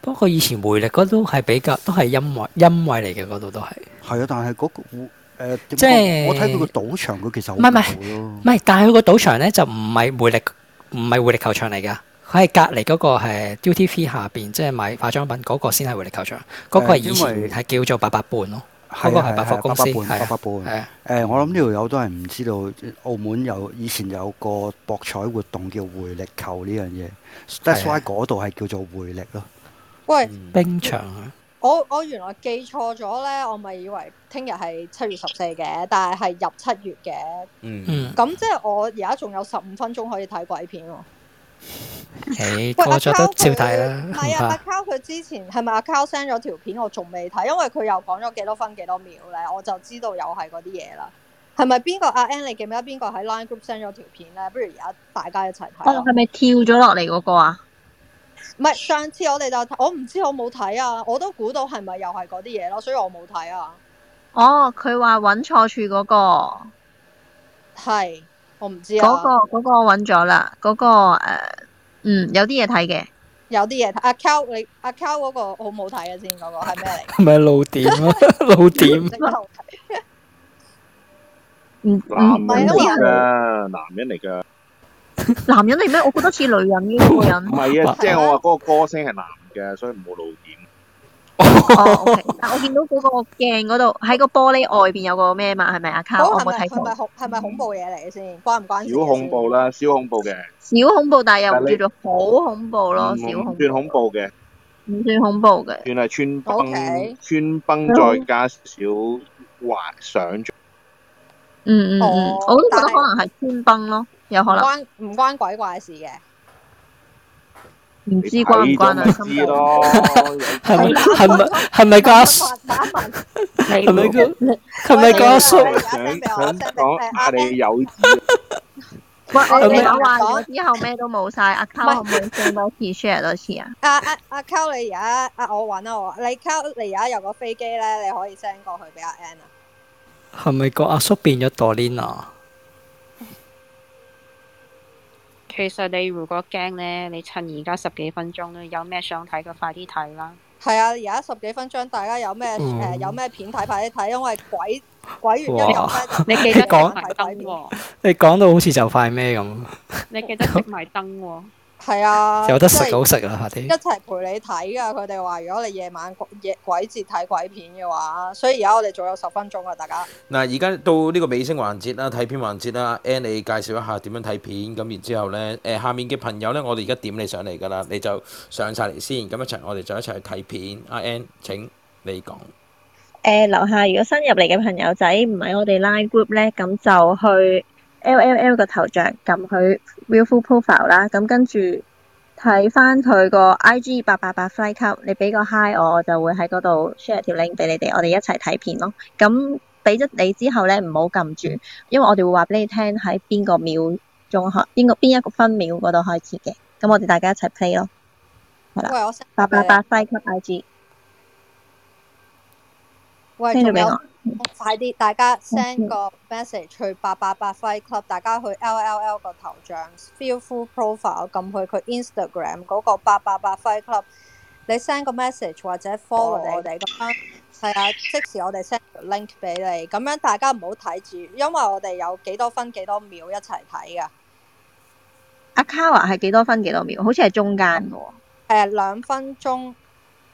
Speaker 11: 不過以前回力嗰都係比較都係因為因為嚟嘅嗰度都係。
Speaker 12: 係啊，但係嗰個戶誒點
Speaker 11: 即係
Speaker 12: 講我睇佢個賭場，佢其實好
Speaker 11: 唔係
Speaker 12: 舊
Speaker 11: 唔係
Speaker 12: 咯
Speaker 11: 唔係，但係佢個賭場咧就唔係回力唔係回力球場嚟㗎，佢係隔離嗰個係 duty free 下邊，即係買化妝品嗰個先係回力球場，嗰、個係以
Speaker 12: 呃誒因為
Speaker 11: 前係叫做八佰伴咯，嗰、
Speaker 12: 係
Speaker 11: 個
Speaker 12: 啊
Speaker 11: 係百貨公司，
Speaker 12: 係啊
Speaker 11: 係
Speaker 12: 八
Speaker 11: 啊
Speaker 12: 百半，八
Speaker 11: 係
Speaker 12: 百
Speaker 11: 啊
Speaker 12: 半。誒，我諗呢度有好多人唔知道，澳門有以前有個博彩活動叫回力球呢樣嘢，that's
Speaker 11: 係啊
Speaker 12: why 嗰度係叫做回力咯。
Speaker 1: 喂，
Speaker 11: 冰場
Speaker 12: 嗯
Speaker 11: 啊，
Speaker 1: 我我原來記錯咗咧，我咪以為聽日係七月十四嘅，但係係入七月嘅。
Speaker 11: 嗯
Speaker 1: 咁即係我而家仲有十五分鐘可以睇鬼片喎。
Speaker 11: 誒
Speaker 1: 喂，阿
Speaker 11: 過咗都
Speaker 1: Cow
Speaker 11: 照
Speaker 1: 佢
Speaker 11: 睇啦，
Speaker 1: 唔
Speaker 11: 唔
Speaker 1: 係啊，阿
Speaker 11: 怕。
Speaker 1: Cow 佢之前係咪阿 Cow send 咗條片我仲未睇，因為佢又講咗幾多分幾多秒咧，我就知道又係嗰啲嘢啦。係咪邊個阿 Ann 你記唔記得邊個喺 Line Group send 咗條片咧？不如而家大家一齊睇
Speaker 10: 哦
Speaker 1: 啊，！
Speaker 10: 係咪跳咗落嚟嗰個啊？
Speaker 1: 唔係上次我哋就睇我唔知我冇睇啊，我都估到係咪又係嗰啲嘢咯，所以我冇睇啊。
Speaker 10: 哦，佢話揾錯處嗰個。
Speaker 1: 係，我唔知啊。
Speaker 10: 嗰、個嗰、個我揾咗啦，嗰、個呃嗯有啲嘢睇
Speaker 1: [LAUGHS]
Speaker 10: 嘅，
Speaker 1: 有啲嘢睇，阿 Cow 你阿 Cow 嗰個好唔好睇啊？先嗰個係咩嚟？
Speaker 11: [LAUGHS] 係咪露點啊？ [LAUGHS] 露點
Speaker 1: [LAUGHS] 唔識偷睇
Speaker 10: 唔
Speaker 6: 男
Speaker 10: 唔
Speaker 6: 人
Speaker 10: 知
Speaker 6: 嚟
Speaker 10: 啊，
Speaker 6: 噶，男人嚟噶，
Speaker 10: 男人嚟咩？我覺得似女人嘅嗰個人
Speaker 6: [LAUGHS] 唔。
Speaker 11: [LAUGHS]
Speaker 6: 係啊，即係我話嗰個歌聲係男嘅，所以冇露點。
Speaker 10: 哦，OK，但我見到嗰個鏡嗰度喺個玻璃外邊有個咩嘛，係咪啊？卡，我
Speaker 1: 嗰個
Speaker 10: 冇
Speaker 1: 哦係咪
Speaker 10: 睇
Speaker 1: 係咪
Speaker 10: 錯。
Speaker 1: 恐係咪恐怖嘢嚟嘅先？關唔關事嘅
Speaker 6: 小
Speaker 1: 先？
Speaker 6: 恐怖啦，小恐怖嘅，
Speaker 10: 小恐怖，但係又
Speaker 6: 但
Speaker 10: 唔
Speaker 6: 你嗯
Speaker 10: 叫做好恐怖咯，小
Speaker 6: 唔
Speaker 10: 恐
Speaker 6: 算恐
Speaker 10: 怖。
Speaker 6: 怖嘅，
Speaker 10: 唔算恐怖嘅。
Speaker 6: 算係穿崩
Speaker 10: OK
Speaker 6: 穿崩再加少幻想像。
Speaker 10: 嗯嗯嗯，我都覺得
Speaker 1: 但係
Speaker 10: 可能係穿崩咯，有可
Speaker 1: 唔
Speaker 10: 能
Speaker 1: 關唔關鬼怪事嘅。
Speaker 10: 唔知關唔關啊？
Speaker 6: 你睇咗咪知
Speaker 11: [LAUGHS]
Speaker 6: 咯
Speaker 11: 係咪係咪係咪加係咪個係咪加叔？
Speaker 6: 想想講阿你有意
Speaker 10: 喂，我
Speaker 1: 你
Speaker 10: 哋
Speaker 1: 你
Speaker 10: 打話
Speaker 1: 講
Speaker 10: 咗之後咩都冇晒，阿 Cow 可唔可以 send 多次 share 多次啊？
Speaker 1: 阿阿阿 Cal，你而家啊，我揾啊我，你 Cal，你而家有個飛機咧，你可以 send 過去俾阿 Ann 啊。
Speaker 11: 係咪個阿叔變咗 Dorina？
Speaker 9: 其實你如果驚咧，你趁而家十幾分鐘咧，有咩想睇嘅快啲睇啦。
Speaker 1: 係啊，而家十幾分鐘，大家有咩誒、
Speaker 11: 嗯
Speaker 1: 有咩片睇，快啲睇，因為鬼鬼完一入咧
Speaker 11: 哇 [LAUGHS]
Speaker 1: 就
Speaker 11: 你記得
Speaker 1: 大家
Speaker 11: 講
Speaker 1: 睇鬼片。
Speaker 11: 你講到好似就快咩咁，
Speaker 9: 你記得熄埋燈喎。
Speaker 1: 係啊，
Speaker 11: 有得食
Speaker 1: 即係
Speaker 11: 好食啦，快
Speaker 1: 一
Speaker 11: 啲！
Speaker 1: 齊陪你睇噶。佢哋話，如果你夜晚鬼夜鬼節睇鬼片嘅話，所以而家我哋仲有十分鐘啊，大家。
Speaker 15: 嗱，而家到呢個尾聲環節啦，睇片環節啦，Ann 你介紹一下點樣睇片，咁然之後呢，誒下面嘅朋友呢，我哋而家點你上嚟㗎啦，你就上晒嚟先，咁一齊我哋就一齊去睇片。阿 Ann 請你講，
Speaker 10: 誒呃樓下如果新入嚟嘅朋友仔唔係我哋 line group 咧，咁就去 L L L 個頭像撳佢 Willful Profile 啦，咁跟住睇翻佢個 I G 八八八 Fly Club，你俾個 hi 我，我就會喺嗰度 share 條 link 俾你哋，我哋一齊睇片咯。咁俾咗你之後咧，唔好撳住，因為我哋會話俾你聽喺邊個秒鐘開，邊個邊一個分秒嗰度開始嘅。咁我哋大家一齊 play 咯，係
Speaker 1: 喂
Speaker 10: 啦
Speaker 1: 我 send，
Speaker 10: 八
Speaker 1: 咗俾
Speaker 10: 八
Speaker 1: 你啊
Speaker 10: 八 Fly Club I G
Speaker 1: 喂，
Speaker 10: send 咗
Speaker 1: 仲
Speaker 10: 俾
Speaker 1: 有
Speaker 10: 我。
Speaker 1: 快啲，大家 send 個 message 去八八八 Fight Club，大家去 L L L 個頭像 Feel Full Profile 撳去佢 Instagram 嗰個八八八 Fight Club，你 send 個 message 或者 follow 我哋咁樣，係啊，即時我哋 send 條 link 俾你，咁樣大家唔好睇住，因為我哋有幾多分幾多秒一齊睇噶，誒、
Speaker 10: 阿卡華係幾多分幾多秒？好似係中間嘅喎。
Speaker 1: 兩分鐘，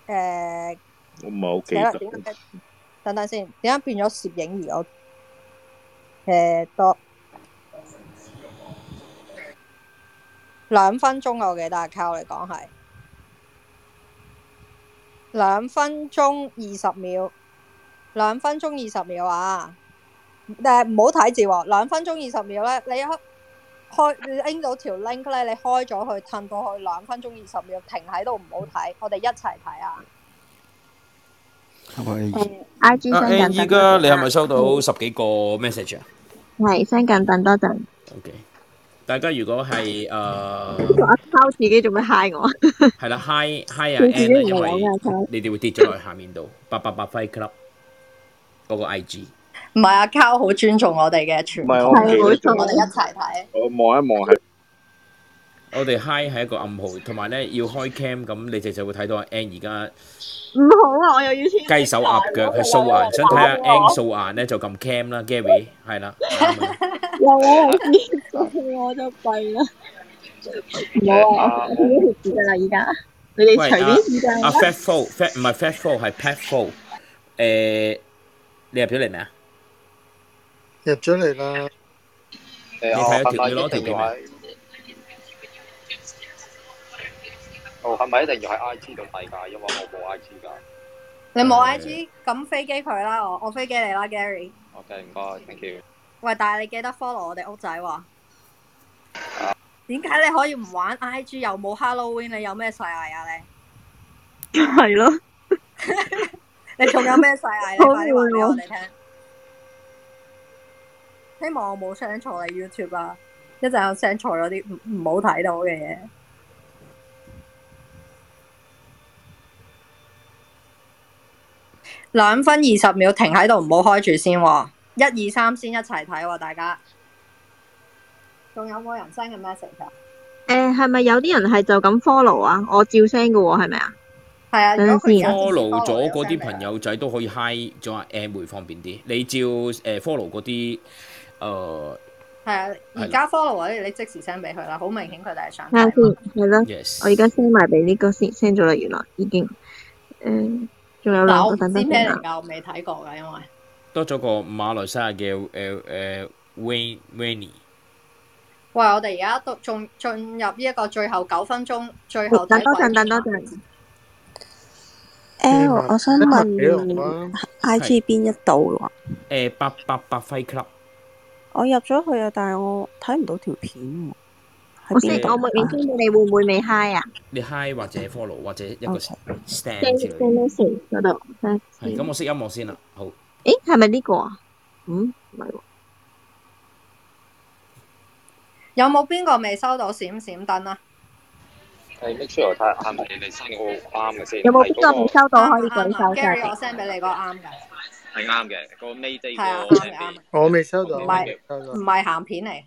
Speaker 1: 誒、
Speaker 6: 我唔係好記
Speaker 1: 死啦！
Speaker 6: 得。
Speaker 1: 點解？等等先，點解變咗攝影而我誒多兩分鐘啊？我記得阿 Cow 嚟講係兩分鐘二十秒，兩分鐘二十秒啊！誒唔好睇字喎，兩分鐘二十秒咧，你一開拎到條 link 咧，你開咗佢，褪到去兩分鐘二十秒，停喺度唔好睇，我哋一齊睇啊！
Speaker 10: 嗯 I G
Speaker 15: 阿
Speaker 10: send
Speaker 15: Ann
Speaker 10: 緊
Speaker 15: 依
Speaker 10: 等多
Speaker 15: 家
Speaker 10: 陣
Speaker 15: 你係咪
Speaker 10: 啦，
Speaker 15: 收到十幾個 message 啊
Speaker 10: 係 send 緊等多陣。
Speaker 15: ？OK，大家如果係誒呃
Speaker 10: [LAUGHS] 做阿拋自己做咩 hi 我？
Speaker 15: 係啦，hi hi 阿
Speaker 10: 佢自己
Speaker 15: Ann 啦，
Speaker 10: 唔
Speaker 15: 啊因
Speaker 10: 係
Speaker 15: 為
Speaker 10: 有嘅佢。
Speaker 15: 你哋會跌咗落去下面度，八八八 Fight Club 嗰個 IG。
Speaker 1: 唔係阿 Cow 好尊重我哋嘅傳
Speaker 6: 唔
Speaker 1: 統，
Speaker 6: 係我唔記得咗，
Speaker 1: 我哋一齊睇。
Speaker 6: 我望一望係
Speaker 15: 我哋 hi 係一個暗號，同埋咧要開 cam，咁你哋就會睇到阿 Ann 而家。
Speaker 10: 唔好啊！我又要穿
Speaker 15: 雞手
Speaker 12: [LAUGHS]
Speaker 15: 鴨腳去掃眼，想睇下 Ang 掃眼咧就撳 cam 啦，Gary 係啦，啱啦
Speaker 10: 又有人黐我就弊啦。唔好啊！我自己貼字㗎啦，而家你哋
Speaker 15: 喂，阿
Speaker 10: 隨便試㗎
Speaker 15: 阿
Speaker 10: 啦。
Speaker 15: à, Fat Four Fat 唔係 Fat Four 係 Pat Four，誒你入咗嚟未啊？
Speaker 4: 入咗嚟啦。
Speaker 15: 你
Speaker 16: 誒，我
Speaker 15: 睇咗
Speaker 16: 係
Speaker 15: 條
Speaker 16: 咪
Speaker 15: 你
Speaker 16: 一
Speaker 15: 攞條
Speaker 16: 定
Speaker 15: 片
Speaker 16: 要
Speaker 15: 未？
Speaker 16: 喺？我哦係咪一定要喺 I G 度睇㗎？因為我冇 I G 㗎。
Speaker 1: 你冇 I G，咁飛機佢啦，我我飛機你啦，Gary。
Speaker 16: OK，唔該，thank you。
Speaker 1: 喂，但係你記得 follow 我哋屋仔喎。點解你可以唔玩 I G 又冇 Halloween？你有咩世藝啊你？
Speaker 10: 係咯，
Speaker 1: 你仲有咩世藝？你
Speaker 10: 好啊
Speaker 1: 快啲
Speaker 10: 悶
Speaker 1: 話俾我
Speaker 10: 喎
Speaker 1: 哋聽。希望我冇 send 錯你 YouTube 啊啦，一陣我 send 錯咗啲唔唔好睇到嘅嘢。兩分二十秒停喺度，唔好開住先喎。一二三先一齊睇喎，大家。仲有冇人 send 嘅 message 啊？
Speaker 10: 誒係咪有啲人係就咁 follow 啊？我照 send 嘅喎，係咪啊？
Speaker 1: 係啊，
Speaker 10: 等陣
Speaker 1: 如果佢
Speaker 10: 先啊。
Speaker 15: follow 咗嗰啲朋友仔都可以 hi 咗阿 Ang 會方便啲。你照誒 follow ờ, 嗰啲誒
Speaker 1: 係啊，而家 follow 或者你即時 send 俾佢啦，好明顯佢哋係想
Speaker 10: 睇下
Speaker 1: 睇。
Speaker 10: 先，係啊啦
Speaker 15: yes，
Speaker 10: 我而家 send 埋俾呢個先 send 咗啦，原來已經誒，仲有
Speaker 1: 但
Speaker 10: 兩
Speaker 1: 我
Speaker 10: 個
Speaker 1: 唔
Speaker 10: 等
Speaker 1: 知
Speaker 10: 等先
Speaker 1: 咩
Speaker 10: 啊
Speaker 1: 嚟。㗎，我未睇過㗎，因為
Speaker 15: 多咗個馬來西亞嘅誒誒 Wayne Wayne。
Speaker 1: 喂，我哋而家都仲進入呢一個最後九分鐘，最後
Speaker 10: 哦等
Speaker 1: 睇
Speaker 10: 多
Speaker 1: 鬼
Speaker 10: 陣，
Speaker 1: 片
Speaker 10: 等多陣。
Speaker 14: L，我哦
Speaker 10: 啊
Speaker 14: 想
Speaker 15: 你咪俾
Speaker 14: 問 I G 邊一度喎？
Speaker 15: 誒八八八輝 club，
Speaker 14: 我入咗去啊，但係我睇唔到條片喎。喺
Speaker 10: 我識
Speaker 14: 邊度啊
Speaker 10: 我未未聽到你會唔會未 high 啊？
Speaker 15: 你 high 或者 follow 或者一個 stand 之
Speaker 10: send
Speaker 15: 類。
Speaker 10: message 嗰度，睇下
Speaker 15: 係
Speaker 10: 先
Speaker 15: 咁，我熄音樂先啦。好，
Speaker 10: 咦，係咪呢個啊？嗯，唔係喎。
Speaker 1: 有冇邊個未收到閃閃燈啊？
Speaker 16: 係 make sure 睇下係咪你 send 嗰個啱嘅先。
Speaker 10: 有冇
Speaker 16: 係
Speaker 10: 邊個未
Speaker 16: 嗰
Speaker 10: 收到可以舉
Speaker 1: 啱啊
Speaker 10: 手
Speaker 1: ，Gary，我
Speaker 10: 嘅？
Speaker 1: send 俾你個啱㗎，
Speaker 16: 個係啱嘅，個 May Day
Speaker 1: 係啊，
Speaker 16: 個
Speaker 1: 啱嘅
Speaker 16: MV
Speaker 1: 啱嘅，
Speaker 17: 我未收到，
Speaker 1: 唔
Speaker 17: 我
Speaker 1: 係
Speaker 17: 未收到
Speaker 1: 唔。係鹹片嚟。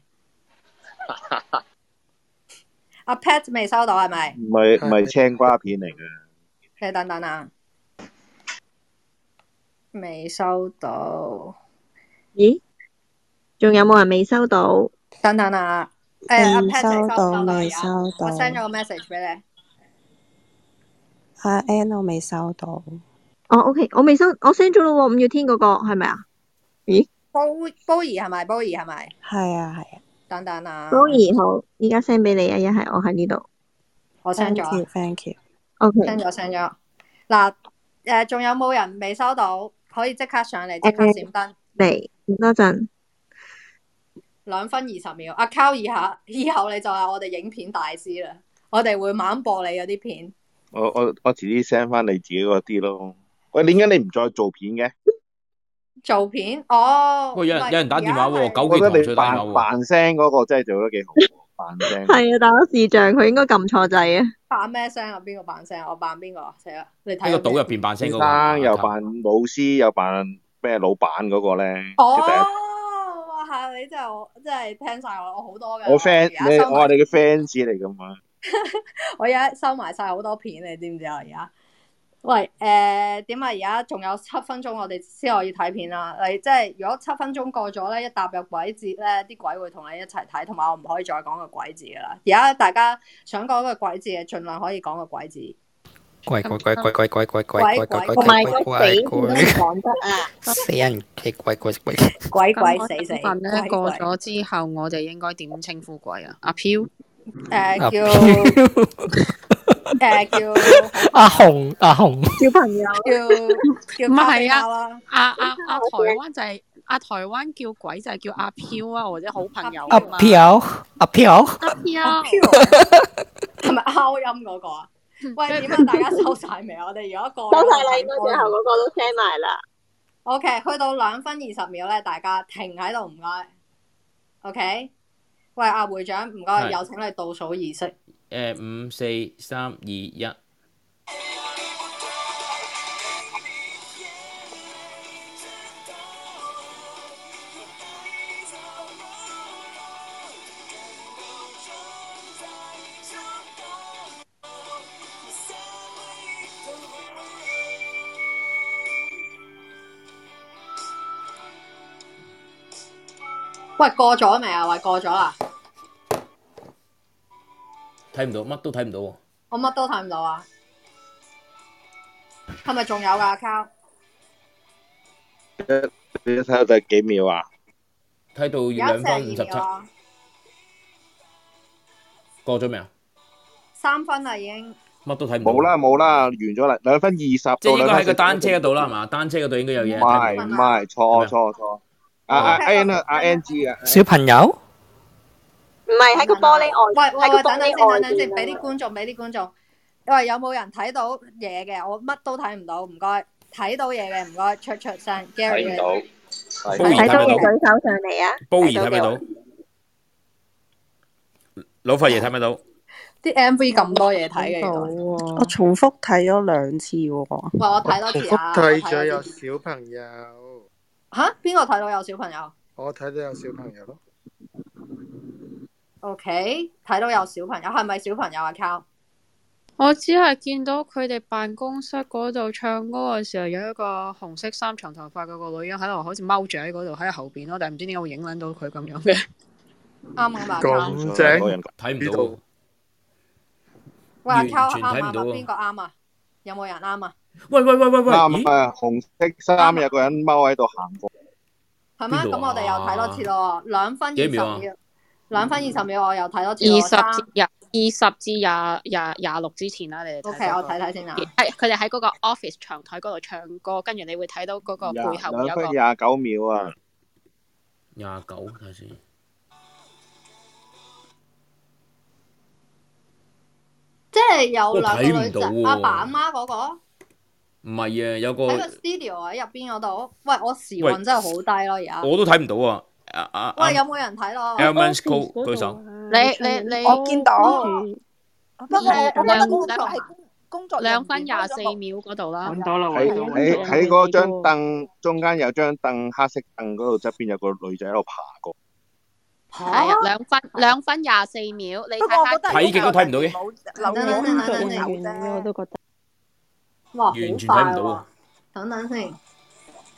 Speaker 1: 阿 Pat 未收到係咪？
Speaker 6: 唔係唔係青瓜片嚟嘅。
Speaker 1: 你等等啊，未收到。
Speaker 10: 咦，仲有冇人未收到？
Speaker 1: 等等啊，誒阿
Speaker 14: 未
Speaker 1: Pat 你
Speaker 14: 收
Speaker 1: 收唔
Speaker 14: 到，
Speaker 1: 收到而
Speaker 14: 未
Speaker 1: 家？
Speaker 14: 收
Speaker 1: 我 send 咗
Speaker 14: 到。
Speaker 1: 個 message 俾你。
Speaker 14: 阿 N 我未收到。
Speaker 10: 哦，OK，我未收，我 send 咗咯喎，五月天嗰個係咪啊？咦
Speaker 1: Bo Boy 係咪？Boy 係咪？
Speaker 14: 係啊，係啊。
Speaker 1: 等等啊，
Speaker 10: ，Zoe 好，依家 send 俾你啊，一係我喺呢度
Speaker 1: 我 send
Speaker 14: Thank
Speaker 1: 咗啊
Speaker 14: you，thank you。
Speaker 10: ，OK，
Speaker 1: ，send 咗 send 咗。嗱，誒仲有冇人未收到？可以即刻上嚟，即刻
Speaker 10: 誒
Speaker 1: 閃燈，
Speaker 10: 嚟，等多陣，
Speaker 1: 兩分二十秒。阿 Cow 以下，以後你就係我哋影片大師啦，我哋會猛播你嗰啲片。
Speaker 6: 我我我遲啲 send 翻你自己嗰啲咯。喂，點解你唔再做片嘅？
Speaker 1: 做片哦，
Speaker 6: 喂，有人有人
Speaker 1: 而
Speaker 6: 打
Speaker 1: 家係
Speaker 6: 我覺得你扮扮聲嗰個真係做得幾好喎，扮聲。
Speaker 10: 係啊，但我視像佢應該撳錯掣啊。
Speaker 1: 扮咩聲啊？邊個扮聲啊？我扮邊個啊？死啦！你睇
Speaker 15: 喺
Speaker 1: 咗
Speaker 15: 個島入
Speaker 1: 邊
Speaker 15: 邊扮聲
Speaker 6: 先
Speaker 15: 嗰個係啊嘛
Speaker 6: 生又
Speaker 15: 靠
Speaker 6: 扮老師，又扮咩老闆嗰個咧？即係第一。
Speaker 1: 哦，哇！係你真係我真係聽晒我，我好多嘅。
Speaker 6: 我
Speaker 1: 我
Speaker 6: friend
Speaker 1: 而家
Speaker 6: 你，
Speaker 1: 收
Speaker 6: 我
Speaker 1: 埋
Speaker 6: 係，你嘅 fans 嚟噶嘛？
Speaker 1: 我而家收埋晒好多片，你知唔知啊？而家喂誒點啊？而家仲有七分鐘，我哋先可以睇片啦。你即係如果七分鐘過咗咧，一踏入鬼節咧，啲鬼會同你一齊睇，同埋我唔可以再講個鬼字噶啦。而家大家想講個鬼字嘅，儘量可以講個鬼字。
Speaker 11: 鬼鬼鬼鬼鬼鬼鬼鬼鬼鬼鬼
Speaker 10: 同埋
Speaker 11: 鬼
Speaker 10: 個
Speaker 11: 鬼
Speaker 10: 死字都唔
Speaker 11: 鬼
Speaker 10: 講得
Speaker 11: [LAUGHS]
Speaker 10: 啊！
Speaker 11: 死人奇鬼鬼鬼。
Speaker 1: 鬼
Speaker 9: 咁
Speaker 1: 鬼
Speaker 9: 我
Speaker 1: 死
Speaker 9: 想
Speaker 1: 死
Speaker 9: 問咧，
Speaker 1: 鬼
Speaker 9: 過
Speaker 1: 鬼
Speaker 9: 咗之後，我哋應該點稱呼鬼啊？阿飄，
Speaker 1: 誒、叫
Speaker 11: 飄
Speaker 1: [LAUGHS] 誒、叫
Speaker 11: 阿紅阿紅，
Speaker 10: 小朋友，
Speaker 9: 唔
Speaker 1: 叫叫咖啡
Speaker 9: 係啊
Speaker 1: 貓啦，，
Speaker 9: 阿阿阿台灣就係阿台灣叫鬼就係叫阿飄啊，或者好朋友
Speaker 11: 阿
Speaker 9: 啊嘛。
Speaker 11: 飄阿飄，
Speaker 9: 阿
Speaker 1: 阿
Speaker 9: [LAUGHS] 飄，
Speaker 1: Pure 係咪拗音嗰個啊？喂，點啊？大家收晒未
Speaker 10: [LAUGHS]
Speaker 1: 啊？我哋如果
Speaker 10: 收
Speaker 1: 過咗
Speaker 10: 晒啦，
Speaker 1: 睇
Speaker 10: 應該最後
Speaker 1: 波
Speaker 10: 嗰個都 send 埋啦。
Speaker 1: ，OK，去到兩分二十秒咧，大家停喺度，唔該。OK，喂，阿會長，唔該，
Speaker 15: 係
Speaker 1: 有請你倒數儀式。
Speaker 15: 誒五四三二一，
Speaker 1: 喂，過咗未啊？喂，過咗啦，
Speaker 15: 睇唔到乜都睇唔到喎。
Speaker 1: 我乜都睇唔到啊，係咪仲有噶？Cow，
Speaker 6: 你睇下第幾秒啊？
Speaker 15: 睇到
Speaker 1: 而家
Speaker 15: 兩
Speaker 1: 四
Speaker 15: 分五十
Speaker 1: 十二
Speaker 15: 七
Speaker 1: 秒，啊，
Speaker 15: 過咗未啊？
Speaker 1: 三分啦已經。
Speaker 15: 乜都睇唔到
Speaker 6: 冇
Speaker 15: 喎。
Speaker 6: 啦冇啦，完咗啦，兩分二十
Speaker 15: 即
Speaker 6: 到
Speaker 15: 係應
Speaker 6: 兩
Speaker 15: 該喺
Speaker 6: 分
Speaker 15: 個
Speaker 6: 四十
Speaker 15: 單車
Speaker 6: 一
Speaker 15: 嗰度
Speaker 6: 定
Speaker 15: 啦，係嘛？單車嗰度應該有
Speaker 6: 唔
Speaker 15: 嘢睇唔到
Speaker 6: 係
Speaker 15: 嘅
Speaker 6: 唔
Speaker 15: 喎，
Speaker 6: 係，
Speaker 15: 係
Speaker 6: 錯
Speaker 15: 咪啊？
Speaker 6: 錯錯。阿阿
Speaker 15: 哦，
Speaker 6: À, N 啊，阿 N G à. 啊，
Speaker 11: 小朋友
Speaker 10: 唔係喺個玻璃外，
Speaker 1: 啊喂喂
Speaker 10: 喺個
Speaker 1: 喂，
Speaker 10: 玻
Speaker 1: 等等
Speaker 10: 璃
Speaker 1: 先，
Speaker 10: 外
Speaker 1: 等等
Speaker 10: 邊
Speaker 1: 先，
Speaker 10: 啊
Speaker 1: 俾啲
Speaker 10: 嘛。
Speaker 1: 觀眾，俾啲觀眾。喂，有冇人睇到嘢嘅？我乜都睇唔到，唔該。睇到嘢嘅唔該，出出聲。Gary，
Speaker 16: 睇唔到
Speaker 1: 你，
Speaker 15: 煲兒
Speaker 10: 睇
Speaker 15: 睇咪
Speaker 10: 到
Speaker 15: 到，
Speaker 10: 嘢舉手上嚟啊！
Speaker 15: 煲
Speaker 10: 睇
Speaker 15: 兒
Speaker 10: 到
Speaker 15: 睇咪
Speaker 10: 嘅話
Speaker 15: 到，老佛爺睇咪到。
Speaker 1: 啲 MV 咁多嘢睇嘅，原來。
Speaker 14: [LAUGHS] 我重複睇咗兩次喎。
Speaker 1: 喂，我睇多
Speaker 17: 重
Speaker 1: 次
Speaker 17: 複
Speaker 1: 啊，我
Speaker 17: 睇
Speaker 1: 睇多
Speaker 17: 咗有
Speaker 1: 次。
Speaker 17: 小朋友，
Speaker 15: 啊
Speaker 1: 吓？邊個睇到有小朋友
Speaker 17: 我睇到有小朋友咯。
Speaker 1: ？OK，睇到有小朋友，係咪小朋友啊？Cow，
Speaker 9: 我只係見到佢哋辦公室嗰度唱歌嘅時候，有一個紅色衫長頭髮嘅個女人喺度，好似踎住喺嗰度喺後邊咯，但係唔知點解會影撚到佢咁樣嘅。
Speaker 1: 啱唔啱啊？Cow，
Speaker 17: 咁
Speaker 6: 嗰
Speaker 17: 正
Speaker 6: 人
Speaker 15: 睇唔
Speaker 17: 呢
Speaker 15: 到
Speaker 17: 度
Speaker 15: 喎，
Speaker 1: 喂，阿 Cow
Speaker 15: 完全
Speaker 1: 啱唔
Speaker 15: 睇唔
Speaker 1: 啱
Speaker 15: 到
Speaker 1: 啊？邊
Speaker 15: 喎。
Speaker 1: 個啱啊？有冇人啱啊？
Speaker 15: 喂喂喂喂喂，
Speaker 6: 啱
Speaker 15: 咦？
Speaker 6: 啊，紅色衫
Speaker 1: 啱啊？
Speaker 6: 有個人踎喺度行過，
Speaker 1: 係咩？
Speaker 15: 邊度
Speaker 1: 咁我哋又睇多次
Speaker 15: 啊？
Speaker 1: 咯，兩分二
Speaker 15: 幾多秒
Speaker 1: 十
Speaker 15: 啊？
Speaker 1: 秒，兩分二十秒我又睇多次
Speaker 9: [LAUGHS] 二
Speaker 1: 咯，
Speaker 9: 十
Speaker 1: 三
Speaker 9: 節日十至廿廿廿六之前啦，你哋
Speaker 1: OK，我睇睇先啊
Speaker 9: 係佢哋喺嗰個 office 長台嗰度唱歌，跟住你會睇到嗰個背
Speaker 6: 廿
Speaker 9: 後會有一
Speaker 6: 兩
Speaker 9: 個
Speaker 6: 分廿九秒啊！
Speaker 15: 廿九睇下先。
Speaker 1: 即係有兩個女
Speaker 15: 我睇唔到
Speaker 1: 仔，
Speaker 15: 喎
Speaker 1: 阿爸阿媽嗰個
Speaker 15: 唔係啊，有個
Speaker 1: 喺個 studio 喺入邊嗰度。喂，我時運真係好低咯，而家。
Speaker 15: 我都睇唔到啊！啊啊！
Speaker 1: 喂，有冇人睇
Speaker 15: [LAUGHS]
Speaker 1: 咯
Speaker 15: e l m a n s Co 舉手，
Speaker 1: à?
Speaker 9: 你你你，
Speaker 18: 我見到不過我覺得嗰個係
Speaker 9: 工工作兩分廿四秒嗰度啦，揾
Speaker 8: 到啦
Speaker 6: 喺喺喺嗰張凳中間有張凳黑色凳嗰度側邊有個女仔喺度爬過，
Speaker 9: 係啊，兩分兩分廿四秒，你睇下
Speaker 6: 睇極都睇唔到嘅
Speaker 18: 留咗佢嘅扭啫，我都覺得。
Speaker 1: 哇，好
Speaker 8: 完全
Speaker 1: 快
Speaker 8: 睇唔到
Speaker 1: 喎
Speaker 8: 啊！
Speaker 1: 等等先，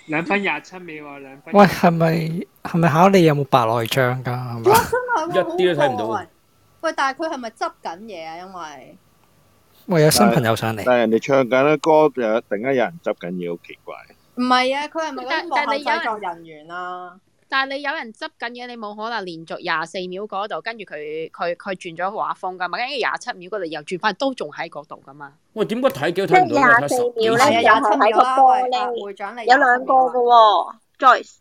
Speaker 8: 兩分廿七秒啊，兩分
Speaker 11: 喂，係咪係咪考你有冇白內障㗎？係咪？
Speaker 1: 真係喎
Speaker 11: 一啲都睇唔到
Speaker 1: 好過喎喂，但係佢係咪執緊嘢啊？因為
Speaker 11: 喂，有新朋友上嚟，
Speaker 6: 但係人哋唱緊啲歌，又突然間有人執緊嘢，好奇怪。
Speaker 1: 唔係啊，佢係咪嗰啲
Speaker 9: 但
Speaker 1: 幕
Speaker 9: 但
Speaker 1: 後
Speaker 9: 你有人
Speaker 1: 製作人員啊？
Speaker 9: 但係你有人執緊嘢，你冇可能連續廿四秒嗰度，跟住佢佢佢轉咗畫風噶嘛，跟住廿七秒嗰度又轉翻，都仲喺嗰度噶嘛。
Speaker 15: 喂，點解睇幾都睇唔到啊？睇十幾
Speaker 10: 秒
Speaker 15: 次
Speaker 10: 咧，就係喺個玻
Speaker 1: 啊
Speaker 10: 璃，有
Speaker 15: 啊
Speaker 10: 兩個嘅喎，Joyce。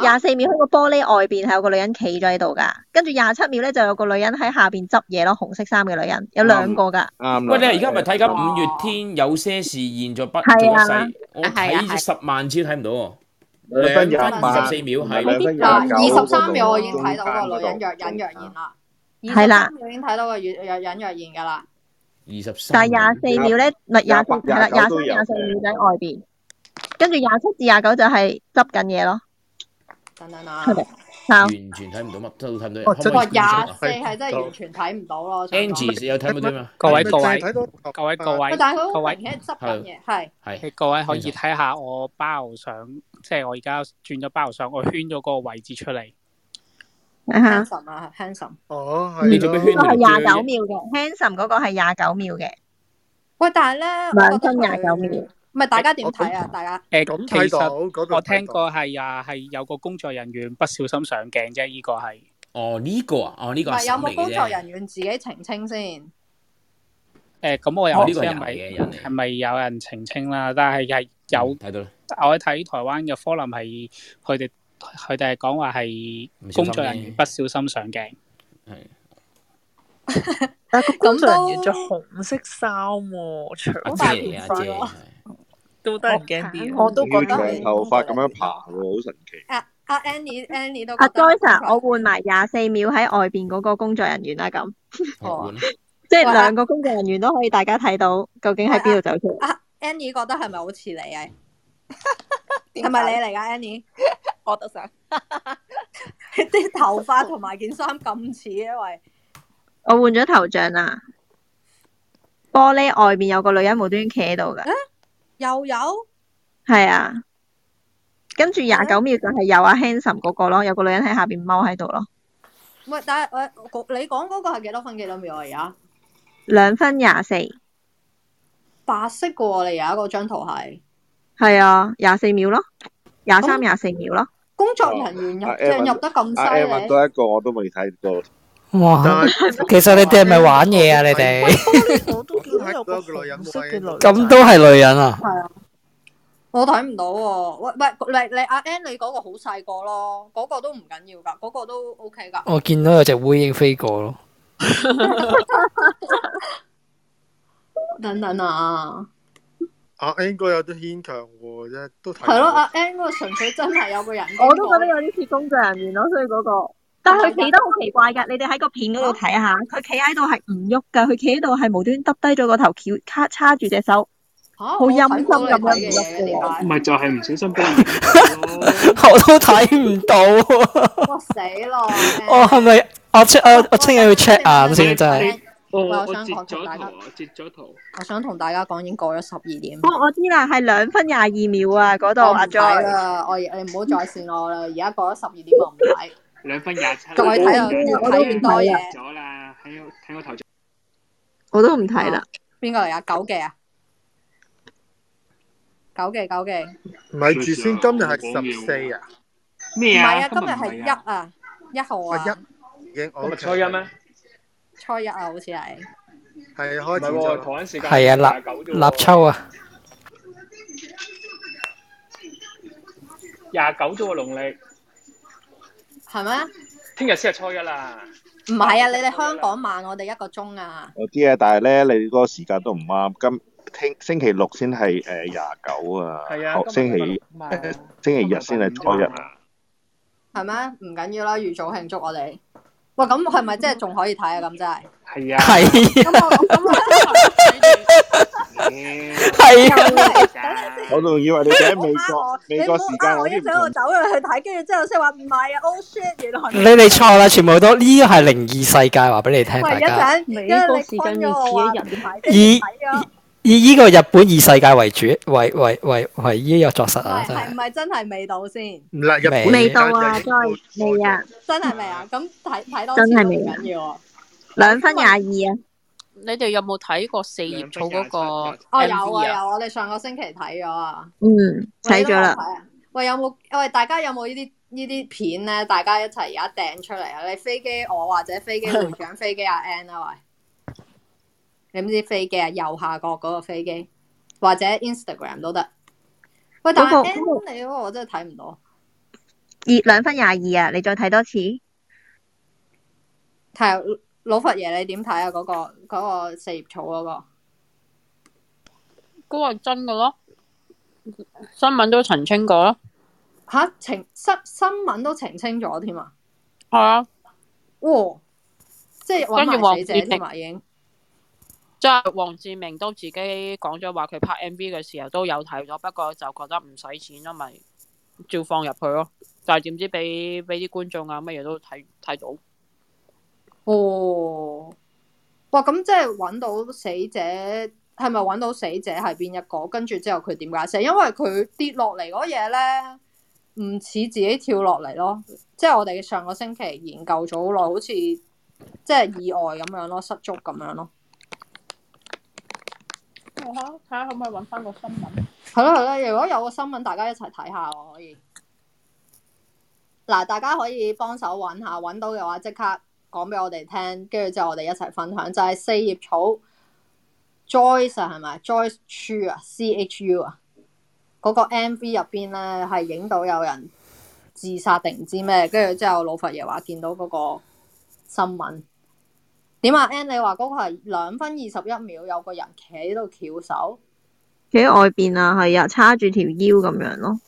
Speaker 10: 廿四秒喺個玻璃外邊係有個女人企咗喺度㗎，跟住廿七秒咧就有個女人喺下邊執嘢咯，紅色衫嘅女人，有兩個㗎。
Speaker 6: 啱
Speaker 15: 喂，你係而啊家咪睇
Speaker 10: Ờ.
Speaker 15: 緊五月天有些事現在不做一
Speaker 10: 係啊
Speaker 15: 世，我睇十萬次睇唔到喎。
Speaker 6: 兩分廿
Speaker 15: 兩分二
Speaker 6: 八
Speaker 15: 十四秒係
Speaker 6: 兩分
Speaker 1: 嗱，
Speaker 6: 廿九
Speaker 1: 啊二十三秒我已經睇到個女人若隱若現啦，二
Speaker 10: 係
Speaker 1: 十
Speaker 10: 啦
Speaker 1: 三秒已經睇到個若若隱若現㗎啦。
Speaker 15: 二十三，
Speaker 10: 但係廿四秒咧，唔係廿
Speaker 6: 廿
Speaker 10: 四
Speaker 6: 八
Speaker 10: 係啦，廿
Speaker 6: 廿九都
Speaker 10: 三
Speaker 6: 有
Speaker 10: 廿四秒就喺外邊，跟住廿七至廿九就係執緊嘢咯。
Speaker 1: 等等啊
Speaker 10: 出，嚟，抄
Speaker 15: 完全睇唔到乜，都睇唔到。
Speaker 10: 哦
Speaker 15: 可唔
Speaker 1: 哇，
Speaker 15: 可以
Speaker 1: 廿
Speaker 15: screenshot 啊
Speaker 1: 四係真係完全睇唔到咯。我想講
Speaker 15: ？Angie 有睇唔到啲咩？
Speaker 19: 各位
Speaker 15: 睇
Speaker 19: 各
Speaker 15: 唔到
Speaker 19: 位
Speaker 15: 睇
Speaker 19: 各位各位
Speaker 1: 喂但係佢
Speaker 19: 各
Speaker 1: 好
Speaker 19: 位
Speaker 1: 明顯係執緊
Speaker 10: 嗯
Speaker 1: 嘢，係
Speaker 15: 係
Speaker 19: 各位可以睇下我包相，即係我而家轉咗包相，我圈咗嗰個位置出嚟。
Speaker 1: handsome 啊，handsome。
Speaker 17: 哦，
Speaker 1: 啊
Speaker 10: 嗯
Speaker 19: 你做咩圈
Speaker 10: 嗰個係
Speaker 19: 住
Speaker 10: 廿
Speaker 19: 呢
Speaker 10: 九秒嘅，Handsome 嗰個係廿九秒嘅，
Speaker 1: 喂，但係咧，我
Speaker 10: 兩
Speaker 1: 覺得
Speaker 10: 分廿九
Speaker 1: 佢
Speaker 10: 秒。
Speaker 1: 唔係大家點睇啊？大家
Speaker 19: 誒，
Speaker 1: 咁
Speaker 19: 其
Speaker 1: 睇到
Speaker 19: 實我聽過係啊，係有個工作人員不小心上鏡啫，呢個係。
Speaker 15: 哦，呢個啊，哦呢
Speaker 1: 唔係有冇工作人員自己澄清先？
Speaker 19: 誒，咁我又
Speaker 15: 哦
Speaker 19: 唔
Speaker 15: 呢
Speaker 19: 知
Speaker 15: 個
Speaker 19: 係咪係咪有人澄清啦？但係係有
Speaker 15: 睇到
Speaker 19: 我睇台灣嘅科林係佢哋佢哋係講話係
Speaker 15: 唔小
Speaker 19: 工
Speaker 15: 心啫
Speaker 19: 作人員不小心上鏡。
Speaker 18: 但係個工作人員着紅色衫喎，長
Speaker 15: 阿
Speaker 18: 大
Speaker 15: 姐嚟
Speaker 18: 件
Speaker 15: 嘅阿姐
Speaker 18: 衫，都得人驚啲。
Speaker 1: 我都覺得
Speaker 6: 要長頭髮咁樣爬喎，好神奇。
Speaker 1: 啊啊，Annie，Annie 都
Speaker 10: 阿
Speaker 1: 覺得
Speaker 10: Joyce，啊我換埋廿四秒喺外邊嗰個工作人員啦，咁
Speaker 1: 哦
Speaker 10: 即係
Speaker 1: 喂
Speaker 10: 兩個工作人員都可以大家睇到究竟喺邊度走出嚟。
Speaker 1: 啊 Annie 覺得係咪好似
Speaker 18: [LAUGHS]
Speaker 1: 你啊？係咪你嚟㗎 Annie？
Speaker 18: 我都想。
Speaker 1: [LAUGHS] 啲頭髮同埋件衫咁似嘅，
Speaker 18: [LAUGHS]
Speaker 1: 喂，
Speaker 10: 我換咗頭像啦，玻璃外邊有個女人無端端企喺度㗎，
Speaker 1: 又有
Speaker 10: 係啊。跟住廿九秒就係有阿 Handsome 嗰個咯，有個女人喺下邊踎喺度咯，
Speaker 1: 喂，但係我我你講嗰個係幾多分幾多秒啊？而家
Speaker 10: 兩分廿四，
Speaker 1: 白色嘅喎，你而家嗰張圖係
Speaker 10: 係啊，廿四秒咯，廿
Speaker 1: 哦
Speaker 10: 三廿四秒咯。
Speaker 1: 工作人員入
Speaker 6: 阿
Speaker 1: 鏡
Speaker 6: Evan
Speaker 1: 入得咁
Speaker 6: 阿 Evan
Speaker 1: 犀利，
Speaker 6: 多一個我都未睇過。
Speaker 11: 哇！ [LAUGHS] 其實你哋係咪玩嘢啊？你哋
Speaker 17: 色嘅女
Speaker 11: 咁都係女人啊？
Speaker 1: 係啊，我睇唔到喎。喂喂，你你阿 Ann 你嗰個好細個咯，嗰個都唔緊要㗎，嗰個都 OK 㗎。
Speaker 11: 我見到有隻烏蠅飛過咯。 [LAUGHS]
Speaker 1: [LAUGHS] 等等啊！
Speaker 17: 阿 N 哥啊有啲牽強喎，啫都睇
Speaker 1: 係咯，啊
Speaker 17: 到
Speaker 1: 阿 N 嗰個純粹真係有個人經過，
Speaker 10: [LAUGHS] 我都覺得有啲似工作人員咯，所以嗰、個。但係佢企得好奇怪㗎，你哋喺個片
Speaker 1: 哦
Speaker 10: 嗰度睇下，佢企喺度係唔喐㗎，佢企喺度係無端耷低咗個頭，翹卡叉住隻手，
Speaker 1: 嚇
Speaker 10: 好陰森咁樣唔喐嘅喎。
Speaker 8: 唔係就係唔小心俾人
Speaker 19: [LAUGHS]
Speaker 8: 影
Speaker 11: 我都睇唔到啊！
Speaker 1: 哇死咯！
Speaker 11: 我係咪我 check 我我聽日要 check 眼先真係。
Speaker 1: 喂，
Speaker 8: 我
Speaker 1: 我
Speaker 8: 我
Speaker 1: 想
Speaker 8: 截
Speaker 1: 講同大
Speaker 8: 咗圖
Speaker 1: 家
Speaker 8: 啊，，截咗圖。
Speaker 1: 我想同大家講已經過咗十二點。
Speaker 10: 哦，我知啦，係兩分廿二秒啊，嗰度
Speaker 1: 我唔
Speaker 10: 阿
Speaker 1: 睇
Speaker 10: Joy。
Speaker 1: 啦，我而你唔好再線我啦，而家過咗十二點我唔 [LAUGHS] 睇。
Speaker 8: 兩分廿七啦。
Speaker 1: 各位睇啊到越睇越多嘢
Speaker 8: 咗啦，喺我睇我頭像。
Speaker 10: 我都唔睇啦。
Speaker 1: 邊個嚟啊？九記啊？九記九記，
Speaker 17: 唔係住先，今日係十四啊，
Speaker 1: 唔
Speaker 8: 咩
Speaker 1: 係啊，
Speaker 8: 啊？
Speaker 1: 今日係一啊，一號啊，
Speaker 17: 已經
Speaker 8: 今日初一咩？
Speaker 1: 初一啊，好似係。
Speaker 17: 系开始
Speaker 1: 唔係喎
Speaker 17: 咗，
Speaker 1: 同一時間
Speaker 11: 係啊，立立秋啊，
Speaker 16: 廿九啫喎，農曆
Speaker 1: 係咩？
Speaker 16: 聽日先係初一啦。
Speaker 1: 唔係啊，你哋香港慢我哋一個鐘啊。
Speaker 6: 我知啊，但係咧，你嗰個時間都唔啱。今聽星期六先係誒廿九啊，
Speaker 1: 係啊
Speaker 6: 後
Speaker 1: 今
Speaker 6: 星
Speaker 1: 日
Speaker 6: 期
Speaker 1: 六嘛
Speaker 6: 誒星期日先係初一啊。
Speaker 1: 係咩？唔緊要啦，預早慶祝我哋。喂，咁係咪即係仲可以睇啊？咁真係。
Speaker 16: 係啊。
Speaker 11: 係
Speaker 1: 咁我咁
Speaker 11: 係
Speaker 1: 啊。
Speaker 6: 我仲以為你哋喺美國，美國時間
Speaker 1: 我
Speaker 6: 我
Speaker 1: 一
Speaker 6: 啲唔
Speaker 1: 早我
Speaker 6: 同。
Speaker 1: 走咗去睇，跟住之後先話唔係啊，oh shit，原來
Speaker 11: 你哋錯啦，全部都呢個係靈異世界，話俾你聽，
Speaker 1: 喂，
Speaker 11: 大
Speaker 1: 一
Speaker 11: 家
Speaker 1: 陣，因為你昆咗我啊話唔睇，跟住
Speaker 11: 以
Speaker 1: 睇咗。
Speaker 11: 以呢個日本異世界為主，為為為為依個作實啊，真係
Speaker 1: 係咪真係未到先？
Speaker 17: 唔啦，
Speaker 11: 日
Speaker 10: 未到啊，真係未啊，
Speaker 1: 真係未啊？咁睇睇多
Speaker 10: 真
Speaker 1: 次
Speaker 10: 係
Speaker 1: 都唔
Speaker 10: 未啊
Speaker 1: 緊要啊。
Speaker 10: 兩分廿二啊，
Speaker 9: 你哋有冇睇過四葉草嗰個
Speaker 1: 哦，有
Speaker 9: MV
Speaker 1: 啊
Speaker 9: 啊？
Speaker 1: 有，我哋上個星期睇咗啊。
Speaker 10: 嗯，
Speaker 1: 喂
Speaker 10: 睇咗
Speaker 1: 啊
Speaker 10: 啦。。
Speaker 1: 喂，有冇喂大家有冇呢啲呢啲片咧？大家一齊而家掟出嚟啊！你飛機我或者飛機會長、飛機阿 N 啊，喂，你唔知飛機啊？右下角嗰個飛機，或者 Instagram 都得。喂，但
Speaker 10: 嗰
Speaker 1: 係
Speaker 10: 個
Speaker 1: N
Speaker 10: 嗰
Speaker 1: 你嗰個我真係睇唔到，
Speaker 10: 二兩分廿二啊，你再睇多次。
Speaker 1: 睇下老佛爺你點睇啊？嗰個嗰個四葉草嗰個。
Speaker 9: 嗰個係真嘅咯，新聞都澄清過啦。
Speaker 1: 吓澄新新聞都澄清咗添啊！
Speaker 9: 係啊，
Speaker 1: 哇，即係揾
Speaker 9: 跟住黃
Speaker 1: 埋死
Speaker 9: 子
Speaker 1: 者
Speaker 9: 晴
Speaker 1: 添啊，已經
Speaker 9: 即係黃志明都自己講咗話，佢拍 MV 嘅時候都有睇咗，不過就覺得唔使錢啦，咪照放入去咯。但係點知俾俾啲觀眾啊乜嘢都睇睇到，
Speaker 1: 哦。哇，咁即係揾到死者係咪揾到死者係邊一個？跟住之後佢點解死？因為佢跌落嚟嗰嘢咧，唔似自己跳落嚟咯。即係我哋上個星期研究咗好耐，好似即係意外咁樣咯，失足咁樣咯。
Speaker 9: 睇下
Speaker 20: 啊
Speaker 9: 睇下可唔可以揾翻個新聞。
Speaker 1: 係咯係咯，如果有個新聞，大家一齊睇下我可以。嗱，大家可以幫手揾下，揾到嘅話即刻講俾我哋聽，跟住之後我哋一齊分享。就係、四葉草 Joyce 啊係咪？Joyce Chu 啊，C H U 啊，嗰、個 M V 入邊咧係影到有人自殺定唔知咩，跟住之後老佛爺話見到嗰個新聞。點啊，N 你話嗰個係兩分二十一秒，有個人企喺度翹手。
Speaker 10: 企喺外邊啊，係啊，叉住條腰咁樣咯。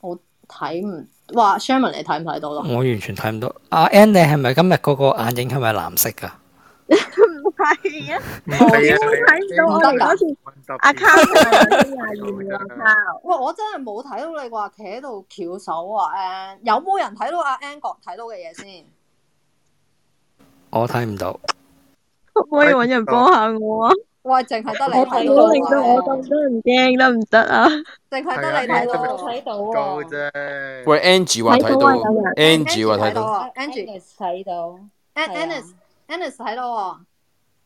Speaker 1: 我睇唔，哇，Sherman 你睇唔睇到
Speaker 11: [LAUGHS]
Speaker 1: 咯？
Speaker 11: 我完全睇唔到。阿 N，你係咪今日嗰個眼影係咪藍色噶？
Speaker 10: 唔係啊，
Speaker 17: 我
Speaker 10: 已經睇唔到我哋嗰條 account 係廿二秒啊。
Speaker 1: 哇！我真係冇睇到你話企喺度翹手啊 N，有冇人睇到阿 N 角睇到嘅嘢先？
Speaker 11: 我睇唔到。
Speaker 10: 可唔可以搵人幫下我啊？
Speaker 1: 喂，淨係得你
Speaker 10: 我
Speaker 1: 睇
Speaker 10: 唔好令
Speaker 1: 到
Speaker 10: 到
Speaker 1: 啊
Speaker 10: 我咁多人驚得唔得啊？
Speaker 17: 係
Speaker 1: 淨係
Speaker 17: 啊
Speaker 1: 得你睇到
Speaker 17: 呢
Speaker 1: 啊，
Speaker 17: 度
Speaker 1: 睇到
Speaker 17: 高啫。
Speaker 13: 喂，Angie 話睇
Speaker 10: 睇到啊
Speaker 13: 到
Speaker 10: 有人
Speaker 13: ，Angie 話睇
Speaker 1: 睇到
Speaker 13: 到，
Speaker 1: 啊，Angie 睇到，Anis Anis 睇到喎，
Speaker 20: 啊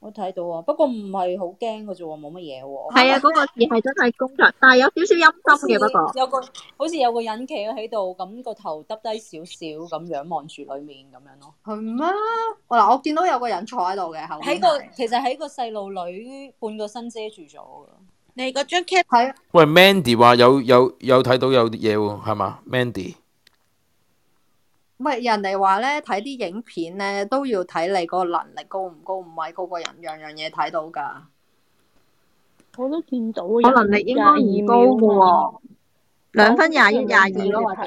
Speaker 20: 我睇到啊，不過唔係好驚嘅啫喎，冇乜嘢喎。
Speaker 10: 係啊，嗰個字係真係工作，但係有少少陰
Speaker 20: 好似
Speaker 10: 森嘅不過。
Speaker 20: 有個好似有個人企咗喺度，咁個頭耷低少少咁樣望住裡面咁樣咯。
Speaker 1: 係咩？我嗱，我見到有個人坐喺度嘅，後
Speaker 20: 喺
Speaker 1: 面
Speaker 20: 個其實喺個細路女半個身遮住咗㗎。
Speaker 14: 你嗰張 cap
Speaker 1: 係
Speaker 13: 喂，Mandy 話有有有睇到有啲嘢喎，係嘛？Mandy
Speaker 1: 喂，人哋話咧睇啲影片咧都要睇你嗰個能力高唔高，唔係個個人樣樣嘢睇到㗎。
Speaker 21: 我都見到我
Speaker 10: 我能力應該唔高嘅喎，兩分廿一廿二咯，或者。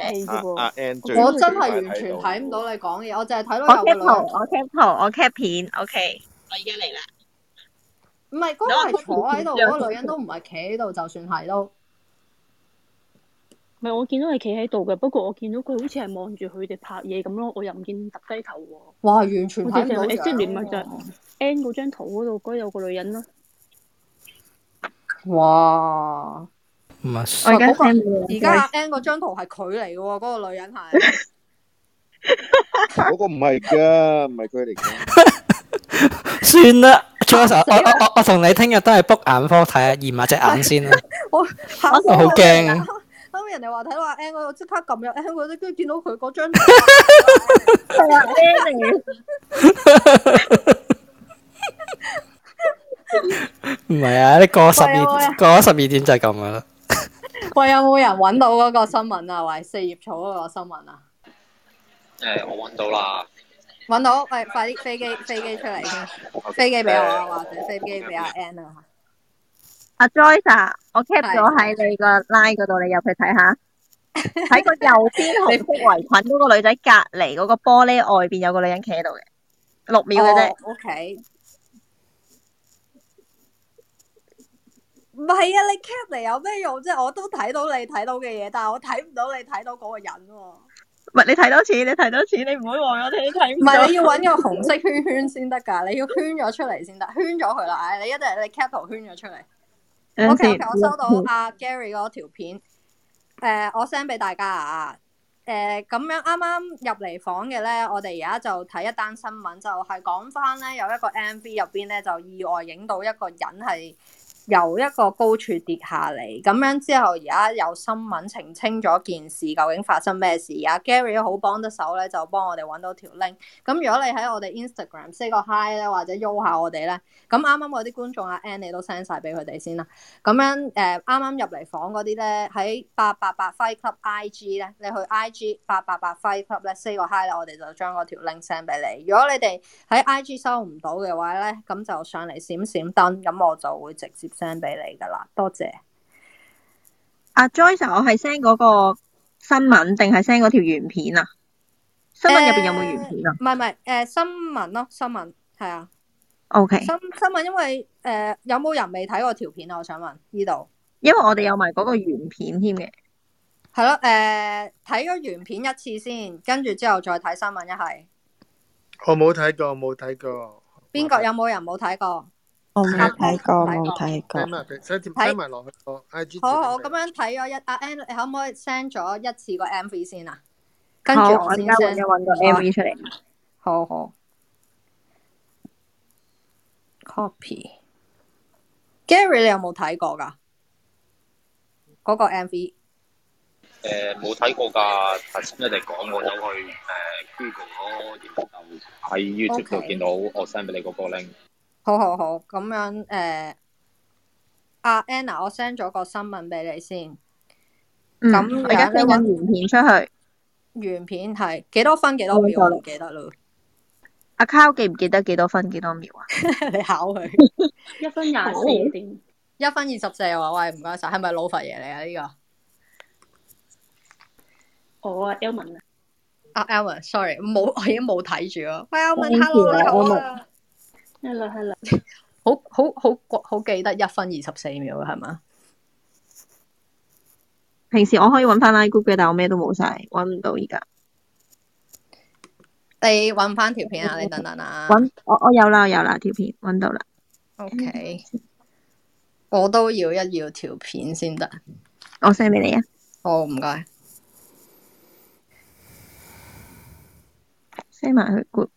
Speaker 6: 阿
Speaker 10: 啊
Speaker 6: N 最
Speaker 1: 我真係
Speaker 6: 最快
Speaker 1: 完全睇唔到你講嘢，我淨係睇
Speaker 10: 我
Speaker 1: 到有個
Speaker 10: cap
Speaker 1: 女
Speaker 10: 圖，
Speaker 1: 人，
Speaker 14: 哦
Speaker 10: 我 cap 圖，我 cap 片，OK。我而家嚟啦。
Speaker 1: 唔係嗰個
Speaker 14: 啊
Speaker 1: 係坐喺度，嗰個女人都唔係企喺度，就算係都。
Speaker 21: 唔係我見到係企喺度嘅，不過我見到佢好似係望住佢哋拍嘢咁咯，我又唔見耷低頭喎。
Speaker 1: 哇！完全
Speaker 21: 我
Speaker 1: 睇
Speaker 21: 哋
Speaker 1: 唔
Speaker 21: 就
Speaker 1: 到
Speaker 21: 係即係連
Speaker 1: 樣
Speaker 21: 咪就係 N 嗰張圖嗰度嗰有個女人咯，
Speaker 1: 哇！
Speaker 11: 唔啊，
Speaker 10: 我而家
Speaker 1: 喂嗰個
Speaker 10: send 俾你
Speaker 1: 而家阿 N 嗰張圖係佢嚟嘅喎，嗰個女人係。
Speaker 6: 嗰個唔係㗎，唔係佢嚟嘅。
Speaker 11: 算啦，Charles，我
Speaker 1: 啊
Speaker 11: 我我我同你聽日都係 book 眼科睇下驗下隻眼先
Speaker 1: [LAUGHS]
Speaker 11: 啦。
Speaker 1: [LAUGHS] 我嚇
Speaker 11: 我好驚啊！
Speaker 1: 啱啱人哋話睇到阿 N 嗰度，即刻撳入 N 嗰度，跟住見到佢嗰張圖。
Speaker 10: 係啊，N 嚟嘅。
Speaker 11: 係啊，你過十
Speaker 1: 喂喂
Speaker 11: 二過咗十二點就係咁噶啦。
Speaker 1: 喂，有冇人揾到嗰個新聞啊？喂，四葉草嗰個新聞啊？
Speaker 16: 誒，我揾到啦。
Speaker 1: 揾到，喂，快啲飛機飛機出嚟先，飛機俾我啊，或者飛機俾阿 Ann 啊。
Speaker 10: 阿 Joyce 啊，我 cap 咗喺你個 line 嗰度，你入去睇
Speaker 1: [LAUGHS]
Speaker 10: 下。喺個右邊紅色圍裙嗰個女仔隔離嗰個玻璃外邊有個女人企喺度嘅，六秒嘅啫
Speaker 1: 哦。OK。唔係啊，你 cap 嚟有咩用啫？我都睇到你睇到嘅嘢，但係我睇唔到你睇到嗰個人喎、
Speaker 10: 唔係你睇多次，你睇多次，你唔好話我睇睇
Speaker 1: 唔係你要揾個紅色圈圈先得㗎，你要圈咗出嚟先得，圈咗佢啦。唉，你一定你 cap 圖圈咗出嚟。
Speaker 10: 等
Speaker 1: O K
Speaker 10: 陣先
Speaker 1: O K，我收
Speaker 10: 嗯
Speaker 1: 到啊阿 Gary 嗰條片，誒、我 send 俾大家啊。誒、咁樣啱啱入嚟房嘅咧，我哋而家就睇一單新聞，就係講翻咧有一個 M V 入邊咧就意外影到一個人係由一個高處跌下嚟，咁樣之後而家有新聞澄清咗件事究竟發生咩事啊？Gary 好幫得手咧，就幫我哋揾到條 link。咁如果你喺我哋 Instagram say 個 hi 咧，或者喐下我哋咧，咁啱啱嗰啲觀眾阿 Ann 你都 send 晒俾佢哋先啦。咁樣誒啱啱入嚟房嗰啲咧，喺八八八 Fight Club IG 咧，你去 IG 八八八 Fight Club 咧 say 個 hi 咧，我哋就將嗰條 link send 俾你。如果你哋喺 IG 收唔到嘅話咧，咁就上嚟閃閃燈，咁我就會直接 send 俾你噶啦。多謝。
Speaker 10: 阿 Joyce，啊我係 send 嗰個新聞定係 send 嗰條原片啊？新聞入邊有冇原片啊
Speaker 1: 呃唔係唔係誒新聞咯，新聞係啊。
Speaker 10: ？O K，
Speaker 1: 新新聞因為誒、呃有冇人未睇過條片啊？我想問呢度。
Speaker 10: 因為我哋有埋嗰個原片添嘅。
Speaker 1: 系咯，诶、睇咗原片一次先，跟住之後再睇新聞一係。
Speaker 4: 我冇睇過，冇睇過。
Speaker 1: 邊個有冇人冇睇過？
Speaker 6: 我冇睇過，
Speaker 1: 睇過
Speaker 6: 冇睇過
Speaker 4: 睇。埋佢，睇睇埋落去個 I G。
Speaker 1: 好好，咁樣睇咗一阿 N，你可唔可以 send 咗一次個 MV 先啊？跟住
Speaker 10: 好
Speaker 1: 我
Speaker 10: 我而
Speaker 1: 先
Speaker 10: 家搵
Speaker 1: send 啊
Speaker 10: 一搵個 MV 出嚟。
Speaker 1: 好好。Copy。Gary，你有冇睇過㗎？嗰、個 MV
Speaker 16: 誒冇睇過㗎，頭先一哋講我走去誒 Google 咯，然後就喺 YouTube 度
Speaker 1: OK
Speaker 16: 見到我 send 俾你嗰個 link。
Speaker 1: 好好好，咁樣诶，阿、Anna，我 send 咗個新聞俾你先。
Speaker 10: 嗯，
Speaker 1: 咁
Speaker 10: 我而家
Speaker 1: 樣你
Speaker 10: send
Speaker 1: 搵
Speaker 10: 緊原片出去。
Speaker 1: 原片係幾多分幾多秒？
Speaker 10: 冇錯
Speaker 1: 我
Speaker 10: 啦
Speaker 1: 唔記得咯。
Speaker 10: 阿 Cow 記唔記得幾多分幾多秒啊？
Speaker 1: [LAUGHS] 你考佢
Speaker 10: 一分廿
Speaker 1: 四
Speaker 10: 點。
Speaker 1: 一分二十四啊！喂，唔該晒，係咪老佛爺嚟啊？呢、個
Speaker 22: 我啊 Elman 啊，
Speaker 1: 阿 Elvin，sorry，冇 [LAUGHS] 我已經冇睇住咯。喂
Speaker 22: Thank you
Speaker 1: ，Elvin，hello，你好
Speaker 22: 啊
Speaker 1: 啊！
Speaker 22: ，hello hello，
Speaker 1: [LAUGHS] 好好好好記得一分二十四秒啊係嘛？
Speaker 10: 平時我可以揾翻 Line Group 嘅，但我咩都冇晒，揾唔到而家。
Speaker 1: 你揾翻條片啊！你等等啊
Speaker 10: 揾我我有啦，我有啦條片揾到啦。
Speaker 1: ，OK，我都要一要條片先得。
Speaker 10: 我 send 俾你啊。
Speaker 1: 好，唔該。
Speaker 10: send 埋去 group。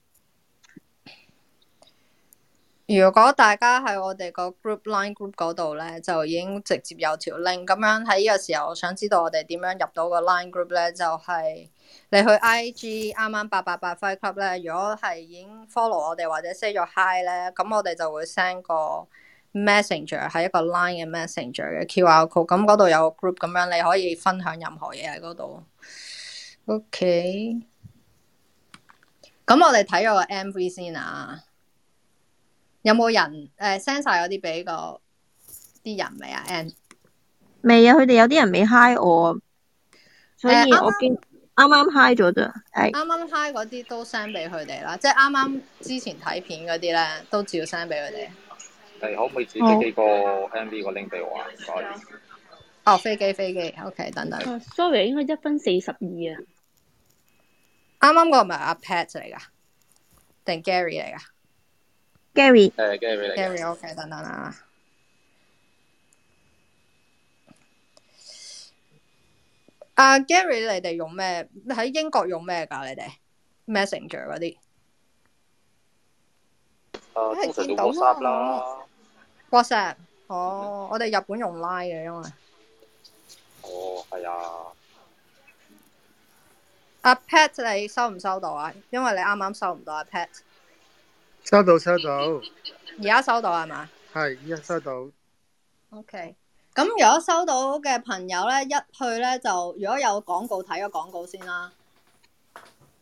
Speaker 1: 如果大家喺我哋個 group line group 嗰度咧，就已經直接有條 link。咁樣喺呢個時候，我想知道我哋點樣入到個 line group 咧，就係、你去 IG 啱啱八八八 Fight Club 咧，如果係已經 follow 我哋或者 say 咗 hi 咧，咁我哋就會 send 個 messenger 係一個 line 嘅 messenger 嘅 QR code。咁嗰度有個 group 咁樣，你可以分享任何嘢喺嗰度。OK，咁我哋睇咗個 MV 先啊。有冇人誒 send 晒嗰啲俾個啲人未啊？N
Speaker 10: 未啊，佢哋有啲人未 hi 我，所以
Speaker 1: 誒啱
Speaker 10: 我見啱啱 hi 咗咋。係
Speaker 1: 啱啱 high 嗰啲都 send 俾佢哋啦，即係啱啱之前睇片嗰啲咧都照 send 俾佢哋。
Speaker 16: 你可唔可以自己
Speaker 1: 好
Speaker 16: 寄個 MV 個 link 俾我啊？唔該。
Speaker 1: 哦，飛機飛機，OK，等等。
Speaker 22: 啊，sorry，應該一分四十二啊，
Speaker 1: 啱啱嗰個咪阿 Pat 嚟㗎，定 Gary 嚟㗎
Speaker 10: Gary。
Speaker 16: 誒 Gary 嚟嘅。
Speaker 1: ？Gary，OK，等等啊。阿啊 Gary，你哋用咩？喺英國用咩㗎？你哋 Messenger 嗰啲
Speaker 16: 啊，通常都 WhatsApp 啦。
Speaker 1: WhatsApp？哦，我哋日本用 Line 嘅，因為。
Speaker 16: 哦，係啊。
Speaker 1: 阿 Pat，你收唔收到啊？因為你啱啱收唔到阿 Pat，
Speaker 4: 收到收到，
Speaker 1: 而家收到係嘛？
Speaker 4: 係依家收到。
Speaker 1: OK，咁如果收到嘅朋友咧，一去咧就如果有廣告睇個廣告先啦。